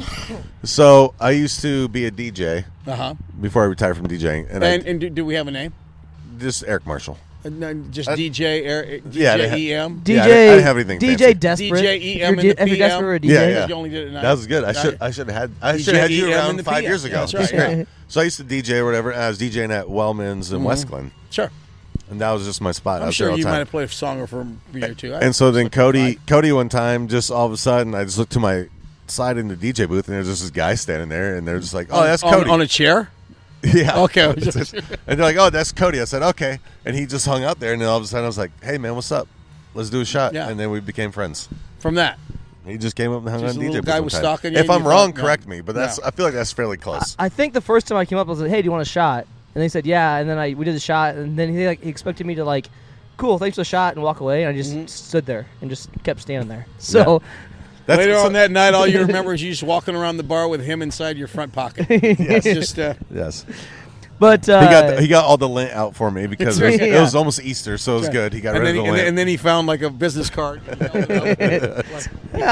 Speaker 3: So I used to be a DJ
Speaker 5: Uh-huh.
Speaker 3: before I retired from DJing, and,
Speaker 5: and
Speaker 3: I,
Speaker 5: and do, do we have a name?
Speaker 3: just Eric Marshall.
Speaker 5: Uh, no, Just DJ, Air, uh, DJ
Speaker 3: yeah, they ha-
Speaker 5: EM.
Speaker 4: DJ.
Speaker 3: Yeah, I didn't- I didn't have anything
Speaker 4: DJ
Speaker 3: fancy.
Speaker 4: desperate.
Speaker 5: DJ
Speaker 4: If
Speaker 5: EM
Speaker 4: you're de-
Speaker 5: and E the
Speaker 4: if you're desperate,
Speaker 5: PM.
Speaker 4: or a DJ.
Speaker 3: Yeah, yeah.
Speaker 5: You only did it
Speaker 3: That was good. I
Speaker 5: night.
Speaker 3: should I should have had I
Speaker 5: DJ
Speaker 3: should have had you
Speaker 5: EM
Speaker 3: around
Speaker 5: E and the
Speaker 3: five
Speaker 5: PM.
Speaker 3: years ago.
Speaker 5: Yeah, that's right,
Speaker 3: That's great.
Speaker 5: yeah.
Speaker 3: So I used to DJ or whatever, and I was DJing at Wellman's in Westland,
Speaker 5: Sure.
Speaker 3: and that was just my spot. I
Speaker 5: I'm
Speaker 3: was there
Speaker 5: sure
Speaker 3: all
Speaker 5: you
Speaker 3: the time.
Speaker 5: might have played a song or from year or two. I-
Speaker 3: And so then Cody, Cody, one time, just all of a sudden, I just looked to my side in the DJ booth, and there's just this guy standing there, and they're just like, "Oh,
Speaker 5: On-
Speaker 3: that's
Speaker 5: on-
Speaker 3: Cody
Speaker 5: on a chair.
Speaker 3: Yeah.
Speaker 5: Okay.
Speaker 3: and they're like, "Oh, that's Cody." I said, "Okay," and he just hung up there, and then all of a sudden, I was like, "Hey, man, what's up? Let's do a shot."
Speaker 5: Yeah.
Speaker 3: And then we became friends.
Speaker 5: From that,
Speaker 3: He just came up and hung on
Speaker 5: Just a
Speaker 3: DJ.
Speaker 5: little
Speaker 3: booth
Speaker 5: guy
Speaker 3: one
Speaker 5: was
Speaker 3: time.
Speaker 5: stalking you
Speaker 3: If
Speaker 5: and
Speaker 3: I'm
Speaker 5: you
Speaker 3: wrong,
Speaker 5: thought-
Speaker 3: correct
Speaker 5: yeah.
Speaker 3: me, but that's
Speaker 5: Yeah.
Speaker 3: I feel like that's fairly close.
Speaker 4: I think the first time I came up, I was like, "Hey, do you want a shot?" And they said, "Yeah." And then I we did the shot, and then he like he expected me to like, "Cool, thanks for the shot," and walk away. And I just
Speaker 5: Mm-hmm.
Speaker 4: stood there and just kept standing there. So
Speaker 3: That's-
Speaker 5: Later
Speaker 3: so-
Speaker 5: on that night, all you remember is you just walking around the bar with him inside your front pocket. It's just uh,
Speaker 3: yes.
Speaker 4: But uh,
Speaker 3: he got the, he got all the lint out for me because it was,
Speaker 14: right.
Speaker 3: it was almost Easter, so it was
Speaker 14: That's right.
Speaker 3: good. He got
Speaker 14: and
Speaker 3: rid
Speaker 14: then
Speaker 3: of
Speaker 14: he,
Speaker 3: the
Speaker 14: and, then-
Speaker 3: lint.
Speaker 14: and then he found like a business card.
Speaker 4: yeah,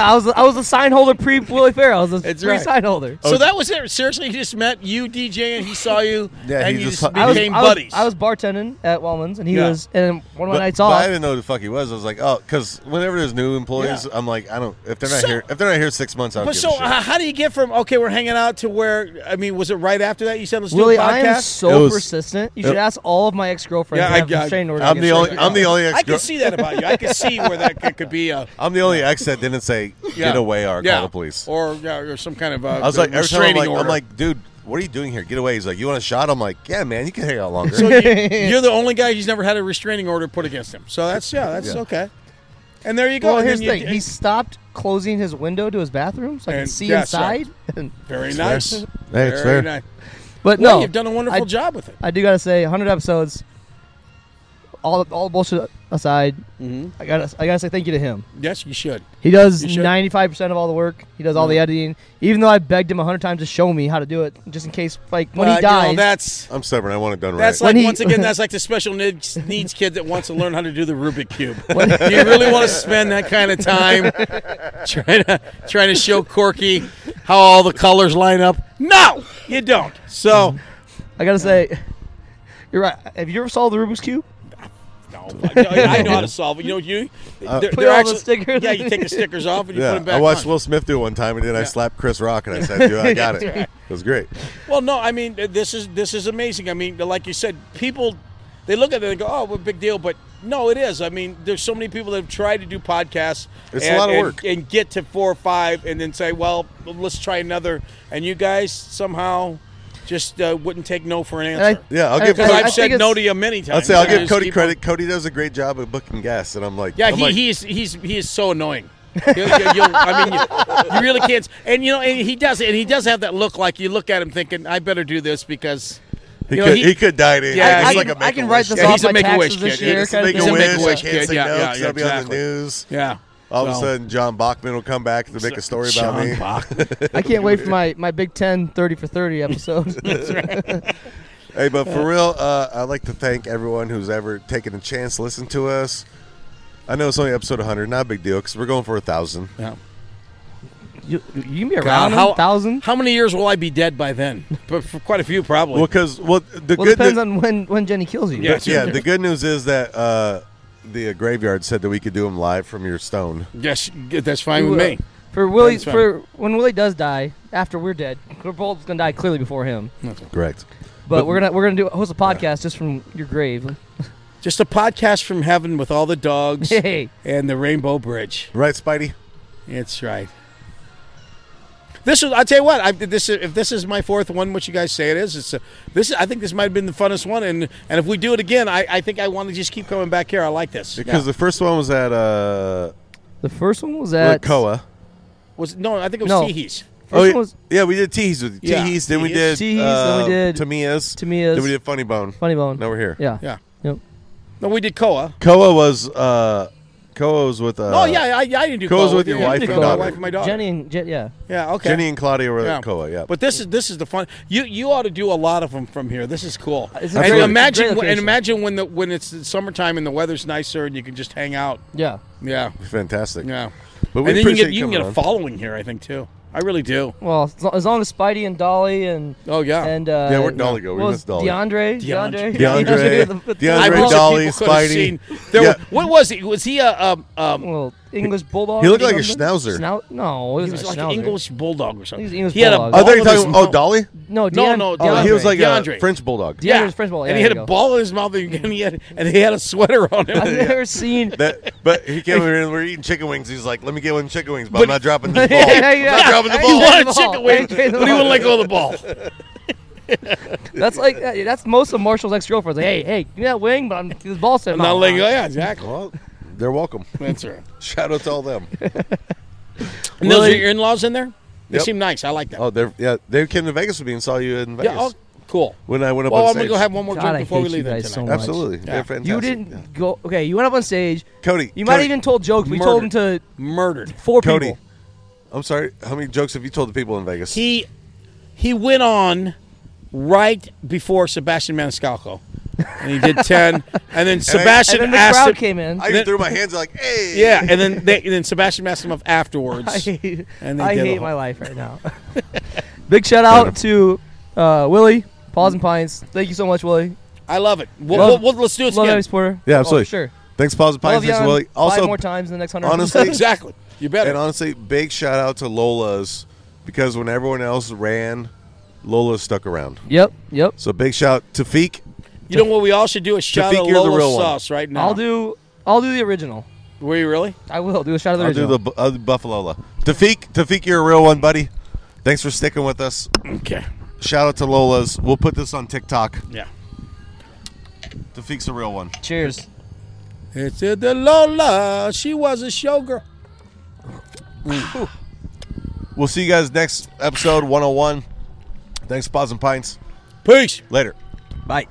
Speaker 4: I was I was a sign holder pre Willie Fair. I was a pre
Speaker 14: right.
Speaker 4: sign holder.
Speaker 5: So that was it. Seriously, he just met you, DJ, and he saw you,
Speaker 3: Yeah,
Speaker 5: and
Speaker 3: he
Speaker 5: you
Speaker 3: just-
Speaker 5: just,
Speaker 3: I was-
Speaker 5: became
Speaker 4: I was-
Speaker 5: buddies.
Speaker 4: I was bartending at Wallman's, and he
Speaker 3: Yeah.
Speaker 4: was, and one of my
Speaker 3: But-
Speaker 4: nights
Speaker 3: but
Speaker 4: off.
Speaker 3: I didn't know who the fuck he was. I was like, oh, because whenever there's new employees, I'm like, I don't. If they're not
Speaker 5: So-
Speaker 3: here, if they're not here six months, I don't
Speaker 5: but
Speaker 3: give
Speaker 5: so,
Speaker 3: a shit.
Speaker 5: uh, how do you get from okay, we're hanging out to where? I mean, was it right after that you said let's
Speaker 4: Willie,
Speaker 5: do a podcast?
Speaker 4: I am so
Speaker 3: It was-
Speaker 4: persistent. You
Speaker 3: it-
Speaker 4: should ask all of my ex girlfriends.
Speaker 3: Yeah, I-
Speaker 4: I,
Speaker 3: I- I'm the only- I'm
Speaker 4: "Oh."
Speaker 3: the only
Speaker 5: I can
Speaker 3: ex-girl-
Speaker 5: see that about you. I can see where that could, could be a
Speaker 3: I'm the only ex that didn't say
Speaker 5: Yeah.
Speaker 3: get away or
Speaker 5: Yeah.
Speaker 3: call the police.
Speaker 5: or yeah, or some kind of uh,
Speaker 3: I was like, every time I'm
Speaker 5: restraining
Speaker 3: like, I'm
Speaker 5: order.
Speaker 3: like, dude, what are you doing here? Get away. He's like, you want a shot? I'm like, yeah, man, you can hang out longer.
Speaker 5: so you, you're the only guy who's never had a restraining order put against him. So that's yeah, that's
Speaker 3: Yeah.
Speaker 5: okay. And there you go.
Speaker 4: Well,
Speaker 5: And
Speaker 4: here's
Speaker 5: then
Speaker 4: the
Speaker 5: you-
Speaker 4: thing. He stopped closing his window to his bathroom so I can
Speaker 5: And-
Speaker 4: see
Speaker 5: yeah, that's right.
Speaker 4: inside. And-
Speaker 5: very
Speaker 3: It's
Speaker 5: nice.
Speaker 3: fair. Hey,
Speaker 5: Very
Speaker 3: it's fair.
Speaker 5: nice.
Speaker 4: But
Speaker 5: Well,
Speaker 4: no,
Speaker 5: you've done a wonderful
Speaker 4: I-
Speaker 5: job with it.
Speaker 4: I do gotta say, 100 episodes. All all bullshit aside, I gotta I gotta say thank you to him.
Speaker 5: Yes, you should.
Speaker 4: He does
Speaker 5: You should.
Speaker 4: 95 percent of all the work. He does all the editing, even though I begged him 100 times to show me how to do it, just in case, like when
Speaker 5: Well,
Speaker 4: he
Speaker 5: Uh, you know,
Speaker 4: dies.
Speaker 5: that's
Speaker 3: I'm stubborn. I want it done
Speaker 5: That's
Speaker 3: right.
Speaker 5: like
Speaker 4: When he-
Speaker 5: once again, that's like the special needs, needs kid that wants to learn how to do the Rubik cube. do you really want to spend that kind of time trying to trying to show Corky how all the colors line up? No, you don't. So
Speaker 4: I gotta say, you're right. Have you ever solved the Rubik's cube?
Speaker 5: no, I, I know how to solve it. You know you. they're-
Speaker 4: Put
Speaker 5: they're
Speaker 4: all the stickers
Speaker 5: Yeah, you take the stickers off and you put
Speaker 3: Uh, yeah,
Speaker 5: them back.
Speaker 3: I watched
Speaker 5: on.
Speaker 3: Will Smith do it one time, and then I slapped Chris Rock, and I said, dude, I got it.
Speaker 5: That's
Speaker 3: It
Speaker 5: right.
Speaker 3: was great.
Speaker 5: Well, no, I mean th- this is this is amazing. I mean, like you said, people they look at it and go, "Oh, what a big deal," but no, it is. I mean, there's so many people that have tried to do podcasts.
Speaker 3: It's a
Speaker 5: and,
Speaker 3: lot of
Speaker 5: and-
Speaker 3: work.
Speaker 5: and get to four or five, and then say, "Well, let's try another." And you guys somehow just uh, wouldn't take no for an
Speaker 4: I-
Speaker 5: answer.
Speaker 3: Yeah, I'll
Speaker 4: I-
Speaker 3: give
Speaker 5: Because
Speaker 3: Cody,
Speaker 5: I've
Speaker 4: think
Speaker 5: said
Speaker 4: it's-
Speaker 5: no to you many times.
Speaker 3: I'll say I'll
Speaker 5: and I
Speaker 3: give
Speaker 5: just
Speaker 3: Cody
Speaker 5: keep
Speaker 3: credit. Cody does a great job at booking guests, and I'm like,
Speaker 5: yeah,
Speaker 3: I'm
Speaker 5: he,
Speaker 3: like,
Speaker 5: he's he's he is so annoying. You- you- you- I mean, you, you really can't. And you know, and he does, and he does have that look like you look at him thinking, "I better do this because."
Speaker 3: he
Speaker 5: you know,
Speaker 3: could, he, could die. To,
Speaker 5: Yeah,
Speaker 3: he's
Speaker 5: I
Speaker 3: like
Speaker 4: can-
Speaker 3: a
Speaker 4: I can
Speaker 3: Make-A-Wish.
Speaker 4: write this
Speaker 5: Yeah,
Speaker 4: off
Speaker 5: he's a
Speaker 4: my
Speaker 5: Make-A-Wish
Speaker 4: taxes this
Speaker 5: kid.
Speaker 4: year.
Speaker 5: It's a
Speaker 4: kind of
Speaker 3: Make
Speaker 4: thing.
Speaker 3: a
Speaker 5: He's
Speaker 3: wish. I
Speaker 5: Make-A-Wish
Speaker 3: can't
Speaker 5: kid.
Speaker 3: say
Speaker 5: Yeah,
Speaker 3: no
Speaker 5: yeah,
Speaker 3: 'cause I'll be on
Speaker 5: exactly.
Speaker 3: the news.
Speaker 5: Yeah.
Speaker 3: All of a
Speaker 5: So-
Speaker 3: sudden, John Bachman will come back to make a story about
Speaker 5: John
Speaker 3: me.
Speaker 5: Bach.
Speaker 4: I can't wait for my, my Big Ten 30 for 30 episode.
Speaker 3: Hey, but for real, uh, I'd like to thank everyone who's ever taken a chance to listen to us. I know it's only episode 100, not a big deal because we're going for a thousand.
Speaker 5: Yeah.
Speaker 4: you, you can be
Speaker 5: God,
Speaker 4: around
Speaker 5: how-
Speaker 4: 1,000.
Speaker 5: How many years will I be dead by then? But for quite a few, probably.
Speaker 3: Well, because well, the
Speaker 4: Well,
Speaker 3: good
Speaker 4: it depends
Speaker 3: nu-
Speaker 4: on when, when Jenny kills you.
Speaker 5: Yeah.
Speaker 3: yeah, the good news is that uh, the uh, graveyard said that we could do them live from your stone.
Speaker 5: yes, that's fine with
Speaker 4: Well,
Speaker 5: me.
Speaker 4: For Willie,
Speaker 5: That's fine.
Speaker 4: for when Willie does die, after we're dead, we're both gonna die clearly before him.
Speaker 3: Correct.
Speaker 4: But, we're gonna we're gonna do host a podcast just from your grave.
Speaker 5: Just a podcast from heaven with all the dogs
Speaker 4: Hey,
Speaker 5: and the Rainbow Bridge.
Speaker 3: Right, Spidey?
Speaker 5: It's right. This is. I tell you what. I, this is, if this is my fourth one, what you guys say it is. It's a, this. Is, I think this might have been the funnest one, and and if we do it again, I, I think I want to just keep coming back here. I like this.
Speaker 3: Because
Speaker 5: Yeah.
Speaker 3: the first one was at uh,
Speaker 4: the first one was at
Speaker 3: Koa. Oh,
Speaker 5: was no, I think it was
Speaker 4: No.
Speaker 5: Teehees.
Speaker 4: First one
Speaker 3: yeah,
Speaker 4: was
Speaker 3: yeah, we did Teehees with
Speaker 5: Yeah.
Speaker 3: Teehees. Then we did
Speaker 4: Teehees,
Speaker 5: Teehees.
Speaker 4: then we
Speaker 3: uh,
Speaker 4: did
Speaker 3: Tamiya's.
Speaker 4: Tamiya's.
Speaker 3: Then we did Funny Bone.
Speaker 4: Funny Bone.
Speaker 3: Now we're here.
Speaker 4: Yeah.
Speaker 5: Yeah.
Speaker 4: Yep.
Speaker 5: No, we did Koa.
Speaker 3: Koa was uh, Koa was with uh,
Speaker 5: oh yeah, I, I didn't do
Speaker 3: Koa's
Speaker 5: Koa.
Speaker 3: with your
Speaker 5: Yeah, I
Speaker 3: wife
Speaker 5: did
Speaker 3: and
Speaker 5: Koa,
Speaker 3: daughter.
Speaker 5: My wife and my daughter.
Speaker 4: Jenny and Je- yeah.
Speaker 5: Yeah. Okay.
Speaker 3: Jenny and Claudia were
Speaker 5: Yeah.
Speaker 3: at Koa. Yeah,
Speaker 5: But this is this is the fun. You you ought to do a lot of them from here. This is cool.
Speaker 4: It's a
Speaker 5: and
Speaker 4: great-
Speaker 5: imagine
Speaker 4: great
Speaker 5: when- and
Speaker 4: location.
Speaker 5: imagine when the when it's the summertime and the weather's nicer and you can just hang out.
Speaker 4: Yeah.
Speaker 5: Yeah,
Speaker 3: fantastic.
Speaker 5: yeah.
Speaker 3: But we
Speaker 5: and then you
Speaker 3: appreciate
Speaker 5: get you can
Speaker 3: coming
Speaker 5: get a
Speaker 3: on.
Speaker 5: following here. I think too. I really do.
Speaker 4: Well, as lo- as long as Spidey and Dolly and
Speaker 5: Oh yeah.
Speaker 4: and uh,
Speaker 3: Yeah, where'd Dolly go? We
Speaker 4: what was
Speaker 3: missed Dolly.
Speaker 4: DeAndre. DeAndre.
Speaker 5: DeAndre.
Speaker 3: DeAndre.
Speaker 4: the- the-
Speaker 3: DeAndre
Speaker 5: I wish that
Speaker 3: Dolly,
Speaker 5: people could have
Speaker 3: Spidey.
Speaker 5: seen. There
Speaker 3: Yeah.
Speaker 5: were, what was he? Was he a um, um
Speaker 4: Well, English bulldog.
Speaker 3: He looked
Speaker 4: or
Speaker 3: like a
Speaker 4: something?
Speaker 3: schnauzer.
Speaker 4: Schnou- no,
Speaker 5: he was like
Speaker 4: schnauzer.
Speaker 5: an English bulldog or something?
Speaker 4: He was English
Speaker 5: he had a
Speaker 4: bulldog.
Speaker 3: I
Speaker 5: ball
Speaker 3: thought you were
Speaker 5: in his
Speaker 3: talking. Oh,
Speaker 5: mouth.
Speaker 3: Dolly.
Speaker 4: No,
Speaker 5: No,
Speaker 4: Dan-
Speaker 5: no,
Speaker 3: Oh, he was
Speaker 5: DeAndre.
Speaker 3: like a
Speaker 5: DeAndre.
Speaker 3: French bulldog.
Speaker 4: DeAndre's French bulldog.
Speaker 5: and
Speaker 4: Yeah,
Speaker 5: he
Speaker 4: there
Speaker 5: had
Speaker 4: you go.
Speaker 5: a ball in his mouth, and he had and he had a sweater on him.
Speaker 4: I've never seen.
Speaker 3: That, but he came over here and we're eating chicken wings. He's like, "Let me get one chicken wings, but,
Speaker 5: But-
Speaker 3: I'm not dropping this ball.
Speaker 4: Yeah,
Speaker 3: I'm not
Speaker 4: yeah.
Speaker 3: dropping the
Speaker 4: I
Speaker 3: ball."
Speaker 4: know.
Speaker 5: He
Speaker 4: the
Speaker 5: wanted
Speaker 4: ball.
Speaker 5: chicken wings,
Speaker 4: He wanted the
Speaker 5: but he wouldn't
Speaker 4: ball.
Speaker 5: let go of the ball.
Speaker 4: That's like uh, that's most of Marshall's ex-girlfriends. Like, hey, hey, give me that wing, but I'm this ball sitting.
Speaker 5: I'm not
Speaker 4: on
Speaker 5: letting go.
Speaker 4: mine."
Speaker 5: Yeah, exactly.
Speaker 3: Well, they're welcome.
Speaker 5: That's right.
Speaker 3: Shout out to all them.
Speaker 5: And those are your in-laws in there? They
Speaker 3: Yep.
Speaker 5: seem nice. I like that.
Speaker 3: Oh, they're yeah. They came to Vegas with me and saw you in Vegas
Speaker 5: yeah. Oh, cool.
Speaker 3: when I went up
Speaker 5: Well,
Speaker 3: on
Speaker 5: I'm
Speaker 3: stage.
Speaker 5: gonna go have one more
Speaker 4: God,
Speaker 5: drink
Speaker 4: I
Speaker 5: before we
Speaker 4: hate you
Speaker 5: leave. Then
Speaker 4: guys so
Speaker 5: tonight.
Speaker 4: much.
Speaker 3: Absolutely,
Speaker 5: Yeah.
Speaker 3: they're fantastic.
Speaker 4: You didn't go. Okay, you went up on stage.
Speaker 3: Cody.
Speaker 4: You might have
Speaker 3: Cody,
Speaker 4: even told jokes. We told him to
Speaker 5: Murdered.
Speaker 4: four
Speaker 3: Cody.
Speaker 4: people.
Speaker 3: I'm sorry. How many jokes have you told the people in Vegas?
Speaker 5: He he went on right before Sebastian Maniscalco. And he did 10. And then
Speaker 3: I-
Speaker 5: Sebastian
Speaker 3: and then the
Speaker 5: asked
Speaker 3: crowd
Speaker 5: him-
Speaker 3: came in. I
Speaker 5: and
Speaker 3: threw my hands like, "Hey."
Speaker 5: Yeah, and then they, and then Sebastian asked him up afterwards.
Speaker 4: I hate,
Speaker 5: and
Speaker 4: I
Speaker 5: did a
Speaker 4: hate
Speaker 5: whole-
Speaker 4: my life right now. Big shout out to uh, Willie, Paws and Pines. Thank you so much, Willie.
Speaker 5: I love it. We'll,
Speaker 4: Love-
Speaker 5: we'll, we'll- let's do it
Speaker 4: love
Speaker 5: again.
Speaker 4: every supporter.
Speaker 3: Yeah,
Speaker 4: Oh,
Speaker 3: absolutely.
Speaker 4: sure.
Speaker 3: Thanks, Pause and
Speaker 4: I'll
Speaker 3: Pines.
Speaker 4: have you
Speaker 3: Thanks,
Speaker 4: on
Speaker 3: Willie.
Speaker 4: five
Speaker 3: Also,
Speaker 4: more times in the next 100
Speaker 3: Honestly,
Speaker 4: episodes. Exactly.
Speaker 5: You better.
Speaker 3: And honestly, big shout out to Lola's because when everyone else ran, Lola stuck around.
Speaker 4: Yep. Yep.
Speaker 3: So big shout to Feek.
Speaker 5: You know what we all should do? A shot
Speaker 3: Tafik,
Speaker 5: of
Speaker 3: you're the
Speaker 5: Lola's
Speaker 3: real one.
Speaker 5: sauce right now.
Speaker 4: I'll do. I'll do the original.
Speaker 5: Were you really?
Speaker 4: I will do a shot of the
Speaker 3: I'll do
Speaker 4: original.
Speaker 3: the bu- uh, Buffalola. Tafik, Tafik, you're a real one, buddy. Thanks for sticking with us.
Speaker 5: Okay.
Speaker 3: Shout out to Lola's. We'll put this on TikTok.
Speaker 5: Yeah.
Speaker 3: Tafik's a real one.
Speaker 4: Cheers.
Speaker 5: It's a the Lola. She was a showgirl.
Speaker 3: We'll see you guys next oh episode 101. Thanks, Paws and Pints.
Speaker 5: Peace.
Speaker 3: Later.
Speaker 4: Bye.